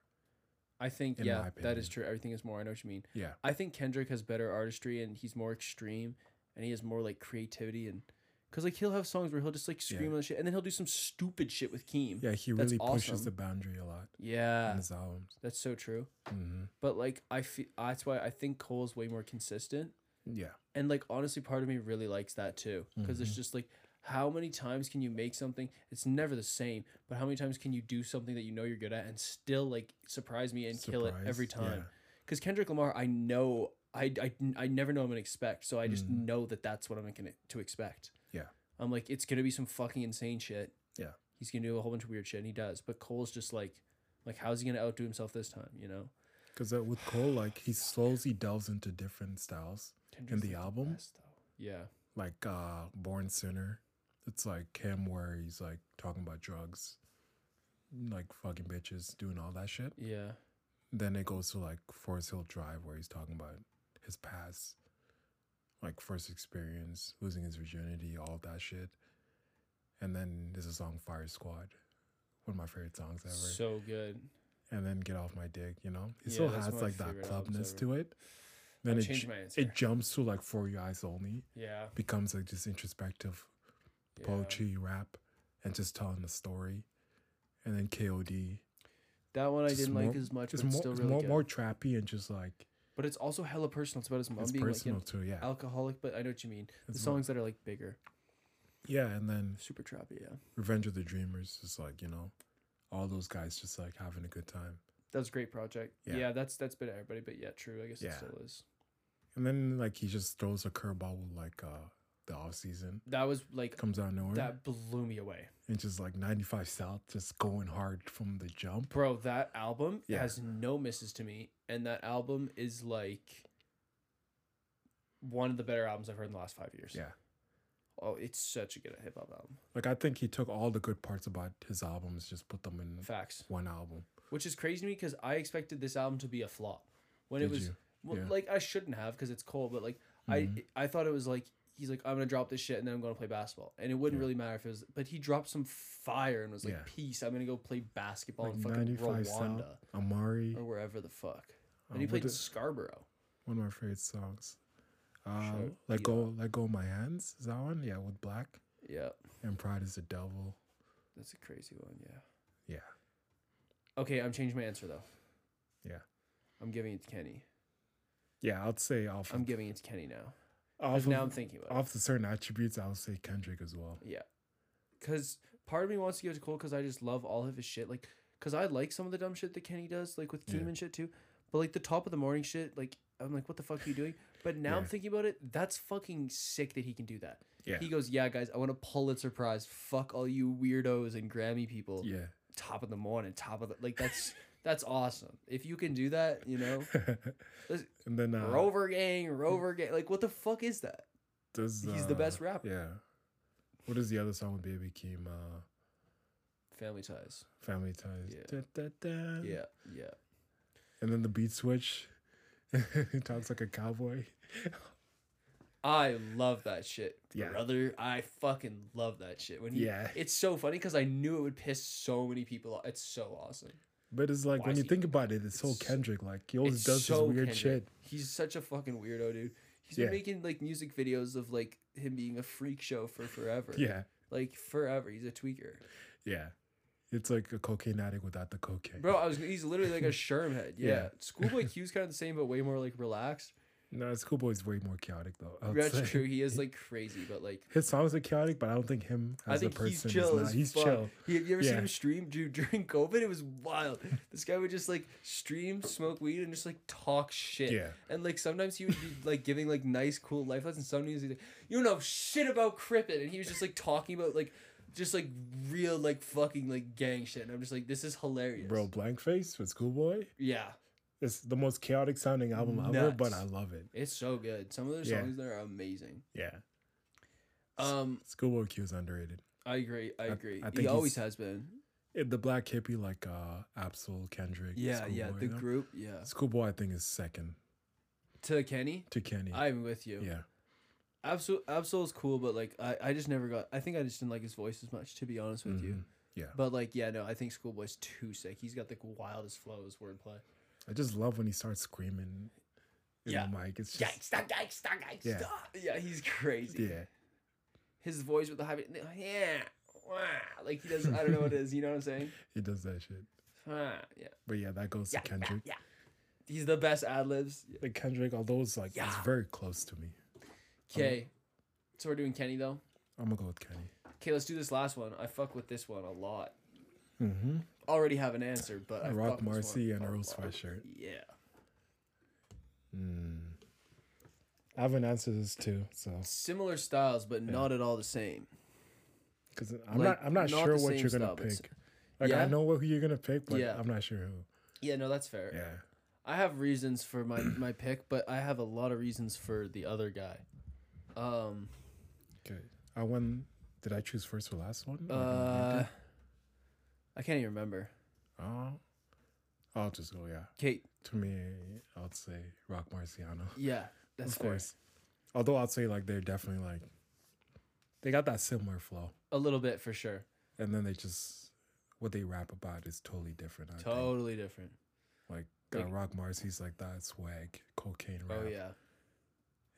I think, In yeah, my that is opinion. true. Everything is more. I know what you mean. Yeah, I think Kendrick has better artistry and he's more extreme and he has more like creativity and because like he'll have songs where he'll just like scream Yeah. on the shit and then he'll do some stupid shit with Keem. yeah, he That's really pushes the awesome. boundary a lot Yeah, in his albums. that's so true. hmm But like I feel that's why I think Cole's way more consistent Yeah, and like honestly, part of me really likes that too because Mm-hmm. it's just like how many times can you make something? It's never the same, but how many times can you do something that you know you're good at and still like surprise me and kill it every Surprise, yeah. time? because Kendrick Lamar, I know I, I I never know I'm gonna expect, so I just Mhm. know that that's what I'm gonna to expect. Yeah. I'm like it's gonna be some fucking insane shit. Yeah. he's gonna do a whole bunch of weird shit, and he does. But Cole's just like, like how's he gonna outdo himself this time? You know, Because uh, with Cole, like he slowly delves into different styles in Kendrick's the album, best, though. Yeah, like uh, "Born Sinner." It's like him where he's like talking about drugs, like fucking bitches, doing all that shit. yeah, Then it goes to like Forest Hill Drive where he's talking about his past, like first experience, losing his virginity, all that shit. And then there's a song Fire Squad, one of my favorite songs ever. so good. and then Get Off My Dick, you know? It Yeah, still that's has my like that favorite albums clubness ever. to it. I Then it, changed ju- my answer. it jumps to like For Your Eyes Only, yeah, becomes like just introspective yeah. poetry rap and just telling the story. And then KOD. That one I Just didn't more- like as much, but It's it's more, still it's really more, good. more trappy and just like but it's also hella personal. It's about his mom it's being like personal an too, yeah. alcoholic. But I know what you mean. The It's more- songs that are like bigger, Yeah, and then super trappy. Yeah, Revenge of the Dreamers is like, you know, all those guys just like having a good time. That was a great project. Yeah. Yeah, that's that's been everybody, but yeah, true. I guess Yeah. it still is. And then like he just throws a curveball with like uh the off season. That was like Comes out of nowhere. that blew me away, and just like 95 South just going hard from the jump. bro. That album Yeah. has no misses to me, and that album is like one of the better albums I've heard in the last five years. Yeah. Oh, it's such a good hip hop album. Like I think he took all the good parts about his albums, just put them in Facts, one album. which is crazy to me because I expected this album to be a flop when Did it was you? well, Yeah. like I shouldn't have because it's cold, but like Mhm. I I thought it was like he's like I'm gonna drop this shit and then I'm gonna play basketball and it wouldn't Yeah. really matter if it was but he dropped some fire and was like Yeah. peace I'm gonna go play basketball Like in fucking 95 Rwanda South, Amari, or wherever the fuck uh, and he played what is- Scarborough one of my favorite songs. Uh, Shout let Beat go, let go of my hands. Is that one? Yeah, with Black yeah and Pride is the Devil. that's a crazy one yeah Yeah, okay I'm changing my answer though Yeah. I'm giving it to Kenny yeah. I'd say off. I'm Of, giving it to Kenny now off because now I'm of, thinking about it. off the certain attributes, I would say Kendrick as well. Yeah. Cause part of me wants to give it to Cole because I just love all of his shit. Like, cause I like some of the dumb shit that Kenny does, like with Keem Yeah. and shit too. But like the top of the morning shit, like I'm like, what the fuck are you doing? But now I'm Yeah. thinking about it, that's fucking sick that he can do that. Yeah, He goes, yeah, guys, I want a Pulitzer Prize. Fuck all you weirdos and Grammy people. yeah. Top of the morning, top of the like. That's That's awesome. If you can do that, you know, Let's- and then uh, Rover Gang, Rover Gang. Like, what the fuck is that? does, he's the uh, best rapper. Yeah. What is the other song with Baby Keem? Uh, Family Ties. Family Ties. Yeah. Da, da, da. Yeah, yeah. And then the beat switch. he talks like a cowboy. I love that shit, Yeah. brother. I fucking love that shit. When he, Yeah. it's so funny because I knew it would piss so many people off. It's so awesome. But it's like Why when is you he think doing about it, it's so It's- Kendrick. Like he always It's does so his weird Kendrick. shit. He's such a fucking weirdo, dude. He's Yeah. been making like music videos of like him being a freak show for forever. Yeah, like forever. He's a tweaker, yeah. It's like a cocaine addict without the cocaine. bro. I was. He's literally like a sherm head. Yeah. Yeah. Schoolboy Q's kind of the same, but way more like relaxed. No, Schoolboy's way more chaotic though. I would say. That's true. He is like crazy, but like. His songs are chaotic, but I don't think him as I think a person he's chill. is as not. He's fuck. chill. He- Have you ever seen Yeah. him stream dude, during COVID? It was wild. this guy would just like stream, smoke weed, and just like talk shit. Yeah. And like sometimes he would be like giving like nice, cool life lessons. Sometimes he's like, "You know shit about crippin," and he was just like talking about like just like real like fucking like gang shit. And I'm just like, this is hilarious, Bro, Blankface with Schoolboy. Yeah, It's the most chaotic sounding album ever, but Nuts. I love it. it's so good. Some of their Yeah. songs there are amazing. Yeah. Um, Schoolboy Q is underrated. I agree. I agree. I he think always he's- has been. It, the black hippie like uh Absol, Kendrick. Yeah, yeah. Schoolboy, The you know? group. Yeah. Schoolboy I think is second To Kenny, to Kenny. I'm with you. yeah. Absol Absol's cool, but like I, I just never got. I think I just didn't like his voice as much, to be honest with you. Mhm. Yeah. But like, yeah, no, I think Schoolboy's too sick. He's got the wildest flows, wordplay. I just love when he starts screaming in Yeah. the mic. It's just Yeah. Yeah, he's crazy. Yeah. His voice with the high, yeah, wah, like he does. I don't know what it is. You know what I'm saying? He does that shit. Wah, yeah, But yeah, that goes to Kendrick. he's the best ad libs. Like Kendrick, although it's like it's Yeah. very close to me. Um, Okay, so we're doing Kenny though. I'm gonna go with Kenny. Okay, let's do this last one. I fuck with this one a lot. Mm-hmm. Already have an answer, but I Rock fuck with this Marcy one and a Earl lot. sweatshirt. Yeah. Mm. I have an answer to this too, so similar styles, but not at all the same. because I'm Like, not I'm not, not sure the what same you're gonna style, but s- pick. Like I Yeah? know what who you're gonna pick, but Yeah. I'm not sure who. Yeah, no, that's fair. Yeah, I have reasons for my my pick, but I have a lot of reasons for the other guy. Um, okay. I won. Did I choose first or last one? Or no, you uh, did? I can't even remember. Oh. I'll just go. Yeah, Kate, to me, I'd say Rock Marciano. yeah, that's of course. Although I'd say like they're definitely like they got that similar flow, fair. a little bit for sure. and then they just what they rap about is totally different. I think. Totally different. Like, uh, Like- Rock Marcy's like that swag, cocaine rap, Oh yeah,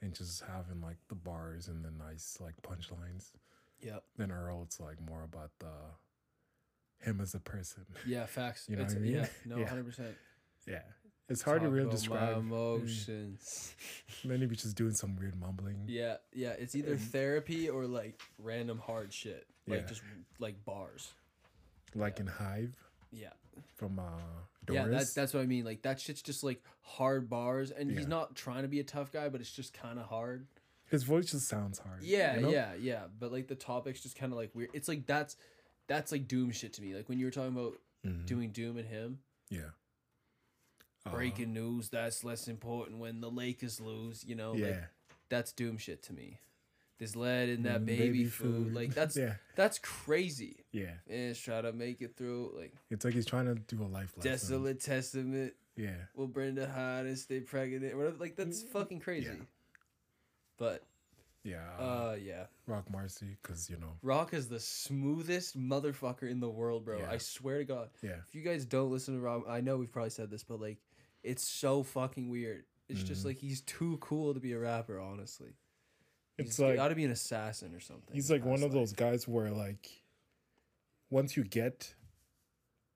and just having like the bars and the nice like punchlines. yep, Then Earl, it's like more about the him as a person. yeah. Facts. You know it's, what I mean? Yeah, no, Yeah. hundred percent. Yeah, it's hard to really describe. My Mm. emotions. Then he be just doing some weird mumbling. yeah, yeah. It's either therapy or like random hard shit, like Mm. Yeah. just like bars. like in Hive Yeah. from uh, Doris. Yeah, that's that's what I mean. Like that shit's just like hard bars, and Yeah. he's not trying to be a tough guy, but it's just kind of hard. His voice just sounds hard. you Yeah, know? yeah, yeah. But like the topic's just kind of like weird. It's like that's that's like doom shit to me. Like when you were talking about Mhm. doing doom and him Yeah. Uh, breaking news, that's less important when the Lakers lose. You know, yeah. like that's doom shit to me. There's lead in that Mm, baby, food. Like that's yeah, that's crazy. yeah. And try to make it through like It's like he's trying to do a life lesson. desolate testament. Yeah, will Brenda hide and stay pregnant. Whatever, like that's fucking crazy. But yeah. uh, yeah, Rock Marcy, because you know, Rock is the smoothest motherfucker in the world, bro. Yeah. I swear to God. yeah. If you guys don't listen to Rock, I know we've probably said this, but like, it's so fucking weird. It's just like he's too cool to be a rapper, honestly. It's he like got to be an assassin or something. he's like one That's of those guys where like, once you get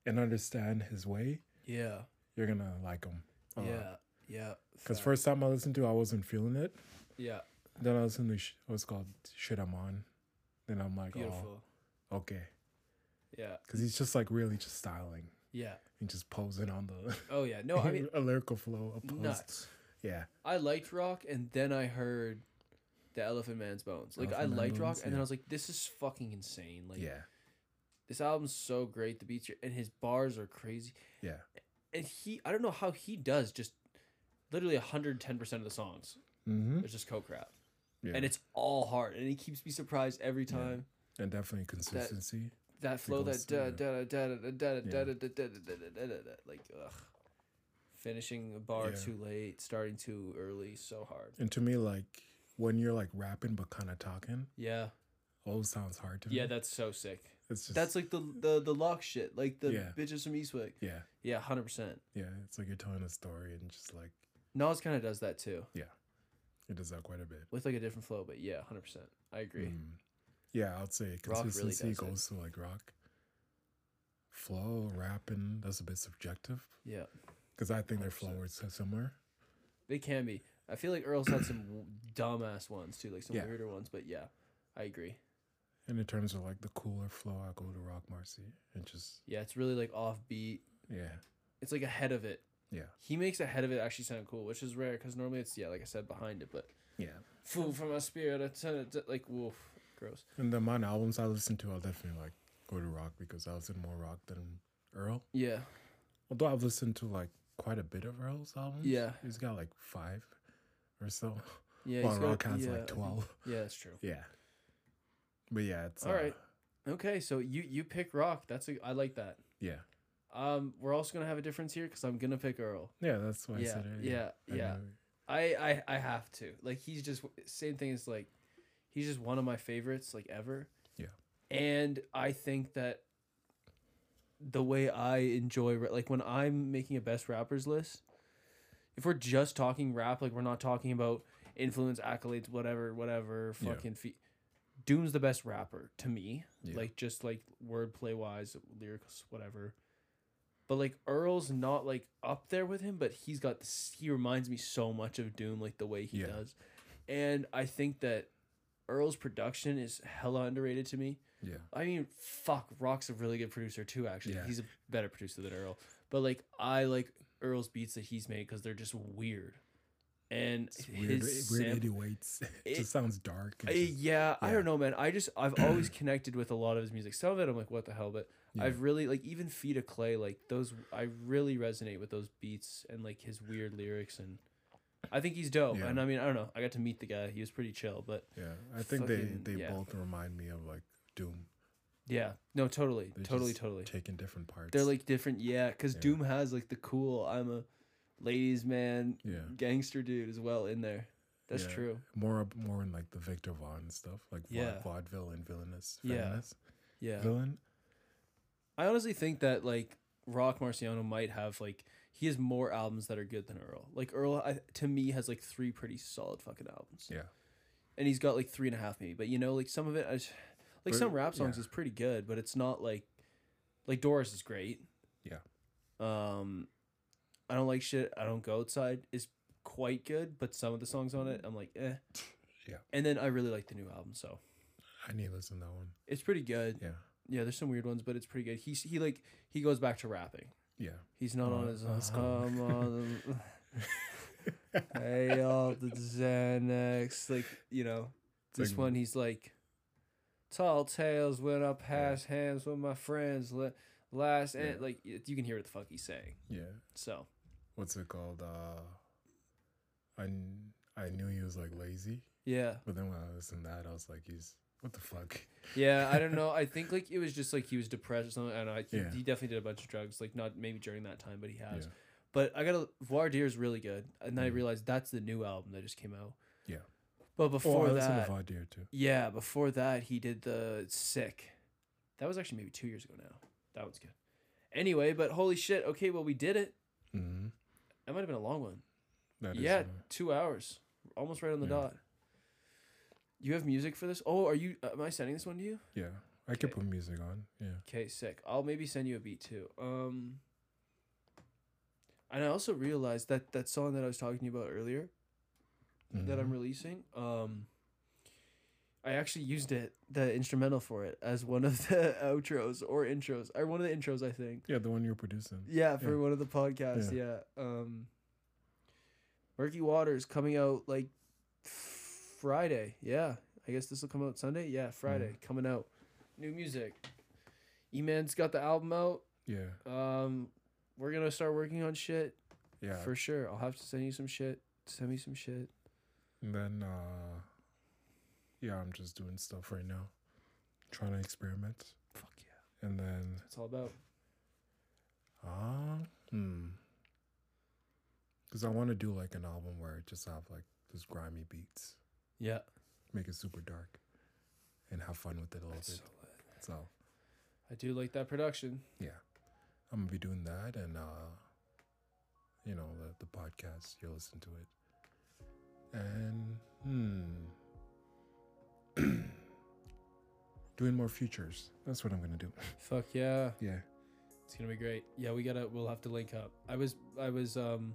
and understand his way, Yeah, you're gonna like him. yeah, yeah. Because fact. first time I listened to, it, I wasn't feeling it. yeah, Then I listened to sh- what's it called "Shit I'm On." Then I'm like, beautiful. oh, okay. Yeah, Because he's just like really just styling yeah. and just posing on the Oh yeah. No, I mean a lyrical flow, a pose. nuts. Yeah, I liked rock, and then I heard the Elephant Man's Bones. Like I Elephant Man liked rock, Bones, and then I yeah. was like, this is fucking insane. Like yeah, this album's so great. The beats are, and his bars are crazy. yeah. and he I don't know how he does just literally 110% of the songs. Mm-hmm. It's just co-crap. Yeah. And it's all hard and he keeps me surprised every time. and definitely consistency. That flow goes that da through. da da da da da da Yeah. da da da da da da da da da like ugh. Finishing a bar Yeah. too late, starting too early, so hard. And to me, like when you're like rapping but kind of talking, Yeah. always sounds hard to me. Yeah, that's so sick. it's just That's like the the the lock shit, like the Yeah. bitches from Eastwick. yeah, Yeah, hundred percent. yeah. It's like you're telling a story and just like Nas kind of does that too, it does that quite a bit. with like a different flow. But yeah, hundred percent. I agree. Mm. Yeah, I'd say Rock really consistency does it. goes to like rock. Flow, rapping, that's a bit subjective Yeah, because I think their 100%. flow is so similar. they can be. I feel like Earl's had some w- dumbass ones too, like some Yeah. weirder ones. But yeah, I agree. And in terms of like the cooler flow, I go to Rock Marcy and just, Yeah, it's really like offbeat. yeah, It's like ahead of it. Yeah. he makes ahead of it actually sound cool, which is rare because normally it's yeah, like I said, behind it. But yeah. food from my spirit, I turn it to, like woof, gross. And the amount of albums I listen to, I'll definitely like go to rock because I listen more rock than Earl. Yeah, Although I've listened to like quite a bit of Earl's albums. Yeah. He's got like five or so. yeah. While he's got- rock has yeah, I like think- 12. Yeah, that's true. Yeah. But yeah, it's All uh, right. Okay, so you you pick rock. That's a I like that. Yeah. Um, we're also gonna have a difference here because I'm gonna pick Earl. Yeah, that's why Oh, I Yeah, said it. yeah, I yeah. know. I, I I have to. Like he's just same thing as like he's just one of my favorites like ever. Yeah. And I think that the way I enjoy ra- like when I'm making a best rappers list, if we're just talking rap, like we're not talking about influence, accolades, whatever, whatever, Yeah. fucking fe- Doom's the best rapper to me. Yeah. Like just like wordplay wise, lyrics, whatever. But like Earl's not like up there with him, but he's got this, he reminds me so much of Doom, like the way he Yeah. does. And I think that Earl's production is hella underrated to me. Yeah. I mean, fuck, Rock's a really good producer too, actually. Yeah. He's a better producer than Earl. But like I like Earl's beats that he's made because they're just weird. And It's weird, his weird sam- 88s. It, it- just sounds dark. and Uh, just- yeah, I yeah. don't know, man. I just I've always connected with a lot of his music. Some of it I'm like, what the hell? But Yeah. I've really like even Feet of Clay, like those I really resonate with those beats and like his weird lyrics and I think he's dope. Yeah. And I mean, I don't know. I got to meet the guy. He was pretty chill, but yeah. I think they, fucking- they yeah. both remind me of like Doom. yeah. No, totally. They're totally, just totally. Taking different parts. They're like different, yeah. Because Yeah. Doom has like the cool "I'm a ladies' man, Yeah. gangster dude" as well in there. That's Yeah. true. more up- more in like the Victor Vaughn stuff, like vau- Yeah. vaudeville and villainous, Yeah. villainous, Yeah, villain. I honestly think that like Rock Marciano might have like he has more albums that are good than Earl. Like Earl, I, to me, has like three pretty solid fucking albums, Yeah, and he's got like three and a half maybe. But you know, like some of it, I just, like But- some rap songs yeah. is pretty good, but it's not like like Doris is great. Yeah. Um, I don't like shit. I don't go outside is quite good, but some of the songs on it, I'm like, eh. Yeah. And then I really like the new album, so I need to listen to that one. it's pretty good. Yeah, Yeah, there's some weird ones, but it's pretty good. He's he like he goes back to rapping. yeah. He's not on Oh, his. that's cool. I'm on the- hey, all the Xanax. Like, you know, this Like- one, he's like, Tall tales went up past hands with my friends. la- Last, and Yeah. like, y- you can hear what the fuck he's saying. yeah. So, What's it called? Uh, I kn- I knew he was like lazy, yeah. but then when I listened to that, I was like, he's what the fuck? Yeah, I don't know. I think, like, it was just like he was depressed or something. I don't know. He, Yeah. he definitely did a bunch of drugs. Like, not maybe during that time, but he has. Yeah. But I gotta Voir Dire is really good, and then I Mhm. realized that's the new album that just came out. Yeah. But oh, before I listened that, to Vaudeer too. yeah, before that he did the Sick. That was actually maybe two years ago now. That one's good. Anyway, but holy shit. Okay, well we did it. Mm-hmm. That might have been a long one. That is, yeah, uh, two hours, almost right on the Yeah. dot. You have music for this? Oh, are you? Am I sending this one to you? yeah. I could Okay. put music on. Yeah, Okay, sick. I'll maybe send you a beat too. Um, and I also realized that that song that I was talking to you about earlier, that I'm Mhm. releasing. Um, I actually used it, the instrumental for it, as one of the outros or intros, or one of the intros, I think. yeah, the one you're producing. Yeah, for Yeah. one of the podcasts. Yeah. Um, Murky Waters coming out like Friday. Yeah, I guess this will come out Sunday. Yeah, Friday coming out. New music. E Man's got the album out. Yeah, Um, we're gonna start working on shit Yeah. for sure. I'll have to send you some shit. Send me some shit. And then, uh, yeah, I'm just doing stuff right now, trying to experiment. Fuck yeah. And then, That's all about. ah, hmm. Because I want to do like an album where I just have like just grimy beats, Yeah. make it super dark, and have fun with it a little That's so bit. lit. So, I do like that production. yeah, I'm gonna be doing that, and uh, you know, the the podcast, you'll listen to it. And hmm. Doing more futures. That's what I'm gonna do. Fuck yeah. Yeah. It's gonna be great. Yeah, we gotta. We'll have to link up. I was I was um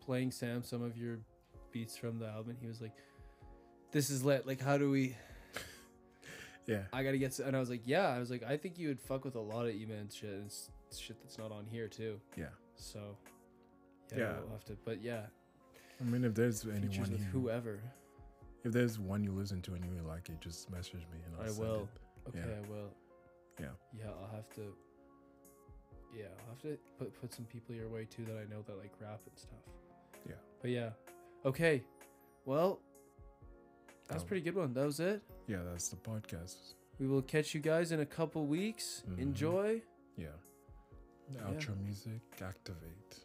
playing Sam some of your beats from the album. and He was like, "This is lit. Like, how do we? Yeah. I gotta get." s-" And I was like, "Yeah." I was like, "I think you would fuck with a lot of E-Man shit and s- shit that's not on here too." Yeah. So Yeah. we'll have to. But yeah, I mean, if there's features anyone, with you- whoever. if there's one you listen to and you really like it, just message me and I'll I send will. it. Okay, Yeah. I will. Yeah. Yeah, I'll have to. Yeah, I'll have to put put some people your way too that I know that like rap and stuff. Yeah. But yeah, okay. Well, that was Um, pretty good one. That was it. Yeah, that's the podcast. We will catch you guys in a couple weeks. Mhm. Enjoy. Yeah. Outro music activate.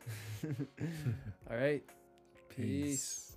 All right. Peace.